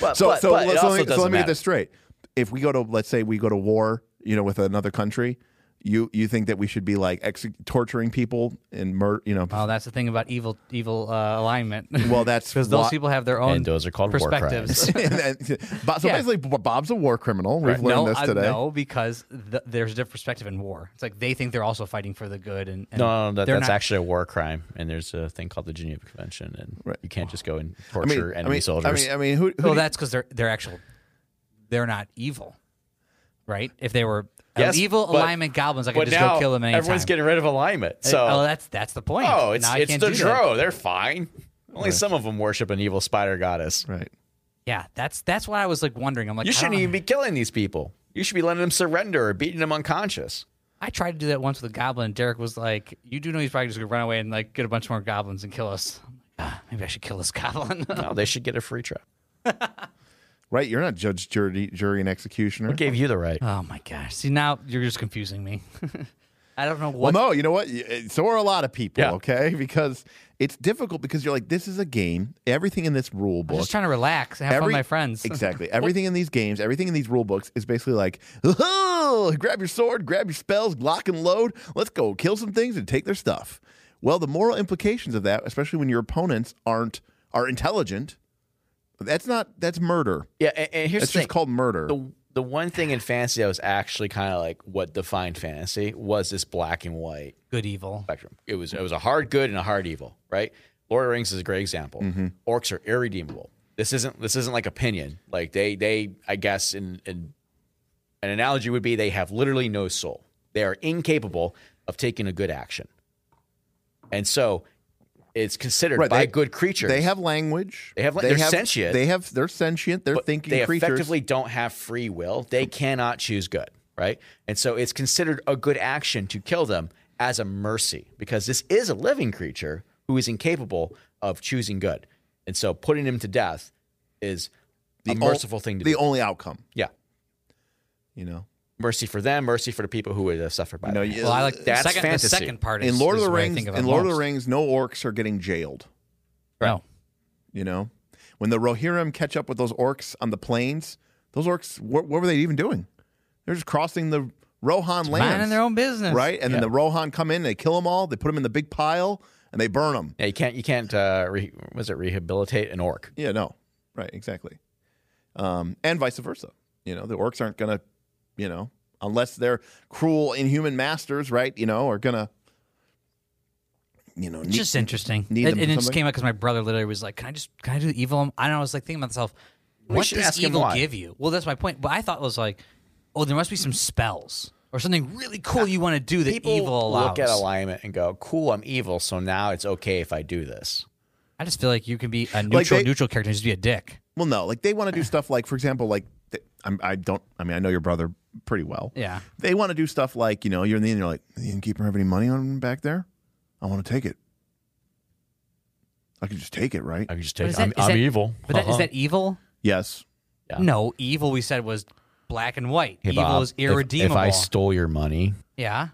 Speaker 3: But,
Speaker 1: Um, so.
Speaker 3: but-
Speaker 1: so,
Speaker 3: but it
Speaker 1: let- so
Speaker 3: also
Speaker 1: let me, so
Speaker 3: doesn't
Speaker 1: let me get
Speaker 3: matter.
Speaker 1: this straight. If we go to let's say we go to war, you know, with another country, you you think that we should be like ex- torturing people and mur- you know.
Speaker 2: Oh, that's the thing about evil, evil uh, alignment.
Speaker 1: well, that's
Speaker 2: because those
Speaker 1: why-
Speaker 2: people have their own
Speaker 3: And those are called war
Speaker 2: perspectives.
Speaker 1: And then- Bob- so
Speaker 2: Yeah.
Speaker 1: basically, B- Bob's a war criminal. We've learned
Speaker 2: no,
Speaker 1: this
Speaker 2: I-
Speaker 1: today.
Speaker 2: no, because th- there's a different perspective in war. It's like they think they're also fighting for the good, and, and
Speaker 3: No, no, no, that,
Speaker 2: they're
Speaker 3: that's
Speaker 2: not-
Speaker 3: actually a war crime, and there's a thing called the Geneva Convention, and
Speaker 1: Right.
Speaker 3: you can't just go and
Speaker 1: I mean,
Speaker 3: torture
Speaker 1: I
Speaker 3: enemy
Speaker 1: mean,
Speaker 3: soldiers.
Speaker 1: I mean, I mean, who? who
Speaker 2: Well,
Speaker 1: do-
Speaker 2: that's because they're they're actual. They're not evil, right? If they were an
Speaker 3: Yes,
Speaker 2: evil
Speaker 3: but-
Speaker 2: alignment goblins, I could
Speaker 3: but
Speaker 2: just
Speaker 3: now
Speaker 2: go kill them anytime.
Speaker 3: everyone's getting rid of alignment. So
Speaker 2: oh, that's that's the point.
Speaker 3: Oh, it's
Speaker 2: Now I
Speaker 3: it's
Speaker 2: can't
Speaker 3: the
Speaker 2: do that.
Speaker 3: Dro. They're fine. Only some of them worship an evil spider goddess.
Speaker 1: right.
Speaker 2: Yeah, that's that's what I was like wondering. I'm like,
Speaker 3: You
Speaker 2: I
Speaker 3: shouldn't
Speaker 2: don't-
Speaker 3: even be killing these people. You should be letting them surrender or beating them unconscious.
Speaker 2: I tried to do that once with a goblin. Derek was like, "You do know he's probably just gonna run away and like get a bunch more goblins and kill us." I'm like, ah, maybe I should kill this goblin.
Speaker 3: No, they should get a free trip.
Speaker 1: Right. You're not judge, jury, jury, and executioner.
Speaker 3: Who gave you the right?
Speaker 2: oh my gosh! See now you're just confusing me. I don't know
Speaker 1: Well,
Speaker 2: what.
Speaker 1: no, you know what? Y- uh, So are a lot of people.
Speaker 3: Yeah.
Speaker 1: Okay, because it's difficult because you're like, this is a game. Everything in this rule
Speaker 2: I'm
Speaker 1: book.
Speaker 2: just trying to relax and have fun
Speaker 1: Every-
Speaker 2: with my friends.
Speaker 1: Exactly. Everything in these games, everything in these rule books is basically like, "Oh, grab your sword, grab your spells, lock and load. Let's go kill some things and take their stuff. Well, the moral implications of that, especially when your opponents aren't are intelligent, that's not that's murder.
Speaker 3: Yeah, and, and here's
Speaker 1: That's
Speaker 3: the
Speaker 1: just
Speaker 3: thing.
Speaker 1: called murder.
Speaker 3: the the one thing in fantasy that was actually kind of like what defined fantasy was this black and white
Speaker 2: Good evil.
Speaker 3: spectrum. It was it was a hard good and a hard evil, right? Lord of the Rings is a great example.
Speaker 1: Mm-hmm.
Speaker 3: Orcs are irredeemable. This isn't this isn't like opinion. Like they they I guess in, in an analogy would be they have literally no soul. They are incapable of taking a good action. And so is considered
Speaker 1: Right,
Speaker 3: by
Speaker 1: they-
Speaker 3: good creatures.
Speaker 1: They have language.
Speaker 3: They have la- they're sentient.
Speaker 1: They have they're sentient. They're thinking
Speaker 3: they
Speaker 1: creatures.
Speaker 3: effectively don't have free will. They cannot choose good, right? And so it's considered a good action to kill them as a mercy because this is a living creature who is incapable of choosing good. And so putting him to death is the a
Speaker 1: ol-
Speaker 3: merciful thing to
Speaker 1: the
Speaker 3: do.
Speaker 1: only outcome,
Speaker 3: yeah.
Speaker 1: you know.
Speaker 3: Mercy for them, mercy for the people who would have suffered by
Speaker 1: No,
Speaker 3: that.
Speaker 1: you-
Speaker 2: Well, I like
Speaker 3: That's
Speaker 2: the second,
Speaker 3: fantasy.
Speaker 2: The second part is,
Speaker 1: in Lord of
Speaker 2: is
Speaker 1: the
Speaker 2: what I
Speaker 1: Rings,
Speaker 2: think of
Speaker 1: in Lord of
Speaker 2: most.
Speaker 1: the Rings, no orcs are getting jailed.
Speaker 2: No.
Speaker 1: You know, when the Rohirrim catch up with those orcs on the plains, those orcs, what, what were they even doing? They're just crossing the Rohan lands,
Speaker 2: Minding their own business.
Speaker 1: right? And then the Rohan come in, they kill them all, they put them in the big pile, and they burn them.
Speaker 3: Yeah, you can't you can't uh re, was it rehabilitate an orc?
Speaker 1: Yeah, no, right, exactly. Um, and vice versa. You know, the orcs aren't gonna, you know, unless their cruel, inhuman masters, right? You know, are gonna, you know,
Speaker 2: It's
Speaker 1: ne-
Speaker 2: just interesting.
Speaker 1: need
Speaker 2: it,
Speaker 1: them
Speaker 2: and it just
Speaker 1: somebody?
Speaker 2: came out because my brother literally was like, "Can I just can I do evil?" I don't know. I was like thinking about myself,
Speaker 3: We
Speaker 2: what
Speaker 3: should
Speaker 2: does
Speaker 3: ask him
Speaker 2: evil
Speaker 3: why.
Speaker 2: give you? Well, that's my point. But I thought it was like, oh, there must be some spells or something really cool you want to do that
Speaker 3: People
Speaker 2: evil allows.
Speaker 3: look at alignment and go, "Cool, I'm evil, so now it's okay if I do this."
Speaker 2: I just feel like you can be a neutral
Speaker 1: they-
Speaker 2: neutral character and just be a dick.
Speaker 1: Well, no, like they want to do stuff like, for example, like th- I'm, I don't. I mean, I know your brother pretty well.
Speaker 2: Yeah.
Speaker 1: They want to do stuff like you know, you're in the inn. You're like, the innkeeper have any money on him back there? I want to take it. I could just take it, right?
Speaker 3: I can just
Speaker 2: But
Speaker 3: take.
Speaker 2: is that-
Speaker 3: I'm,
Speaker 2: is
Speaker 3: I'm
Speaker 2: that-
Speaker 3: evil.
Speaker 2: But that, is
Speaker 3: Uh-huh.
Speaker 2: that evil?
Speaker 1: yes.
Speaker 3: Yeah.
Speaker 2: No, evil we said was black and white.
Speaker 3: Hey,
Speaker 2: evil
Speaker 3: Bob,
Speaker 2: is
Speaker 3: if- If,
Speaker 2: irredeemable.
Speaker 3: I stole your money,
Speaker 2: yeah.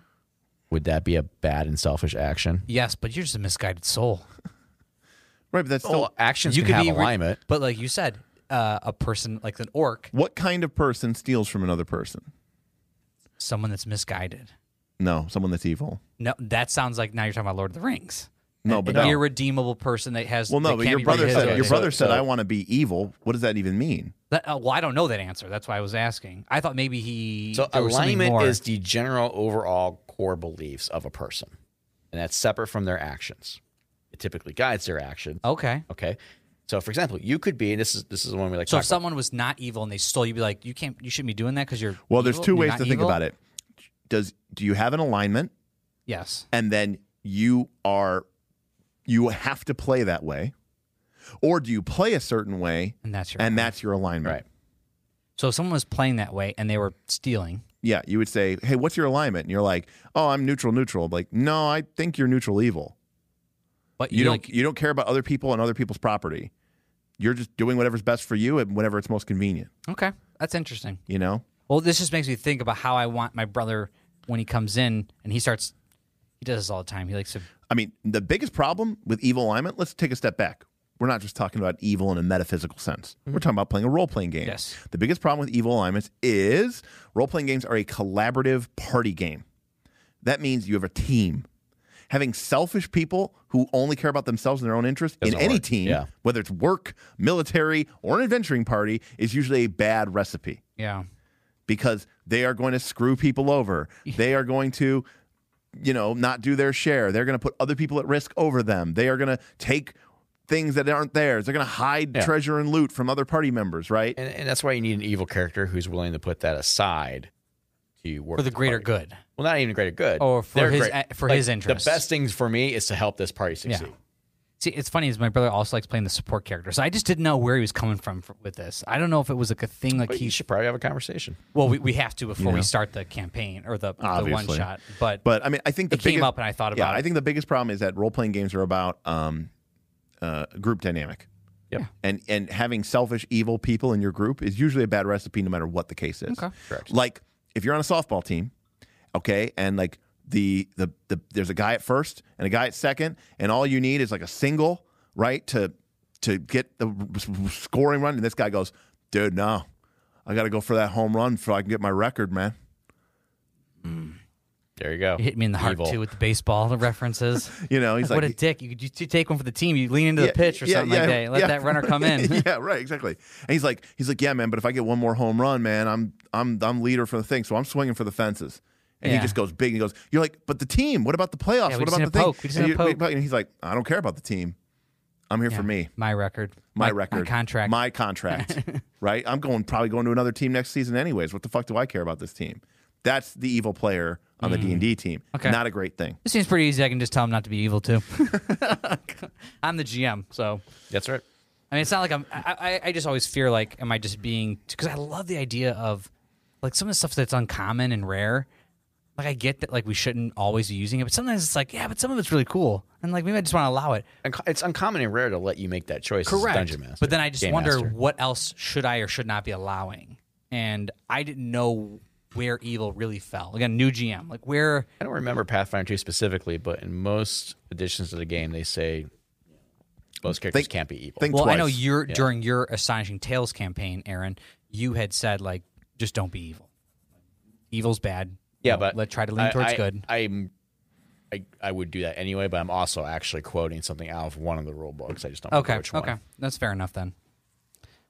Speaker 3: would that be a bad and selfish action?
Speaker 2: Yes, but you're just a misguided soul.
Speaker 1: Right, but that's
Speaker 2: Oh,
Speaker 1: still.
Speaker 3: Well, actions
Speaker 2: you
Speaker 3: can
Speaker 2: could
Speaker 3: have
Speaker 2: be re-
Speaker 3: alignment.
Speaker 2: But like you said, uh, a person like an orc,
Speaker 1: what kind of person steals from another person?
Speaker 2: someone that's misguided.
Speaker 1: No, someone that's evil.
Speaker 2: No, that sounds like now you're talking about Lord of the Rings.
Speaker 1: No,
Speaker 2: An-
Speaker 1: but
Speaker 2: an
Speaker 1: no.
Speaker 2: irredeemable person that has
Speaker 1: Well, no,
Speaker 2: that
Speaker 1: but
Speaker 2: can't
Speaker 1: your
Speaker 2: be
Speaker 1: brother
Speaker 2: rehabilitated.
Speaker 1: said your
Speaker 3: so-
Speaker 1: brother said
Speaker 3: so-
Speaker 1: I want to be evil. What does that even mean?
Speaker 2: That- uh, well, I don't know that answer. That's why I was asking. I thought maybe he
Speaker 3: so
Speaker 2: there was something
Speaker 3: alignment
Speaker 2: more.
Speaker 3: is the general overall core beliefs of a person, and that's separate from their actions. It typically guides their action.
Speaker 2: okay.
Speaker 3: Okay. So, for example, you could be, and this is this is the one we like.
Speaker 2: So
Speaker 3: talk
Speaker 2: if someone was not evil and they stole, you'd be like, you can't, you shouldn't be doing that because you're
Speaker 1: Well, there's
Speaker 2: evil?
Speaker 1: two
Speaker 2: You're
Speaker 1: ways
Speaker 2: not
Speaker 1: to think
Speaker 2: evil?
Speaker 1: about it. Does do you have an alignment,
Speaker 2: Yes,
Speaker 1: and then you are, you have to play that way, or do you play a certain way,
Speaker 2: and that's your
Speaker 1: and that's your alignment?
Speaker 3: Right.
Speaker 2: So if someone was playing that way and they were stealing,
Speaker 1: Yeah, you would say, "Hey, what's your alignment?" And you're like, "Oh, I'm neutral, neutral." Like, no, I think you're neutral evil.
Speaker 2: but
Speaker 1: You
Speaker 2: you
Speaker 1: don't
Speaker 2: like,
Speaker 1: you don't care about other people and other people's property. You're just doing whatever's best for you and whenever it's most convenient.
Speaker 2: okay, that's interesting.
Speaker 1: You know.
Speaker 2: Well, this just makes me think about how I want my brother when he comes in and he starts. He does this all the time. He likes to.
Speaker 1: I mean, the biggest problem with evil alignment, let's take a step back. We're not just talking about evil in a metaphysical sense.
Speaker 3: Mm-hmm.
Speaker 1: We're talking about playing a role playing game.
Speaker 2: Yes.
Speaker 1: The biggest problem with evil alignments is role playing games are a collaborative party game. That means you have a team. Having selfish people who only care about themselves and their own interests in
Speaker 3: Doesn't
Speaker 1: any
Speaker 3: work.
Speaker 1: team,
Speaker 3: Yeah.
Speaker 1: whether it's work, military, or an adventuring party, is usually a bad recipe
Speaker 2: Yeah.
Speaker 1: because they are going to screw people over. They are going to, you know, not do their share. They're going to put other people at risk over them. They are going to take things that aren't theirs. They're going to hide treasure and loot from other party members, right?
Speaker 3: and, and that's why you need an evil character who's willing to put that aside to work
Speaker 2: for the
Speaker 3: with
Speaker 2: greater
Speaker 3: party.
Speaker 2: good.
Speaker 3: Well, not even greater good.
Speaker 2: Or for
Speaker 3: They're
Speaker 2: his-
Speaker 3: great-
Speaker 2: uh, for his interests.
Speaker 3: The best things for me is to help this party succeed.
Speaker 2: See, it's funny is my brother also likes playing the support character, so I just didn't know where he was coming from for, with this. I don't know if it was like a thing like
Speaker 3: But you
Speaker 2: he.
Speaker 3: should probably have a conversation.
Speaker 2: Well, we, we have to before we start the campaign or the, the one
Speaker 1: Obviously.
Speaker 2: shot, but,
Speaker 1: But I mean, I think the
Speaker 2: it came
Speaker 1: biggest-
Speaker 2: up and I thought
Speaker 1: yeah,
Speaker 2: about
Speaker 1: I
Speaker 2: it.
Speaker 1: think the biggest problem is that role playing games are about um, uh, group dynamic.
Speaker 3: Yep. Yeah.
Speaker 1: And and having selfish, evil people in your group is usually a bad recipe, no matter what the case is.
Speaker 2: Okay.
Speaker 3: Correct.
Speaker 1: Like if you're on a softball team, okay, and like the, the the there's a guy at first and a guy at second, and all you need is like a single, right, to to get the s- s- scoring run, and this guy goes, dude, no, I got to go for that home run so I can get my record, man.
Speaker 3: There you go.
Speaker 2: it hit me in the heart
Speaker 3: Evil.
Speaker 2: too with the baseball the references.
Speaker 1: You know, he's
Speaker 2: what
Speaker 1: like,
Speaker 2: a dick! You, you take one for the team. You lean into the pitch or something like that. You Let
Speaker 1: yeah.
Speaker 2: that runner come in.
Speaker 1: yeah, right, exactly. And he's like, he's like, yeah, man. But if I get one more home run, man, I'm I'm I'm leader for the thing, so I'm swinging for the fences. And he
Speaker 2: Yeah.
Speaker 1: just goes big and goes, you're like, but the team? What about the playoffs?
Speaker 2: Yeah, we
Speaker 1: what
Speaker 2: just
Speaker 1: about
Speaker 2: need
Speaker 1: the
Speaker 2: a
Speaker 1: thing?
Speaker 2: poke. We just
Speaker 1: and,
Speaker 2: need a
Speaker 1: you-
Speaker 2: poke.
Speaker 1: but- and he's like, I don't care about the team. I'm here for me,
Speaker 2: my record,
Speaker 1: my, record,
Speaker 2: my contract.
Speaker 1: my contract. right? I'm going probably going to another team next season, anyways. What the fuck do I care about this team? That's the evil player on the D and D team.
Speaker 2: Mm. Okay.
Speaker 1: Not a great thing.
Speaker 2: This seems pretty easy. I can just tell him not to be evil too. I'm the GM, so
Speaker 3: That's right.
Speaker 2: I mean, it's not like I'm. I, I, I just always fear like, am I just being? Because I love the idea of like some of the stuff that's uncommon and rare. Like I get that like we shouldn't always be using it, but sometimes it's like, yeah, but some of it's really cool, and like maybe I just want to allow it.
Speaker 3: And co- it's uncommon and rare to let you make that choice. as a dungeon master.
Speaker 2: But then I just
Speaker 3: game
Speaker 2: wonder
Speaker 3: master.
Speaker 2: what else should I or should not be allowing, and I didn't know where evil really fell. Again, new GM, like where
Speaker 3: I don't remember Pathfinder 2 specifically, but in most editions of the game, they say most characters
Speaker 1: Think-
Speaker 3: can't be evil.
Speaker 1: Think
Speaker 2: Well,
Speaker 1: twice.
Speaker 2: I know you're during your astonishing tales campaign, Aaron. You had said like, just don't be evil. Evil's bad. You
Speaker 3: yeah,
Speaker 2: know,
Speaker 3: but
Speaker 2: let try to lean
Speaker 3: I-
Speaker 2: towards
Speaker 3: I-
Speaker 2: good.
Speaker 3: I'm, I, I would do that anyway, but I'm also actually quoting something out of one of the rule books. I just don't remember
Speaker 2: Okay,
Speaker 3: which one.
Speaker 2: okay, that's fair enough then.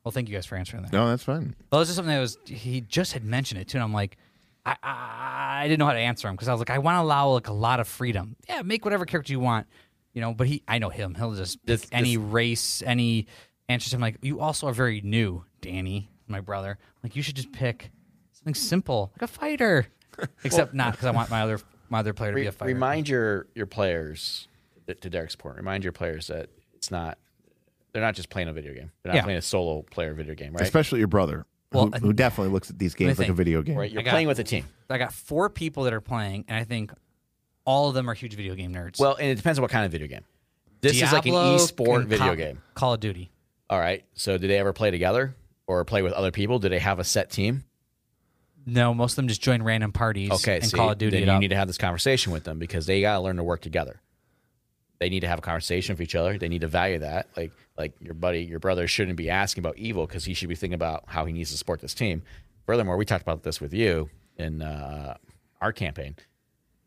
Speaker 2: Well, thank you guys for answering that.
Speaker 1: No, that's fine.
Speaker 2: Well, this is something that was he just had mentioned it too, and I'm like, I I, I didn't know how to answer him because I was like, I want to allow like a lot of freedom. Yeah, make whatever character you want, you know. But he, I know him. He'll just pick
Speaker 3: This-
Speaker 2: any race, any answer. I'm like, you also are very new, Danny, my brother. Like you should just pick something simple, like a fighter. Except not because I want my other my other player to be a fighter.
Speaker 3: Remind your, your players, to Derek's point, remind your players that it's not, they're not just playing a video game. They're not
Speaker 2: Yeah.
Speaker 3: playing a solo player video game, right?
Speaker 1: Especially your brother,
Speaker 2: Well, uh,
Speaker 1: who, who definitely looks at these games like a
Speaker 2: think.
Speaker 1: video game.
Speaker 3: right? You're
Speaker 2: I got-
Speaker 3: playing with a team.
Speaker 2: I got four people that are playing, and I think all of them are huge video game nerds.
Speaker 3: Well, and it depends on what kind of video game. This
Speaker 2: Diablo
Speaker 3: is like an esport
Speaker 2: and
Speaker 3: video
Speaker 2: Call-
Speaker 3: game.
Speaker 2: Call of Duty.
Speaker 3: All right. So, do they ever play together or play with other people? Do they have a set team?
Speaker 2: No, most of them just join random parties
Speaker 3: Okay.
Speaker 2: and
Speaker 3: see,
Speaker 2: Call of Duty.
Speaker 3: Then
Speaker 2: it
Speaker 3: you
Speaker 2: up.
Speaker 3: need to have this conversation with them because they got to learn to work together. They need to have a conversation with each other. They need to value that. Like, like your buddy, your brother shouldn't be asking about evil because he should be thinking about how he needs to support this team. Furthermore, we talked about this with you in uh, our campaign.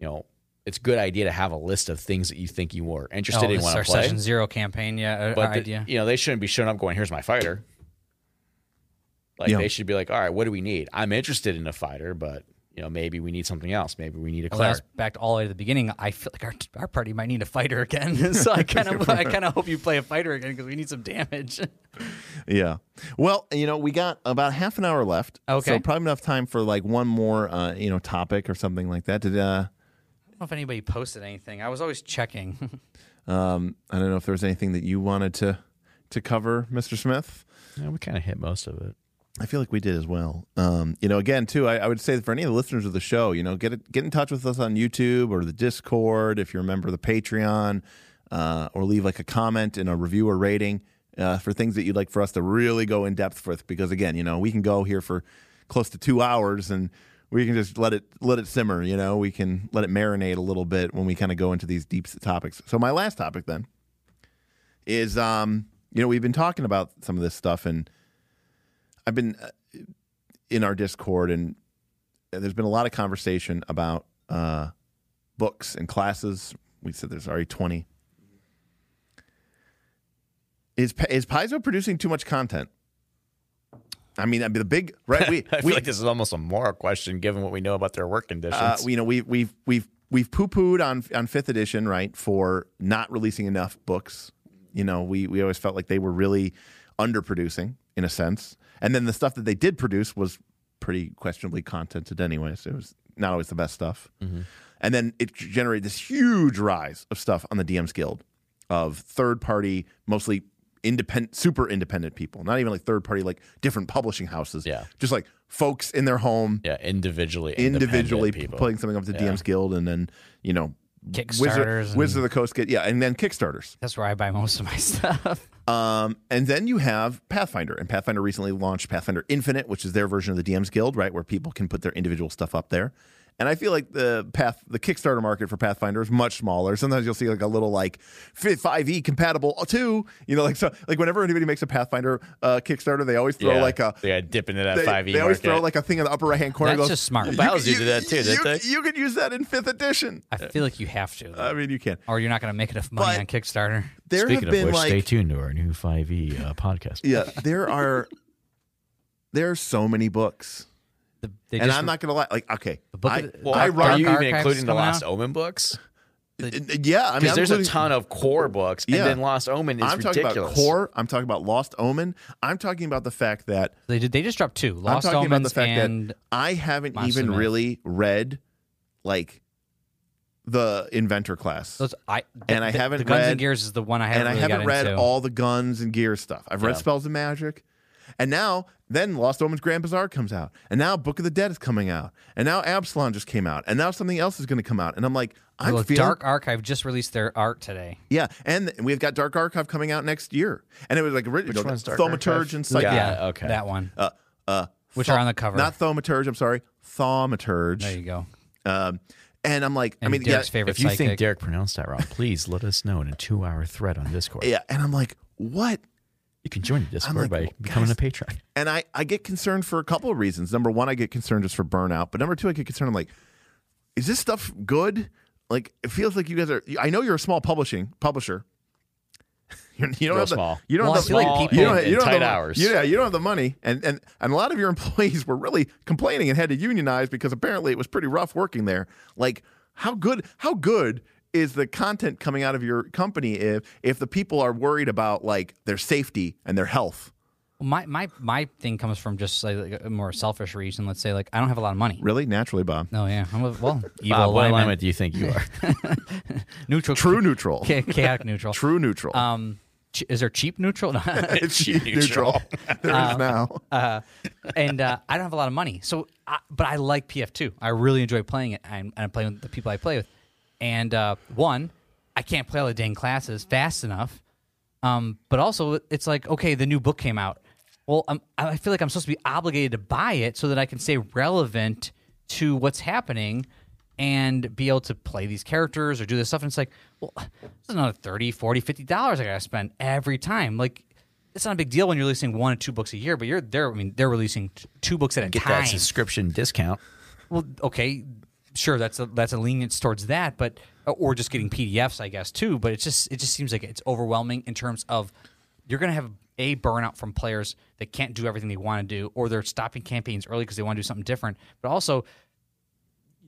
Speaker 3: You know, it's a good idea to have a list of things that you think you were
Speaker 2: oh,
Speaker 3: interested in.
Speaker 2: this is
Speaker 3: Want
Speaker 2: our
Speaker 3: to play?
Speaker 2: session zero campaign. Yeah, our-
Speaker 3: But
Speaker 2: our
Speaker 3: the-
Speaker 2: idea.
Speaker 3: you know, they shouldn't be showing up going, "Here's my fighter." Like
Speaker 1: Yeah.
Speaker 3: they should be like, "All right, what do we need? I'm interested in a fighter, but you know, maybe we need something else. Maybe we need a
Speaker 2: Well, that
Speaker 3: cleric."
Speaker 2: was back to all the way to the beginning. I feel like our, our party might need a fighter again. so I kind of I kind of hope you play a fighter again because we need some damage.
Speaker 1: Yeah. Well, you know, we got about half an hour left.
Speaker 2: Okay.
Speaker 1: So probably enough time for like one more, uh, you know, topic or something like that. Did uh,
Speaker 2: I don't know if anybody posted anything. I was always checking.
Speaker 1: um, I don't know if there was anything that you wanted to to cover, Mr. Smith.
Speaker 3: Yeah, we kind of hit most of it.
Speaker 1: I feel like we did as well. Um, you know, again, too, I, I would say that for any of the listeners of the show, you know, get it, get in touch with us on YouTube or the Discord if you're a member of the Patreon, uh, or leave like a comment and a review or rating uh, for things that you'd like for us to really go in depth with. Because again, you know, we can go here for close to two hours and we can just let it let it simmer. You know, we can let it marinate a little bit when we kind of go into these deep topics. So my last topic then is, um, you know, we've been talking about some of this stuff and. I've been uh, in our Discord, and there's been a lot of conversation about uh, books and classes. We said there's already 20. Is Pa- is Paizo producing too much content? I mean, I mean the big right. We
Speaker 3: I feel
Speaker 1: we
Speaker 3: like this is almost a moral question given what we know about their work conditions.
Speaker 1: uh, you know we we've we've we've poo pooed on on fifth edition right for not releasing enough books. You know we we always felt like they were really underproducing in a sense, and then the stuff that they did produce was pretty questionably contented anyway, so it was not always the best stuff.
Speaker 3: Mm-hmm.
Speaker 1: And then it generated this huge rise of stuff on the DM's Guild of third party, mostly independent, super independent people, not even like third party, like different publishing houses.
Speaker 3: Yeah.
Speaker 1: just like folks in their home
Speaker 3: yeah, individually,
Speaker 1: individually
Speaker 3: independent people.
Speaker 1: putting something up to DM's Guild, and then you know,
Speaker 2: Kickstarters
Speaker 1: Wizard,
Speaker 2: and-
Speaker 1: Wizard of the Coast, get yeah, and then Kickstarters.
Speaker 2: That's where I buy most of my stuff.
Speaker 1: Um, and then you have Pathfinder, and Pathfinder recently launched Pathfinder Infinite, which is their version of the DM's Guild, right, where people can put their individual stuff up there. And I feel like the path, the Kickstarter market for Pathfinder is much smaller. Sometimes you'll see like a little like five E compatible too. You know, like so, like whenever anybody makes a Pathfinder uh, Kickstarter, they always throw
Speaker 3: yeah,
Speaker 1: like a
Speaker 3: yeah, dip into
Speaker 1: they,
Speaker 3: that five E.
Speaker 1: they always throw like a thing in the upper right hand corner. and
Speaker 2: That's
Speaker 1: goes,
Speaker 2: just smart.
Speaker 1: "You-
Speaker 3: Biles
Speaker 1: you-
Speaker 3: used to do that too, didn't
Speaker 1: you-
Speaker 3: they?"
Speaker 1: You could use that in fifth edition.
Speaker 2: I feel like you have to,
Speaker 1: I mean, you can.
Speaker 2: or you're not going to make enough money
Speaker 1: Uh, But-
Speaker 2: on Kickstarter.
Speaker 1: There
Speaker 3: Speaking
Speaker 1: have
Speaker 3: of
Speaker 1: been
Speaker 3: which,
Speaker 1: like,
Speaker 3: stay tuned to our new five E uh, podcast.
Speaker 1: yeah, there are there are so many books,
Speaker 2: The, they
Speaker 1: and
Speaker 2: just-
Speaker 1: I'm not gonna lie. Like, okay,
Speaker 2: The book
Speaker 1: I,
Speaker 2: of the-
Speaker 1: I
Speaker 2: Well, Dark
Speaker 1: run.
Speaker 2: Archives
Speaker 3: including the
Speaker 2: coming
Speaker 3: Lost
Speaker 2: out?
Speaker 3: Omen books?
Speaker 1: yeah, I mean,
Speaker 3: Because
Speaker 1: I'm
Speaker 3: there's a
Speaker 1: including-
Speaker 3: ton of core books, and
Speaker 1: Yeah.
Speaker 3: then Lost Omen is
Speaker 1: I'm talking
Speaker 3: ridiculous.
Speaker 1: about core. I'm talking about Lost Omen. I'm talking about the fact that
Speaker 2: They did. They just dropped two. Lost
Speaker 1: I'm talking
Speaker 2: Omens
Speaker 1: about the fact
Speaker 2: and
Speaker 1: that I haven't
Speaker 2: Monster
Speaker 1: even
Speaker 2: Mash.
Speaker 1: really read like the inventor class,
Speaker 2: those. I
Speaker 1: And I
Speaker 2: the-
Speaker 1: haven't
Speaker 2: the Guns
Speaker 1: read-
Speaker 2: and Gears is the one I haven't.
Speaker 1: and I
Speaker 2: really
Speaker 1: haven't
Speaker 2: got
Speaker 1: read
Speaker 2: into.
Speaker 1: all the guns and gear stuff. I've read
Speaker 3: Yeah.
Speaker 1: Spells and Magic, and now then Lost Omens Grand Bazaar comes out, and now Book of the Dead is coming out, and now Absalon just came out, and now something else is going to come out, and I'm like, I'm
Speaker 2: Well,
Speaker 1: feeling
Speaker 2: Dark Archive just released their art today.
Speaker 1: yeah, and th- we've got Dark Archive coming out next year, and it was like original
Speaker 3: Which one's Dark
Speaker 1: Thaumaturge
Speaker 3: Archive?
Speaker 1: and Psych-
Speaker 3: Yeah. okay.
Speaker 2: okay. That one.
Speaker 1: uh, uh,
Speaker 2: Which
Speaker 1: Thau-
Speaker 2: are on the cover.
Speaker 1: Not Thaumaturge. I'm sorry, Thaumaturge.
Speaker 2: There you go.
Speaker 1: Um, and I'm like, I
Speaker 2: And
Speaker 1: mean, yeah,
Speaker 2: Derek's favorite
Speaker 3: If you
Speaker 2: psychic.
Speaker 3: think Derek pronounced that wrong, please let us know in a two-hour thread on Discord.
Speaker 1: yeah, and I'm like, what?
Speaker 3: You can join the Discord
Speaker 1: like,
Speaker 3: by
Speaker 1: well,
Speaker 3: becoming
Speaker 1: guys-
Speaker 3: a patron.
Speaker 1: And I, I get concerned for a couple of reasons. Number one, I get concerned just for burnout, but number two, I get concerned. I'm like, is this stuff good? Like, it feels like you guys are. I know you're a small publishing publisher. You're, you don't
Speaker 3: Real
Speaker 1: have the,
Speaker 3: small.
Speaker 1: You don't
Speaker 2: Well,
Speaker 1: have
Speaker 2: I
Speaker 1: the,
Speaker 2: feel like
Speaker 3: Small
Speaker 2: people-
Speaker 1: you don't,
Speaker 3: and-
Speaker 1: you
Speaker 3: and
Speaker 1: don't have
Speaker 3: tight
Speaker 1: the,
Speaker 3: hours.
Speaker 1: Yeah, you don't have the money, and and and a lot of your employees were really complaining and had to unionize because apparently it was pretty rough working there. Like, how good how good is the content coming out of your company if if the people are worried about like their safety and their health?
Speaker 2: my my my thing comes from just like a more selfish reason. Let's say like I don't have a lot of money.
Speaker 1: Really, naturally, Bob.
Speaker 2: No, yeah. I'm a, well, evil
Speaker 3: Bob, what
Speaker 2: alignment.
Speaker 3: alignment do you think you are?
Speaker 2: neutral,
Speaker 1: True neutral.
Speaker 2: cha- chaotic neutral.
Speaker 1: True neutral.
Speaker 2: Um, ch- is there cheap neutral? No.
Speaker 1: it's neutral. there is now.
Speaker 2: and uh, I don't have a lot of money. So, I, but I like PF2. I really enjoy playing it, I'm, and I'm playing with the people I play with. And uh, one, I can't play all the dang classes fast enough. Um, but also, it's like okay, the new book came out. Well, I'm, I feel like I'm supposed to be obligated to buy it so that I can stay relevant to what's happening and be able to play these characters or do this stuff. And it's like, well, it's another 30 40 50 dollars I gotta spend every time. Like, it's not a big deal when you're releasing one or two books a year, but you're there. I mean, they're releasing t- two books at a
Speaker 3: Get
Speaker 2: time.
Speaker 3: that subscription discount.
Speaker 2: Well, okay, sure, that's a that's a lenience towards that, but uh, or just getting PDFs, I guess, too. But it's just it just seems like it's overwhelming in terms of you're going to have a burnout from players that can't do everything they want to do, or they're stopping campaigns early because they want to do something different. But also,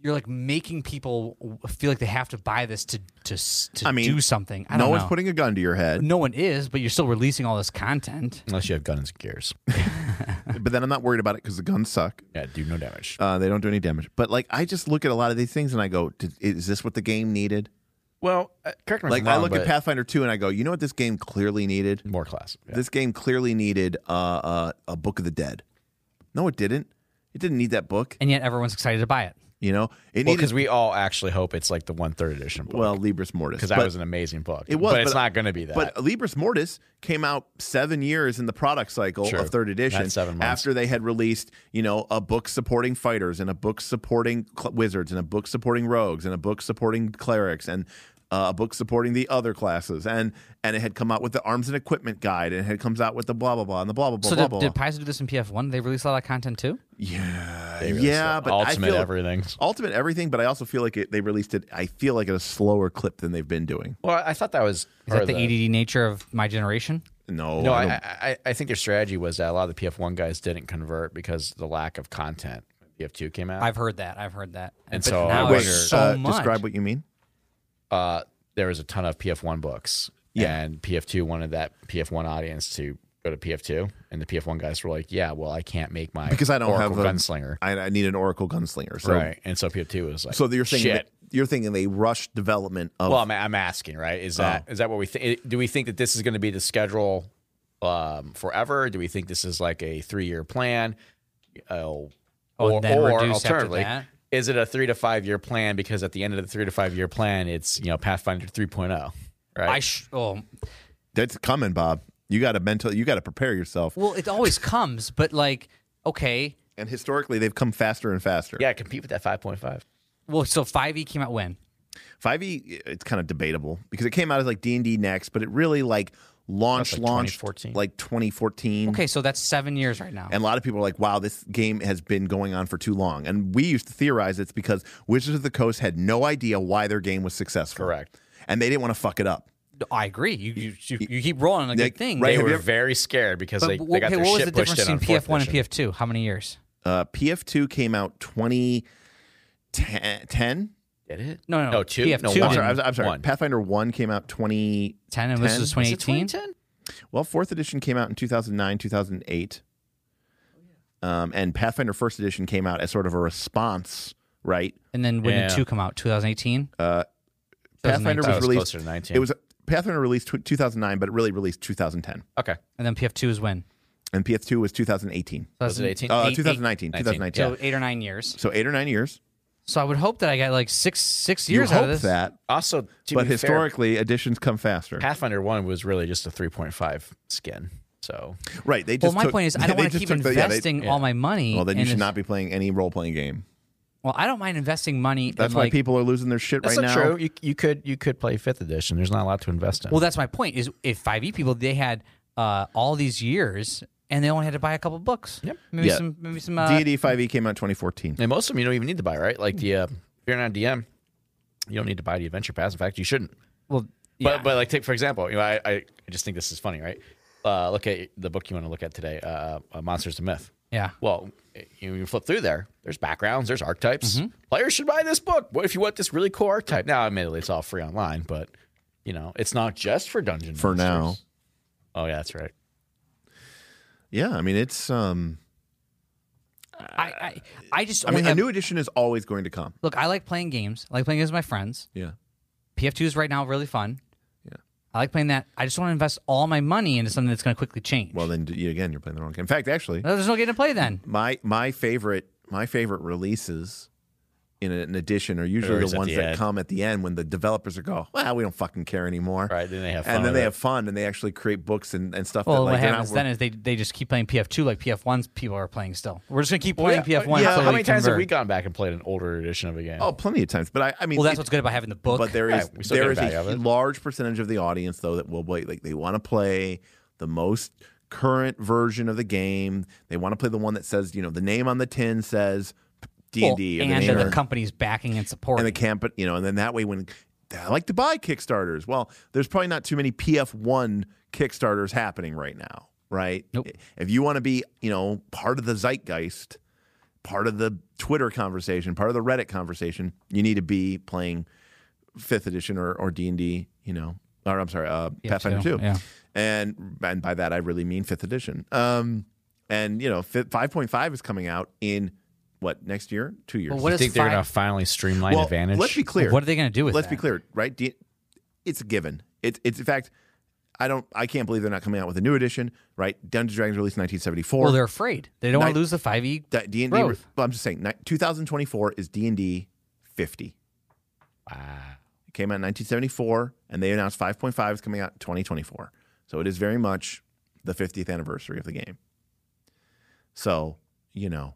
Speaker 2: you're like making people w- feel like they have to buy this to to s- to
Speaker 1: I mean,
Speaker 2: do something. I
Speaker 1: no
Speaker 2: don't
Speaker 1: one's
Speaker 2: know.
Speaker 1: putting a gun to your head.
Speaker 2: no one is, but you're still releasing all this content.
Speaker 3: Unless you have guns and gears.
Speaker 1: But then I'm not worried about it because the guns suck.
Speaker 3: Yeah, do no damage.
Speaker 1: Uh, they don't do any damage. But like, I just look at a lot of these things and I go, "Did- "Is this what the game needed?"
Speaker 3: Well, uh, correct me if
Speaker 1: Like,
Speaker 3: I'm wrong,
Speaker 1: I look at
Speaker 3: but-
Speaker 1: Pathfinder Two and I go, "You know what this game clearly needed?
Speaker 3: more class. Yeah.
Speaker 1: This game clearly needed uh, uh, a Book of the Dead." No, it didn't. It didn't need that book.
Speaker 2: And yet, everyone's excited to buy it.
Speaker 1: You know, it
Speaker 3: Well, because
Speaker 1: needed
Speaker 3: we all actually hope it's like the one third edition book.
Speaker 1: well Libris Mortis
Speaker 3: because
Speaker 1: But-
Speaker 3: that was an amazing book.
Speaker 1: It was,
Speaker 3: but it's
Speaker 1: but-
Speaker 3: not going to be that.
Speaker 1: But uh, Libris Mortis came out seven years in the product cycle
Speaker 3: True.
Speaker 1: of third edition.
Speaker 3: That's seven months.
Speaker 1: After they had released, you know, a book supporting fighters and a book supporting cl- wizards and a book supporting rogues and a book supporting clerics and uh, a book supporting the other classes and and it had come out with the arms and equipment guide and it had comes out with the blah blah blah and the blah blah blah
Speaker 2: So
Speaker 1: blah
Speaker 2: did,
Speaker 1: blah.
Speaker 2: did Paizo do this in PF one? They release a lot of content too.
Speaker 1: yeah,
Speaker 3: They released
Speaker 1: yeah,
Speaker 3: the
Speaker 1: but
Speaker 3: ultimate
Speaker 1: I feel,
Speaker 3: everything.
Speaker 1: ultimate everything. But I also feel like it, they released it. I feel like at a slower clip than they've been doing.
Speaker 3: Well, I thought that was
Speaker 2: Is that the, EDD nature of my generation?
Speaker 1: No,
Speaker 3: No, I,
Speaker 1: don't-
Speaker 3: I I think their strategy was that a lot of the PF one guys didn't convert because of the lack of content. when PF two came out.
Speaker 2: I've heard that. I've heard that.
Speaker 3: And
Speaker 2: But
Speaker 3: so
Speaker 2: now
Speaker 3: I
Speaker 2: there's
Speaker 3: wonder-
Speaker 2: so
Speaker 1: uh,
Speaker 2: much.
Speaker 1: describe what you mean.
Speaker 3: uh, there was a ton of PF one books.
Speaker 1: Yeah.
Speaker 3: and PF two wanted that PF one audience to go to PF two, and the PF one guys were like, "Yeah, well, I can't make my
Speaker 1: because I don't
Speaker 3: Oracle
Speaker 1: have a
Speaker 3: gunslinger."
Speaker 1: I, I need an Oracle gunslinger. So,
Speaker 3: right, and so PF two was like,
Speaker 1: So you're thinking
Speaker 3: shit.
Speaker 1: that, you're thinking they rushed development of
Speaker 3: Well, I'm, I'm asking, right? Is that is
Speaker 1: Oh.
Speaker 3: that what we think? Do we think that this is going to be the schedule um, forever? Do we think this is like a three year plan? Uh,
Speaker 2: Oh, and
Speaker 3: or,
Speaker 2: then
Speaker 3: or
Speaker 2: reduce after
Speaker 3: alternatively,
Speaker 2: that?
Speaker 3: is it a three to five year plan? Because at the end of the three to five year plan, it's you know Pathfinder 3.0, right?
Speaker 2: I sh- oh,
Speaker 1: that's coming, Bob. You got to mental. You got to prepare yourself.
Speaker 2: well, it always comes, but like, okay,
Speaker 1: And historically, they've come faster and faster.
Speaker 3: yeah, compete with that 5.5.
Speaker 2: well, so five E came out when?
Speaker 1: Five E, it's kind of debatable because it came out as like D and D next, but it really like launched
Speaker 3: That's like
Speaker 1: launched
Speaker 3: 2014.
Speaker 1: like 2014.
Speaker 2: Okay, so that's seven years right now.
Speaker 1: And a lot of people are like, wow, this game has been going on for too long. And we used to theorize it's because Wizards of the Coast had no idea why their game was successful.
Speaker 3: Correct.
Speaker 1: And they didn't want to fuck it up.
Speaker 2: I agree. You you, you, you keep rolling on a
Speaker 1: Like,
Speaker 2: good thing.
Speaker 1: right,
Speaker 3: They
Speaker 1: have you
Speaker 3: were
Speaker 1: ever-
Speaker 3: very scared because
Speaker 2: but,
Speaker 3: they,
Speaker 2: but,
Speaker 3: they got
Speaker 2: okay,
Speaker 3: their
Speaker 2: what was
Speaker 3: shit
Speaker 2: the
Speaker 3: pushed
Speaker 2: difference
Speaker 3: in
Speaker 2: between
Speaker 3: on
Speaker 2: PF one and
Speaker 3: PF.
Speaker 2: PF two? How many years?
Speaker 1: Uh, PF2 came out 2010.
Speaker 3: Did it?
Speaker 2: No, no,
Speaker 3: No, two?
Speaker 2: PF2
Speaker 3: No,
Speaker 1: I'm
Speaker 3: one.
Speaker 1: sorry. I'm,
Speaker 2: didn't.
Speaker 1: I'm sorry.
Speaker 3: One.
Speaker 1: Pathfinder One came out 20.
Speaker 2: 10 and this
Speaker 1: 10?
Speaker 2: was
Speaker 1: Is it
Speaker 3: Is it
Speaker 2: 2018.
Speaker 3: 2010?
Speaker 1: Well, fourth edition came out in 2009, 2008. Um, and Pathfinder First Edition came out as sort of a response, right?
Speaker 2: And then when
Speaker 3: Yeah.
Speaker 2: did 2 come out? 2018?
Speaker 1: Uh, Pathfinder
Speaker 2: 2019.
Speaker 1: was
Speaker 3: That was
Speaker 1: released.
Speaker 3: closer to 19.
Speaker 1: It was Pathfinder released tw 2009, but it really released 2010.
Speaker 3: Okay.
Speaker 2: And then PF2 is when?
Speaker 1: And PF2 was 2018.
Speaker 3: Was it 18?
Speaker 1: Uh,
Speaker 2: eight-
Speaker 1: 2019, 2019.
Speaker 2: So 8 or 9 years.
Speaker 1: So eight or nine years.
Speaker 2: So I would hope that I got like 6 6 years
Speaker 1: you
Speaker 2: out
Speaker 1: hope
Speaker 2: of this.
Speaker 1: that,
Speaker 3: Also, to
Speaker 1: but
Speaker 3: be fair,
Speaker 1: historically, editions come faster.
Speaker 3: Pathfinder 1 was really just a 3.5 skin. So,
Speaker 1: right? They just
Speaker 2: well, my
Speaker 1: took-
Speaker 2: point is, I
Speaker 1: they
Speaker 2: don't want to
Speaker 1: just
Speaker 2: keep
Speaker 1: took the- yeah, they-
Speaker 2: investing all my money.
Speaker 1: well, then you
Speaker 2: in
Speaker 1: should
Speaker 2: this-
Speaker 1: not be playing any role playing game.
Speaker 2: Well, I don't mind investing money.
Speaker 1: That's
Speaker 2: in,
Speaker 1: why
Speaker 2: like,
Speaker 1: people are losing their shit
Speaker 3: that's
Speaker 1: right now.
Speaker 3: not true. You, you could you could play 5th edition. There's not a lot to invest in.
Speaker 2: Well, that's my point. Is if 5e people they had uh, all these years and they only had to buy a couple books. Yep. Maybe
Speaker 1: Yeah.
Speaker 2: some. Maybe some. Uh,
Speaker 1: D&D 5e E came out in 2014.
Speaker 3: and most of them you don't even need to buy, right? Like the uh, if you're not DM, you don't need to buy the adventure pass. In fact, you shouldn't.
Speaker 2: well,
Speaker 3: But
Speaker 2: yeah.
Speaker 3: but like take for example, you know, I, I I just think this is funny, right? Uh, look at the book you want to look at today, uh, uh, Monsters and Myth.
Speaker 2: Yeah.
Speaker 3: Well, you, you flip through there. There's backgrounds. There's archetypes.
Speaker 1: Mm-hmm.
Speaker 3: Players should buy this book. What if you want this really cool archetype? Now, admittedly, it's all free online, but you know, it's not just for dungeon.
Speaker 1: For now.
Speaker 3: masters. Oh yeah, that's right.
Speaker 1: Yeah, I mean it's um
Speaker 2: I, I I just
Speaker 1: I
Speaker 2: only
Speaker 1: mean a
Speaker 2: have,
Speaker 1: new edition is always going to come.
Speaker 2: look. I like playing games. I like playing games with my friends.
Speaker 1: Yeah.
Speaker 2: PF2 is right now really fun.
Speaker 1: Yeah.
Speaker 2: I like playing that. I just want to invest all my money into something that's going to quickly change.
Speaker 1: Well, then you, again, you're playing the wrong game. In fact, actually,
Speaker 2: No, there's no game to play then.
Speaker 1: my my favorite my favorite releases in an edition are usually
Speaker 3: Always
Speaker 1: the
Speaker 3: at
Speaker 1: ones
Speaker 3: the
Speaker 1: that
Speaker 3: end.
Speaker 1: come at the end when the developers are go, well, we don't fucking care anymore.
Speaker 3: Right, then they have fun
Speaker 1: and then
Speaker 3: with
Speaker 1: they
Speaker 3: it.
Speaker 1: have fun and they actually create books and, and stuff.
Speaker 2: Well,
Speaker 1: that, like,
Speaker 2: what
Speaker 1: they're
Speaker 2: happens
Speaker 1: not,
Speaker 2: then is they, they just keep playing PF2 like PF1's people are playing still. We're just going to keep playing PF1.
Speaker 1: yeah,
Speaker 2: until
Speaker 3: How
Speaker 2: we
Speaker 3: many times have
Speaker 2: convert.
Speaker 3: we gone back and played an older edition of a game?
Speaker 1: oh, plenty of times. But I, I mean,
Speaker 2: Well, that's
Speaker 1: it-
Speaker 2: what's good about having the book.
Speaker 1: But there is
Speaker 3: Right, we still
Speaker 1: there
Speaker 3: get
Speaker 1: is
Speaker 3: a value out
Speaker 1: a
Speaker 3: of it.
Speaker 1: large percentage of the audience though that will wait like they want to play the most current version of the game. They want to play the one that says you know the name on the tin says D
Speaker 2: Well,
Speaker 1: and D
Speaker 2: and
Speaker 1: name
Speaker 2: the
Speaker 1: or-
Speaker 2: company's backing and
Speaker 1: and
Speaker 2: supporting.
Speaker 1: the camp you know and then that way when I like to buy Kickstarters. Well, there's probably not too many PF one Kickstarters happening right now, right?
Speaker 2: Nope.
Speaker 1: If you want to be you know part of the zeitgeist. Part of the Twitter conversation, part of the Reddit conversation, you need to be playing fifth edition or or D and D, you know, or I'm sorry, uh, Pathfinder two,
Speaker 2: two, yeah.
Speaker 1: and and by that I really mean fifth edition. Um, and you know, five point five is coming out in what next year? Two years.
Speaker 2: But what
Speaker 3: I
Speaker 2: is
Speaker 3: think they're
Speaker 2: fi-
Speaker 3: going to finally streamline
Speaker 1: well,
Speaker 3: advantage.
Speaker 1: let's be clear.
Speaker 2: What are they going to do with
Speaker 1: let's
Speaker 2: that?
Speaker 1: be clear, right? D- it's a given. It's it's in fact, I don't, I can't believe they're not coming out with a new edition, right? Dungeons and Dragons released in 1974.
Speaker 2: Well, they're afraid. They don't want
Speaker 1: Night-
Speaker 2: to lose the E 5e.
Speaker 1: That D and D.
Speaker 2: growth.
Speaker 1: But I'm just saying, ni- 2024 is D and D 50.
Speaker 3: Wow.
Speaker 1: It came out in 1974, and they announced 5.5 is coming out in 2024. So it is very much the 50th anniversary of the game. So, you know,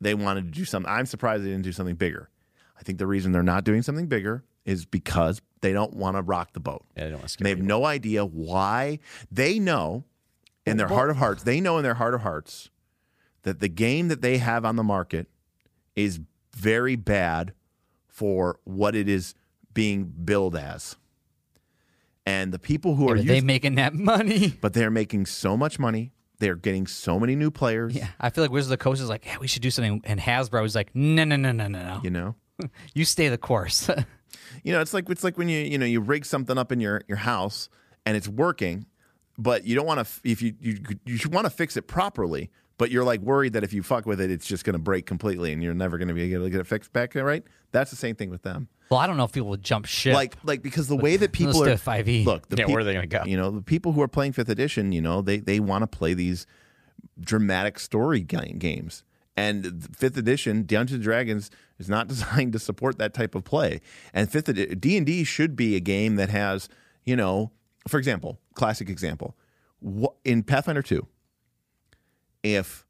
Speaker 1: they wanted to do something. I'm surprised they didn't do something bigger. I think the reason they're not doing something bigger is because they don't want to rock the boat.
Speaker 3: Yeah, they don't want to skip
Speaker 1: And they have no idea why. They know in their heart of hearts, they know in their heart of hearts that the game that they have on the market is very bad for what it is being billed as. And the people who are
Speaker 2: Are
Speaker 1: used,
Speaker 2: they making that money?
Speaker 1: but they're making so much money, they're getting so many new players,
Speaker 2: Yeah, I feel like Wizards of the Coast is like, yeah, we should do something, and Hasbro is like, no, no, no, no, no, no.
Speaker 1: you know.
Speaker 2: You stay the course.
Speaker 1: You know, it's like it's like when you you know you rig something up in your your house and it's working, but you don't want to if you you you want to fix it properly, but you're like worried that if you fuck with it, it's just going to break completely and you're never going to be able to get it fixed back. Right? That's the same thing with them.
Speaker 2: well, I don't know if people would jump ship.
Speaker 1: Like like because the way that people
Speaker 2: Let's
Speaker 1: are
Speaker 2: do 5e.
Speaker 1: look the
Speaker 3: Yeah,
Speaker 1: peop-
Speaker 3: where are they going to go?
Speaker 1: you know the people who are playing fifth edition you know they they want to play these dramatic story ga- games and th- fifth edition dungeons and dragons is not designed to support that type of play and fifth edi- d&d should be a game that has you know for example classic example wha- in pathfinder 2 if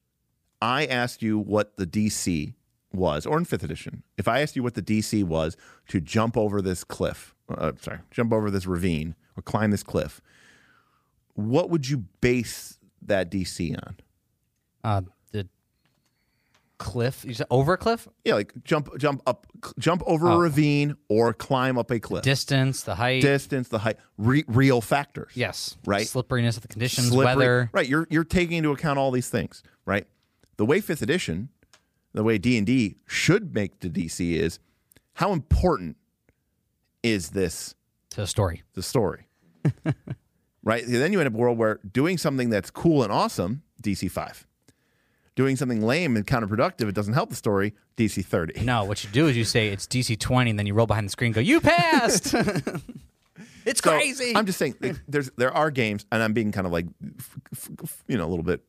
Speaker 1: I asked you what the DC was, or in fifth edition, if I asked you what the DC was to jump over this cliff, uh, sorry, jump over this ravine or climb this cliff, what would you base that DC on?
Speaker 2: uh, the cliff, you said over a cliff,
Speaker 1: Yeah, like jump, jump up, cl- jump over a ravine or climb up a cliff.
Speaker 2: distance, the height.
Speaker 1: Distance, the height, re- real factors.
Speaker 2: yes.
Speaker 1: Right.
Speaker 2: Slipperiness of the conditions,
Speaker 1: Slippery-
Speaker 2: weather.
Speaker 1: Right. You're you're taking into account all these things, right? The way fifth edition, the way D and D should make the DC is how important is this
Speaker 2: to the story.
Speaker 1: the story? right? Then you end up in a world where doing something that's cool and awesome, DC 5. Doing something lame and counterproductive, it doesn't help the story, DC 30.
Speaker 2: No, what you do is you say it's DC 20, and then you roll behind the screen and go, You passed! it's
Speaker 1: So,
Speaker 2: crazy!
Speaker 1: I'm just saying, like, there's there are games, and I'm being kind of like, f- f- f- you know, a little bit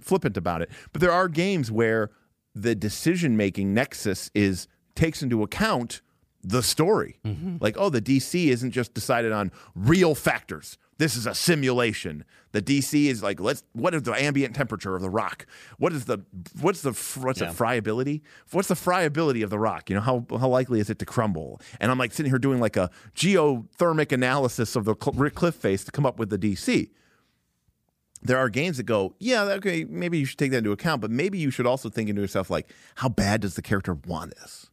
Speaker 1: flippant about it. But there are games where the decision making nexus is takes into account the story.
Speaker 2: Mm-hmm.
Speaker 1: Like, oh, the DC isn't just decided on real factors. This is a simulation. The DC is like, let's. What is the ambient temperature of the rock? What is the what's the fr- what's
Speaker 3: Yeah.
Speaker 1: it friability? What's the friability of the rock? You know how how likely is it to crumble? And I'm like sitting here doing like a geothermic analysis of the cl- cliff face to come up with the DC there are games that go, yeah, okay, maybe you should take that into account, but maybe you should also think into yourself like, how bad does the character want this?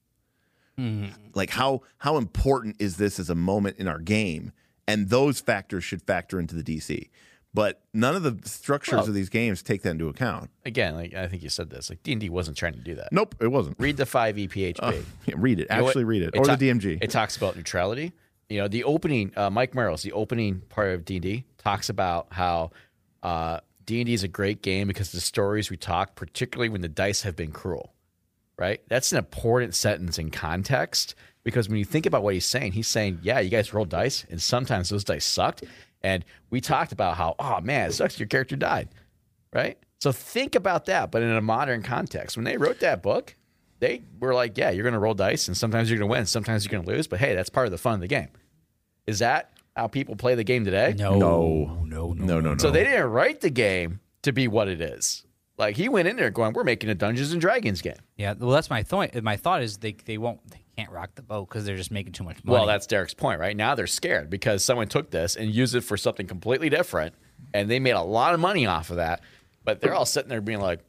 Speaker 1: Like how how important is this as a moment in our game? And those factors should factor into the DC. But none of the structures
Speaker 3: Well-
Speaker 1: of these games take that into account.
Speaker 3: Again, like I think you said this, like D and D wasn't trying to do that.
Speaker 1: Nope, it wasn't.
Speaker 3: Read the five E EPHP.
Speaker 1: Yeah, read it.
Speaker 3: You know what?
Speaker 1: Actually read it. Or
Speaker 3: ta-
Speaker 1: the DMG.
Speaker 3: It talks about neutrality. You know, the opening, uh, Mike Merrill's, the opening part of D&D talks about how uh, D&D is a great game because the stories we talk, particularly when the dice have been cruel, right? That's an important sentence in context because when you think about what he's saying, he's saying, yeah, you guys rolled dice and sometimes those dice sucked. And we talked about how, oh man, it sucks your character died, right? So think about that, but in a modern context. When they wrote that book, they were like, yeah, you're going to roll dice and sometimes you're going to win, sometimes you're going to lose, but hey, that's part of the fun of the game. Is that how people play the game today?
Speaker 2: no,
Speaker 1: No.
Speaker 2: no, no.
Speaker 1: no, no, no.
Speaker 3: So they didn't write the game to be what it is. Like he went in there going, we're making a Dungeons and Dragons game.
Speaker 2: Yeah, well, that's my thought. My thought is they, they won't, they can't rock the boat because they're just making too much money.
Speaker 3: Well, that's Derek's point, right? Now they're scared because someone took this and used it for something completely different, and they made a lot of money off of that. But they're all sitting there being like,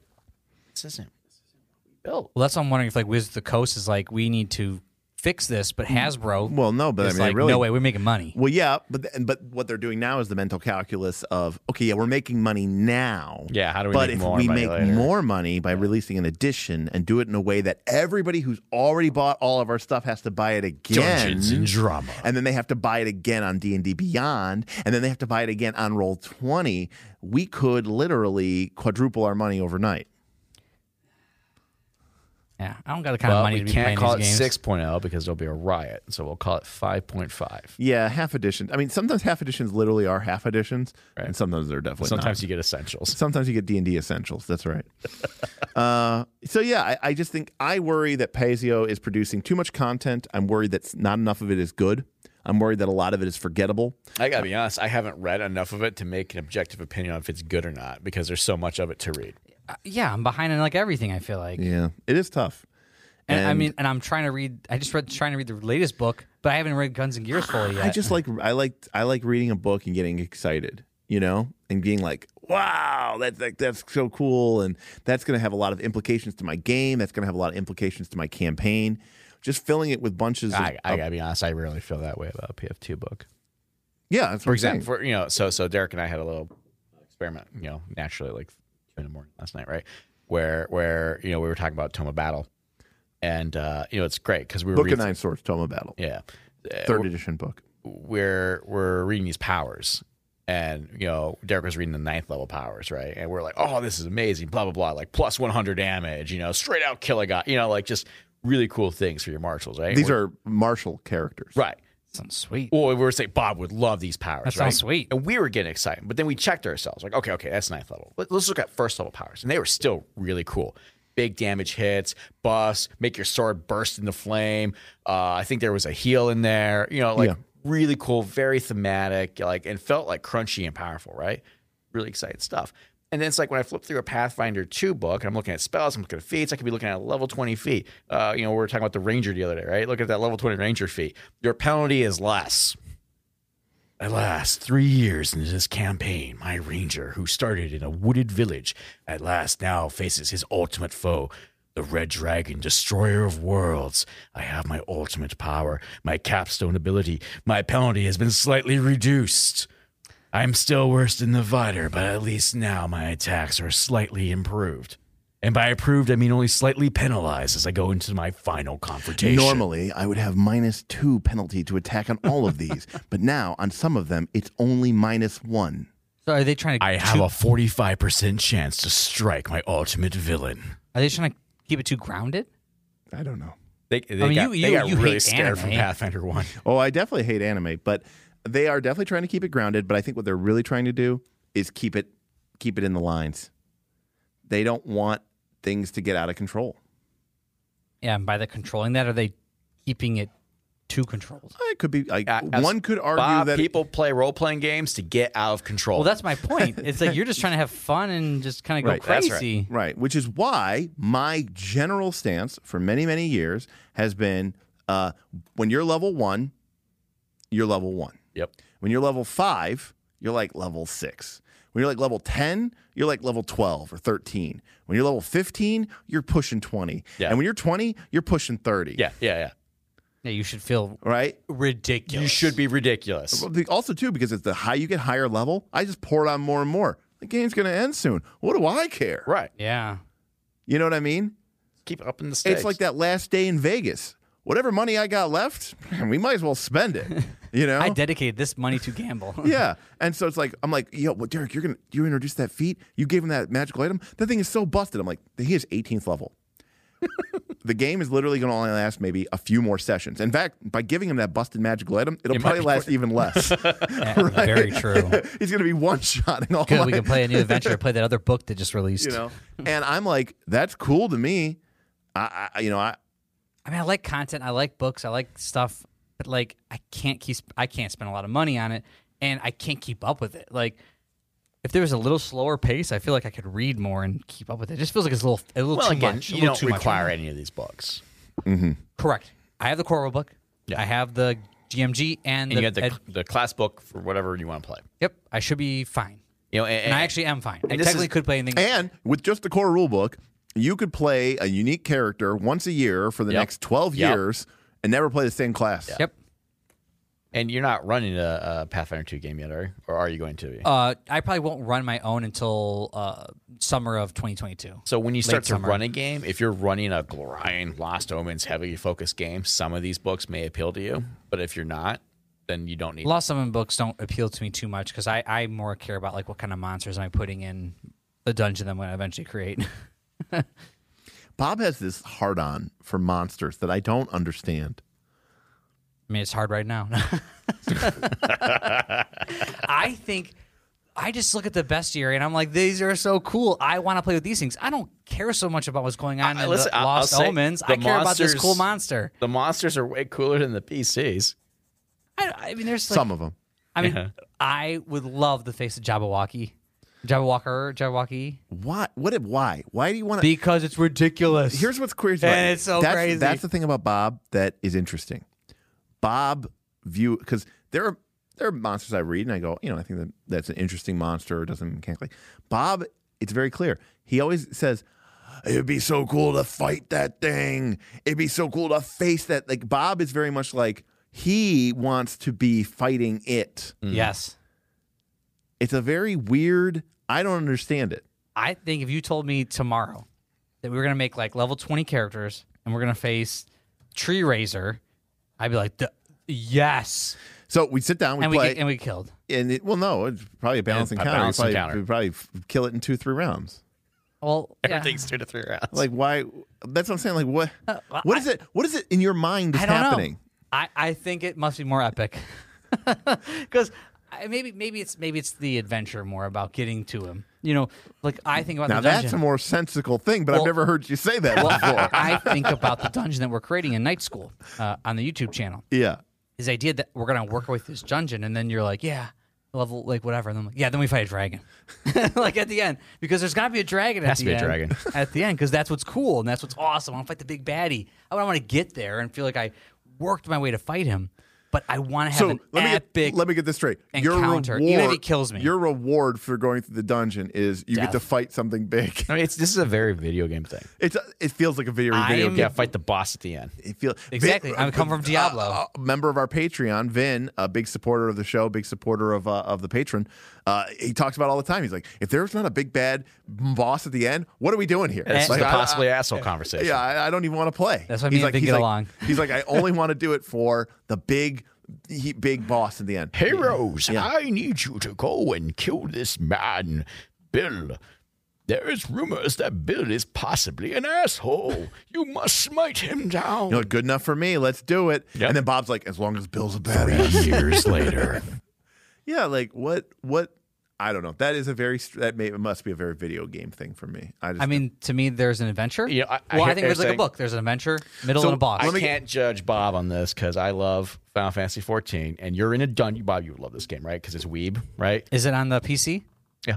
Speaker 3: "This isn't, this isn't what we built."
Speaker 2: Well, that's what I'm wondering if like Wizards of the Coast is like we need to fix this, but Hasbro.
Speaker 1: Mm. Well, no, but I
Speaker 2: is
Speaker 1: mean, they
Speaker 2: like,
Speaker 1: really-
Speaker 2: no way, we're making money.
Speaker 1: well, yeah, but th- but what they're doing now is the mental calculus of okay, yeah, we're making money now.
Speaker 3: Yeah, how do we
Speaker 1: But
Speaker 3: make
Speaker 1: if
Speaker 3: more
Speaker 1: we
Speaker 3: money
Speaker 1: make
Speaker 3: later?
Speaker 1: more money by releasing an edition and do it in a way that everybody who's already bought all of our stuff has to buy it again,
Speaker 3: drama.
Speaker 1: and then they have to buy it again on D and D Beyond, and then they have to buy it again on Roll Twenty, we could literally quadruple our money overnight.
Speaker 2: Yeah, I don't got the kind of
Speaker 3: Well,
Speaker 2: money
Speaker 3: we
Speaker 2: to be
Speaker 3: can't
Speaker 2: playing
Speaker 3: call it
Speaker 2: these games.
Speaker 3: 6.0 because there'll be a riot, so we'll call it 5.5.
Speaker 1: Yeah, half editions. I mean, sometimes half editions literally are half editions, and sometimes they're definitely not.
Speaker 3: Sometimes you get essentials.
Speaker 1: Sometimes you get D and D essentials. That's right. uh, so yeah, I, I just think I worry that Pazio is producing too much content. I'm worried that not enough of it is good. I'm worried that a lot of it is forgettable.
Speaker 3: I gotta be honest, I haven't read enough of it to make an objective opinion on if it's good or not because there's so much of it to read.
Speaker 2: Uh, yeah, I'm behind in like everything. I feel like,
Speaker 1: Yeah, it is tough.
Speaker 2: and, I
Speaker 1: and-
Speaker 2: mean, and I'm trying to read. I just read trying to read the latest book, but I haven't read Guns and Gears fully yet.
Speaker 1: I just like I like I like reading a book and getting excited, you know, and being like, "Wow, that's like that's so cool," and that's going to have a lot of implications to my game. That's going to have a lot of implications to my campaign. Just filling it with bunches. Of,
Speaker 3: I, I
Speaker 2: Oh.
Speaker 1: of-
Speaker 3: gotta be honest, I really feel that way about PF2 book.
Speaker 1: yeah, that's
Speaker 3: for example, for, you know, so so Derek and I had a little experiment, you know, naturally like two in the morning last night, right? Where where you know we were talking about Toma Battle, and uh, you know it's great because we were
Speaker 1: Book of
Speaker 3: reading,
Speaker 1: Nine Swords, Tome of Battle,
Speaker 3: yeah, Uh,
Speaker 1: third edition book.
Speaker 3: we're we're reading these powers, and you know Derek was reading the ninth level powers, right? And we're like, oh, this is amazing, blah blah blah, like plus one hundred damage, you know, straight out kill a guy, you know, like just really cool things for your marshals, right?
Speaker 1: These are martial characters.
Speaker 3: right.
Speaker 2: sounds sweet.
Speaker 3: Well, we were saying Bob would love these powers.
Speaker 2: That sounds
Speaker 3: right?
Speaker 2: sweet.
Speaker 3: And we were getting excited, but then we checked ourselves. Like, okay, okay, that's ninth level. Let, us look at first level powers, and they were still really cool. Big damage hits, buffs, make your sword burst into flame. Uh, I think there was a heal in there. You know, like
Speaker 1: Yeah.
Speaker 3: really cool, very thematic, like and felt like crunchy and powerful, right? Really exciting stuff. And then it's like when I flip through a Pathfinder 2 book, and I'm looking at spells, I'm looking at feats, I could be looking at a level 20 feat. Uh, you know, we were talking about the ranger the other day, right? Look at that level 20 ranger feat. Your penalty is less. At last, three years into this campaign, my ranger, who started in a wooded village, at last now faces his ultimate foe, the Red Dragon, destroyer of worlds. I have my ultimate power, my capstone ability. My penalty has been slightly reduced. I'm still worse than the Viter, but at least now my attacks are slightly improved. And by approved, I mean only slightly penalized as I go into my final confrontation.
Speaker 1: Normally, I would have minus two penalty to attack on all of these, but now on some of them, it's only minus one.
Speaker 2: So are they trying to?
Speaker 3: I have
Speaker 2: too-
Speaker 3: a 45% chance to strike my ultimate villain.
Speaker 2: Are they trying to keep it too grounded?
Speaker 1: I don't know.
Speaker 3: They, they
Speaker 2: mean, got- you- they you- got you really hate scared from anime.
Speaker 3: Pathfinder 1.
Speaker 1: Oh, I definitely hate anime, but they are definitely trying to keep it grounded. But I think what they're really trying to do is keep it keep it in the lines. They don't want things to get out of control.
Speaker 2: Yeah, and by the controlling that, are they keeping it too controlled?
Speaker 1: It could be. I,
Speaker 3: Uh, as
Speaker 1: one could argue
Speaker 3: Bob,
Speaker 1: that
Speaker 3: people play role playing games to get out of control.
Speaker 2: Well, that's my point. It's like you're just trying to have fun and just kind of go
Speaker 1: Right,
Speaker 3: that's right.
Speaker 2: crazy.
Speaker 1: Right, which is why my general stance for many, many years has been uh, when you're level one, you're level one.
Speaker 3: yep.
Speaker 1: When you're level five, you're like level six. When you're like level 10, you're like level 12 or 13. When you're level 15, you're pushing 20.
Speaker 3: Yeah.
Speaker 1: And when you're 20, you're pushing 30.
Speaker 3: Yeah, yeah, yeah.
Speaker 2: Yeah, you should feel
Speaker 1: Right?
Speaker 2: ridiculous.
Speaker 3: You should be ridiculous.
Speaker 1: Well, the- Also, too, because it's the high you get higher level, I just poured on more and more. The game's going to end soon. What do I care?
Speaker 3: Right.
Speaker 2: Yeah.
Speaker 1: You know what I mean?
Speaker 3: Keep up in the stakes.
Speaker 1: It's like that last day in Vegas. Whatever money I got left, we might as well spend it. You know?
Speaker 2: I dedicated this money to gamble.
Speaker 1: yeah. And so it's like I'm like, yo, well, Derek, you're gonna you introduced that feat. You gave him that magical item. That thing is so busted. I'm like, he is 18th level. the game is literally gonna only last maybe a few more sessions. In fact, by giving him that busted magical item, it'll
Speaker 3: It
Speaker 1: probably
Speaker 3: might be
Speaker 1: last even less.
Speaker 2: Yeah, Very true.
Speaker 1: He's gonna be one shot in all.
Speaker 2: Good, we
Speaker 1: my-
Speaker 2: can play a new adventure. Play that other book that just released.
Speaker 1: you know. and I'm like, that's cool to me. I, I you know, I
Speaker 2: I mean, I like content. I like books. I like stuff, but like, I can't keep. I can't spend a lot of money on it, and I can't keep up with it. Like, if there was a little slower pace, I feel like I could read more and keep up with it. It just feels like it's a little, a little
Speaker 3: well,
Speaker 2: too
Speaker 3: again,
Speaker 2: much. a
Speaker 3: you
Speaker 2: little
Speaker 3: don't
Speaker 2: too much.
Speaker 3: require any of these books.
Speaker 2: Correct. I have the core rule book.
Speaker 3: Yeah.
Speaker 2: I have the GMG and,
Speaker 3: And
Speaker 2: the,
Speaker 3: you got the,
Speaker 2: ed-
Speaker 3: the class book for whatever you want to play.
Speaker 2: yep. I should be fine,
Speaker 3: You know, and,
Speaker 2: and I actually am fine. I
Speaker 3: this
Speaker 2: technically
Speaker 3: is-
Speaker 2: could play anything.
Speaker 1: And with just the core rulebook, you could play a unique character once a year for the
Speaker 3: Yep.
Speaker 1: next 12
Speaker 3: Yep.
Speaker 1: years and never play the same class.
Speaker 2: yep.
Speaker 3: and you're not running a, a Pathfinder 2 game yet, are you? Or are you going to? be?
Speaker 2: Uh, I probably won't run my own until uh, summer of 2022.
Speaker 3: So when you start to
Speaker 2: summer.
Speaker 3: run a game, if you're running a Glorian, Lost Omens, heavily focused game, some of these books may appeal to you. But if you're not, then you don't need.
Speaker 2: Lost Summon books don't appeal to me too much because I, I more care about like what kind of monsters am I putting in the dungeon that I'm going to eventually create.
Speaker 1: Bob has this hard on for monsters that I don't understand.
Speaker 2: I mean, it's hard right now. I think I just look at the bestiary and I'm like, these are so cool. I want to play with these things. I don't care so much about what's going on
Speaker 3: I-
Speaker 2: in
Speaker 3: listen,
Speaker 2: the
Speaker 3: I'll- I'll
Speaker 2: Lost
Speaker 3: say
Speaker 2: Omens.
Speaker 3: the
Speaker 2: I care about this cool
Speaker 3: monsters-
Speaker 2: monster.
Speaker 3: The monsters are way cooler than the PCs.
Speaker 2: I, I mean, there's like,
Speaker 1: Some of them.
Speaker 2: I mean,
Speaker 3: Yeah.
Speaker 2: I would love the face of Jabberwocky, Jabberwocker, Jabberwocky,
Speaker 1: Why? What? if- Why? Why do you want to?
Speaker 2: because it's ridiculous.
Speaker 1: Here's what's queer.
Speaker 2: And it's so
Speaker 1: that's,
Speaker 2: crazy.
Speaker 1: That's the thing about Bob that is interesting. Bob view because there are there are monsters I read and I go, you know, I think that that's an interesting monster. Or doesn't mechanically. Bob, it's very clear. He always says. It'd be so cool to fight that thing. It'd be so cool to face that. Like Bob is very much like he wants to be fighting it.
Speaker 2: yes.
Speaker 1: It's a very weird. I don't understand it.
Speaker 2: I think if you told me tomorrow that we were gonna make like level twenty characters and we're gonna face Tree Razor, I'd be like, "Duh, yes,
Speaker 1: So we sit down, we
Speaker 2: and we
Speaker 1: play,
Speaker 2: get, and we killed.
Speaker 1: and it, well, no, it's probably a balancing
Speaker 3: Yeah,
Speaker 1: counter.
Speaker 3: balance
Speaker 1: we probably,
Speaker 3: encounter.
Speaker 1: we probably f- kill it in two, three rounds.
Speaker 2: Well, yeah.
Speaker 3: Everything's two to three rounds.
Speaker 1: Like why? That's what I'm saying. Like what?
Speaker 2: Uh, well,
Speaker 1: what is it? What is it in your mind is
Speaker 2: I don't
Speaker 1: happening?
Speaker 2: know. I, I think it must be more epic because maybe maybe it's maybe it's the adventure more about getting to him. You know, like I think about
Speaker 1: Now
Speaker 2: the dungeon.
Speaker 1: that's a more sensical thing, but I've
Speaker 2: Well-
Speaker 1: never heard you say that
Speaker 2: well,
Speaker 1: before.
Speaker 2: I think about the dungeon that we're creating in Night School uh, on the YouTube channel.
Speaker 1: yeah,
Speaker 2: his idea that we're gonna work with this dungeon, and then you're like, yeah, level like whatever, and then I'm like, yeah, then we fight a dragon, like at the end, because there's gotta be a dragon.
Speaker 3: Has
Speaker 2: at
Speaker 3: to
Speaker 2: the
Speaker 3: be a
Speaker 2: end,
Speaker 3: dragon.
Speaker 2: at the end, because that's what's cool and that's what's awesome. I want to fight the big baddie. I want to get there and feel like I worked my way to fight him, but I want to have
Speaker 1: so
Speaker 2: an
Speaker 1: let me
Speaker 2: epic.
Speaker 1: get, let me get this straight.
Speaker 2: encounter,
Speaker 1: your reward,
Speaker 2: even if it kills me.
Speaker 1: your reward for going through the dungeon is you get
Speaker 2: Death.
Speaker 1: to fight something big.
Speaker 3: I mean, it's this is a very video game thing.
Speaker 1: It's a, it feels like a video video
Speaker 2: I'm-
Speaker 1: game.
Speaker 3: Yeah, fight the boss at the end.
Speaker 1: It feel,
Speaker 2: Exactly. I come from Diablo.
Speaker 1: uh, A member uh, of our Patreon, Vin, a big supporter of the show, big supporter of uh, of the patron, uh, Uh, he talks about all the time. He's like, if there's not a big bad boss at the end, what are we doing here?
Speaker 3: It's
Speaker 1: Like,
Speaker 3: the
Speaker 1: I-
Speaker 3: possibly
Speaker 1: I-
Speaker 3: asshole conversation.
Speaker 1: yeah, I, I don't even want to play.
Speaker 2: That's what I mean, they
Speaker 1: he's
Speaker 2: get
Speaker 1: like,
Speaker 2: along.
Speaker 1: He's like, I only want to do it for the big, he, big boss at the end.
Speaker 3: Heroes,
Speaker 1: Yeah.
Speaker 3: I need you to go and kill this man, Bill. There is rumors that Bill is possibly an asshole. You must smite him down.
Speaker 1: You know, good enough for me. Let's do it.
Speaker 3: Yep.
Speaker 1: And then Bob's like, as long as Bill's a badass.
Speaker 3: Years later,
Speaker 1: yeah, like what? What? I don't know. That is a very str- that may, it must be a very video game thing for me. I just
Speaker 2: I mean, to me, there's an adventure.
Speaker 3: Yeah, I- I
Speaker 2: well, I,
Speaker 3: hear-
Speaker 2: think there's
Speaker 3: you're
Speaker 2: like a
Speaker 3: saying-
Speaker 2: book. There's an adventure, middle,
Speaker 1: So,
Speaker 2: and a boss.
Speaker 1: let
Speaker 3: I
Speaker 1: me-
Speaker 3: can't judge Bob on this because I love Final Fantasy 14, and you're in a dungeon. Bob, you would love this game, right? Because it's weeb, right?
Speaker 2: Is it on the PC?
Speaker 3: Yeah,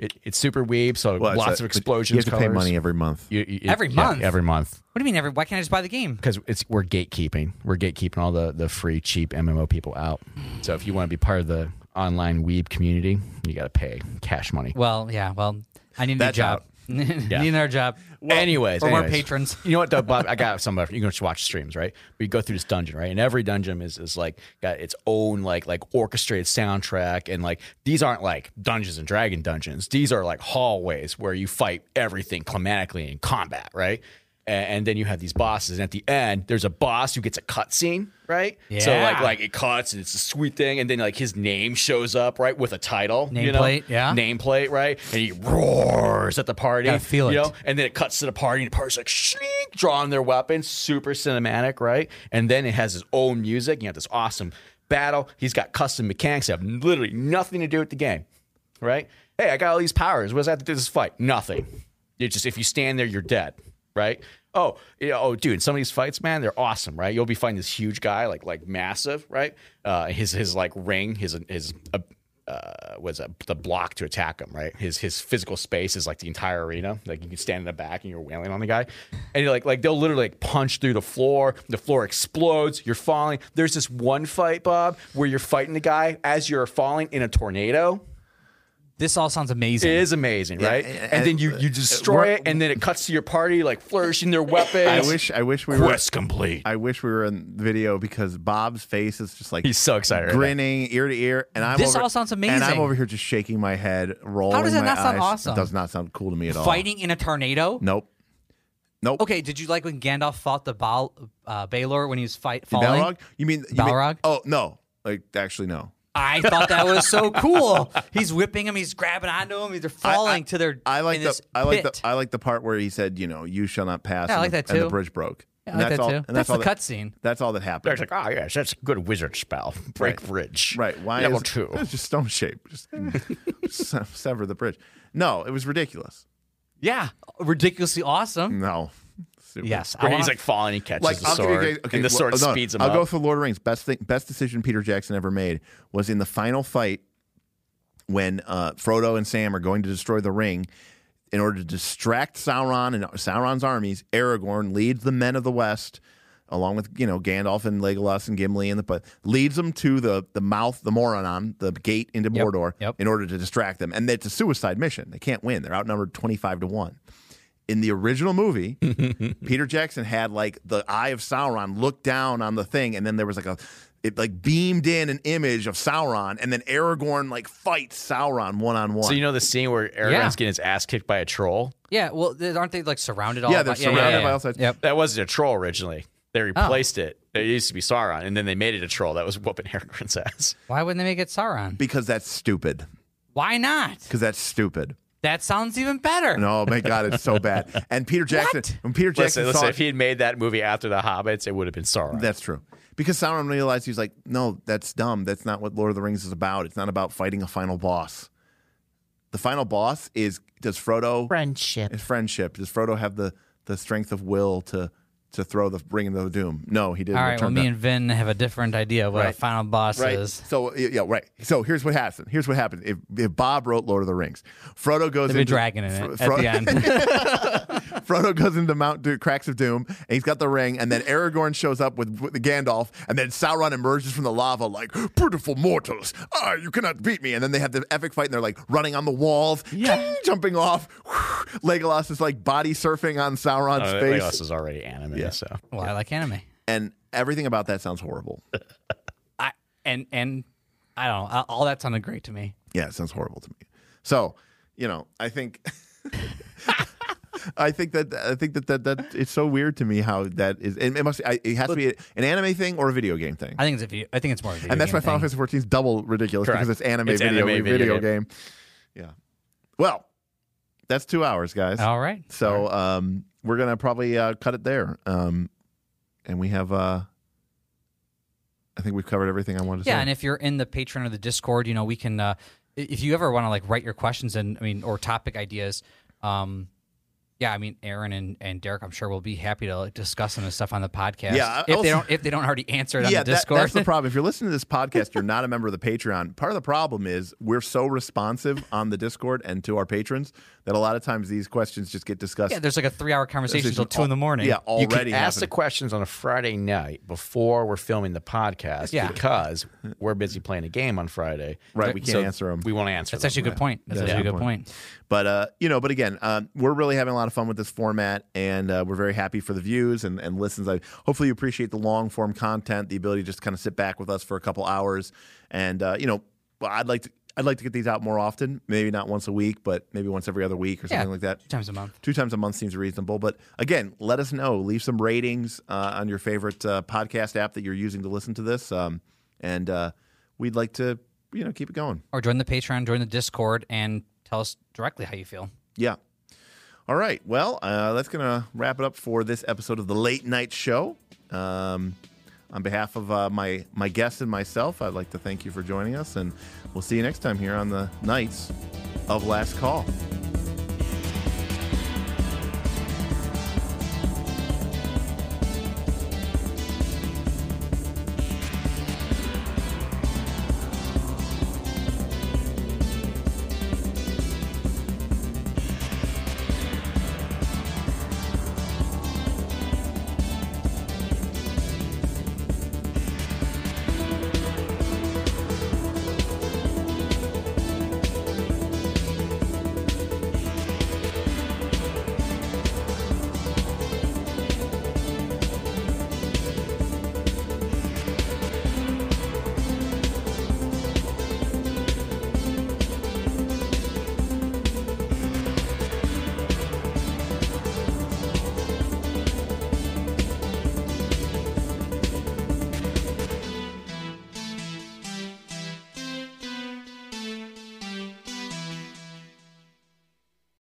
Speaker 3: it, it's super weeb, so
Speaker 1: Well, it's
Speaker 3: lots
Speaker 1: a-
Speaker 3: of explosions.
Speaker 1: uh, You have to pay
Speaker 3: colors.
Speaker 1: money every month.
Speaker 3: You- you-
Speaker 2: Every
Speaker 3: yeah,
Speaker 2: month?
Speaker 3: every month.
Speaker 2: What do you mean? Every, why can't I just buy the game?
Speaker 3: because it's we're gatekeeping. We're gatekeeping all the the free, cheap MMO people out. So if you want to be part of the online weeb community, you got to pay cash money.
Speaker 2: Well, yeah. Well, I need a new
Speaker 1: That's
Speaker 2: job. need another job.
Speaker 3: anyways,
Speaker 2: or more
Speaker 3: anyways.
Speaker 2: patrons.
Speaker 3: You know what, though, Bob? I got some. You can just watch streams, right? We go through this dungeon, right? And every dungeon is, is like got its own like like orchestrated soundtrack, and like these aren't like Dungeons and Dragon dungeons. These are like hallways where you fight everything climatically in combat, right? And, and then you have these bosses, and at the end, there's a boss who gets a cutscene, right? So like
Speaker 2: Yeah.
Speaker 3: like it cuts, and it's a sweet thing, and then like his name shows up, right, with a title, you know?
Speaker 2: Nameplate, yeah.
Speaker 3: nameplate, right? And he roars at the party,
Speaker 2: Uh-huh. Gotta feel
Speaker 3: you
Speaker 2: it.
Speaker 3: know? and then it cuts to the party, and the party's like, shriek, drawing their weapons, super cinematic, right? And then it has his own music. You have this awesome battle. He's got custom mechanics that have literally nothing to do with the game, right? Hey, I got all these powers. What does that have to do with this fight? Nothing. You just if you stand there, you're dead, right? Oh, you know, oh, dude! Some of these fights, man, they're awesome, right? You'll be fighting this huge guy, like like massive, right? Uh, his his like ring, his his. Uh, uh, was a, the block to attack him, right? His his physical space is like the entire arena. Like you can stand in the back and you're wailing on the guy, and you're like like they'll literally like punch through the floor. The floor explodes. You're falling. There's this one fight, Bob, where you're fighting the guy as you're falling in a tornado.
Speaker 2: This all sounds amazing.
Speaker 3: It is amazing, right?
Speaker 1: and-
Speaker 3: And, then you you destroy it, and then it cuts to your party like flourishing their weapons.
Speaker 1: I wish I wish we were
Speaker 3: quest complete.
Speaker 1: I wish we were in the video because Bob's face is just like
Speaker 3: He's so excited right now.
Speaker 1: grinning ear to ear, and I'm
Speaker 2: This
Speaker 1: over-
Speaker 2: all sounds
Speaker 1: And I'm
Speaker 2: amazing.
Speaker 1: over here just shaking my head, rolling.
Speaker 2: that
Speaker 1: my
Speaker 2: not sound
Speaker 1: eyes.
Speaker 2: awesome?
Speaker 1: It does not sound cool to me at all.
Speaker 2: Fighting in a tornado.
Speaker 1: Nope. Nope.
Speaker 2: Okay. Did you like when Gandalf fought the Bal- uh, Baylor when he was fight falling?
Speaker 1: Balrog? You mean you mean-
Speaker 2: Balrog?
Speaker 1: oh no! Like actually no.
Speaker 2: I thought that was so cool. He's whipping him. He's grabbing onto him. They're falling to their.
Speaker 1: I like
Speaker 2: in
Speaker 1: the
Speaker 2: this
Speaker 1: I like
Speaker 2: pit.
Speaker 1: the I like the part where he said, you know, you shall not pass.
Speaker 2: Yeah, I
Speaker 1: and
Speaker 2: like
Speaker 1: the-
Speaker 2: that
Speaker 1: And the
Speaker 2: too.
Speaker 1: bridge broke.
Speaker 2: Yeah, I
Speaker 1: And
Speaker 2: like that
Speaker 1: all,
Speaker 2: too.
Speaker 1: And
Speaker 2: That's
Speaker 1: that's all
Speaker 2: the
Speaker 1: that-
Speaker 2: cutscene.
Speaker 1: That's all that happened.
Speaker 3: It's like, ah, yes, that's a good wizard spell. Break bridge.
Speaker 1: Right. Why
Speaker 3: Level
Speaker 1: is
Speaker 3: two.
Speaker 1: It's just stone shape. Just se- sever the bridge. No, it was ridiculous.
Speaker 2: yeah, ridiculously awesome.
Speaker 1: No. Stupid.
Speaker 2: Yes, I
Speaker 3: Where
Speaker 2: wanna-
Speaker 3: he's like falling, he catches
Speaker 1: Like
Speaker 3: the
Speaker 1: I'll give you
Speaker 3: sword,
Speaker 1: guys- okay,
Speaker 3: and the
Speaker 1: well,
Speaker 3: sword
Speaker 1: no,
Speaker 3: speeds him
Speaker 1: I'll
Speaker 3: up.
Speaker 1: go for Lord of the Rings. Best thing, best decision Peter Jackson ever made was in the final fight when uh, Frodo and Sam are going to destroy the ring. In order to distract Sauron and Sauron's armies, Aragorn leads the men of the West, along with you know Gandalf and Legolas and Gimli and the but leads them to the the mouth, the Morannon, the gate into Mordor,
Speaker 2: yep.
Speaker 1: in order to distract them. And it's a suicide mission. They can't win. They're outnumbered twenty five to one in the original movie, Peter Jackson had like the eye of Sauron look down on the thing, and then there was like a it like beamed in an image of Sauron, and then Aragorn like fights Sauron one on one.
Speaker 3: So you know the scene where Aragorn's
Speaker 2: Yeah.
Speaker 3: getting his ass kicked by a troll?
Speaker 2: Yeah, well, th- aren't they like surrounded all?
Speaker 1: Yeah,
Speaker 2: by-
Speaker 1: they're surrounded by all sides.
Speaker 2: Yep.
Speaker 3: That wasn't a troll originally. They
Speaker 1: Oh.
Speaker 3: replaced it. It used to be Sauron, and then they made it a troll that was whooping Aragorn's ass.
Speaker 2: Why wouldn't they make it Sauron?
Speaker 1: because that's stupid.
Speaker 2: Why not?
Speaker 1: Because that's stupid.
Speaker 2: That sounds even better.
Speaker 1: No, my God, it's so bad. And Peter Jackson, when Peter Jackson
Speaker 3: Listen, listen.
Speaker 1: saw
Speaker 3: If he had made that movie after the Hobbits, it would have been Sauron.
Speaker 1: That's true. Because Sauron realized he's like, no, that's dumb. That's not what Lord of the Rings is about. It's not about fighting a final boss. The final boss is does Frodo friendship? friendship. Does Frodo have the the strength of will to to throw the ring of the doom? No, he didn't.
Speaker 2: all right. Well,
Speaker 1: Return
Speaker 2: me
Speaker 1: to-
Speaker 2: and Vin have a different idea of what a
Speaker 1: Right.
Speaker 2: final boss
Speaker 1: right.
Speaker 2: is.
Speaker 1: So y- yeah, right. So here's what happened. Here's what happened. If, if Bob wrote Lord of the Rings, Frodo goes
Speaker 2: There's a
Speaker 1: into
Speaker 2: dragon in it
Speaker 1: Fro-
Speaker 2: at
Speaker 1: Fro-
Speaker 2: the end.
Speaker 1: Frodo goes into Mount Do- Cracks of Doom, and he's got the ring, and then Aragorn shows up with, with Gandalf, and then Sauron emerges from the lava like, "Beautiful mortals, ah, you cannot beat me!" And then they have the epic fight, and they're like running on the walls, ting, jumping off. Legolas is like body surfing on Sauron's
Speaker 3: Uh,
Speaker 1: face,
Speaker 3: Legolas is already anime, so
Speaker 2: well, I like anime.
Speaker 1: and everything about that sounds horrible.
Speaker 2: I and and I don't know. All that sounded great to me.
Speaker 1: Yeah, it sounds horrible to me. So, you know, I think I think that I think that, that that it's so weird to me how that is. It, it must I, it has to be an anime thing or a video game thing.
Speaker 2: I think it's a video, I think it's more. Of a video
Speaker 1: and that's
Speaker 2: game
Speaker 1: why Final
Speaker 2: thing.
Speaker 1: Fantasy 14 is double ridiculous
Speaker 3: Correct.
Speaker 1: because it's anime,
Speaker 3: It's
Speaker 1: video,
Speaker 3: anime,
Speaker 1: video,
Speaker 3: video
Speaker 1: game. Yeah. Well, that's two hours, guys.
Speaker 2: All right.
Speaker 1: So um, we're gonna probably uh, cut it there. Um, and we have, uh, I think we've covered everything I wanted to
Speaker 2: Yeah,
Speaker 1: say.
Speaker 2: and if you're in the Patreon or the Discord, you know we can. Uh, i- if you ever want to like write your questions and I mean or topic ideas, um, yeah, I mean Aaron and, and Derek, I'm sure will be happy to like discuss some of the stuff on the podcast.
Speaker 1: Yeah, I-
Speaker 2: if
Speaker 1: also-
Speaker 2: they don't if they don't already answer it on
Speaker 1: yeah,
Speaker 2: the
Speaker 1: that-
Speaker 2: Discord,
Speaker 1: that's the problem. If you're listening to this podcast, you're not a member of the Patreon. Part of the problem is we're so responsive on the Discord and to our patrons that a lot of times these questions just get discussed.
Speaker 2: yeah, there's like a three hour conversation
Speaker 1: Decision
Speaker 2: until two in the morning.
Speaker 1: yeah,
Speaker 3: You
Speaker 1: already.
Speaker 3: can ask the
Speaker 1: happening.
Speaker 3: questions on a Friday night before we're filming the podcast
Speaker 2: Yeah.
Speaker 3: because we're busy playing a game on Friday.
Speaker 1: Right, we can't
Speaker 3: So
Speaker 1: answer 'em.
Speaker 3: We won't answer
Speaker 2: that's
Speaker 3: them.
Speaker 2: actually a good point. That's
Speaker 1: Yeah,
Speaker 2: actually a good point.
Speaker 1: But uh, you know, but again, um, we're really having a lot of fun with this format, and uh, we're very happy for the views and, and listens. I hopefully you appreciate the long form content, the ability to just kind of sit back with us for a couple hours, and uh, you know, well, I'd like to. I'd like to get these out more often. Maybe not once a week, but maybe once every other week or something
Speaker 2: Yeah.
Speaker 1: like that.
Speaker 2: Two times a month.
Speaker 1: Two times a month seems reasonable. But again, let us know. Leave some ratings uh, on your favorite uh, podcast app that you're using to listen to this, um, and uh, we'd like to you know keep it going.
Speaker 2: Or join the Patreon, join the Discord, and tell us directly how you feel.
Speaker 1: Yeah. All right. Well, uh, that's going to wrap it up for this episode of the Late Night Show. Um, on behalf of uh, my my guests and myself, I'd like to thank you for joining us, and we'll see you next time here on the Knights of Last Call.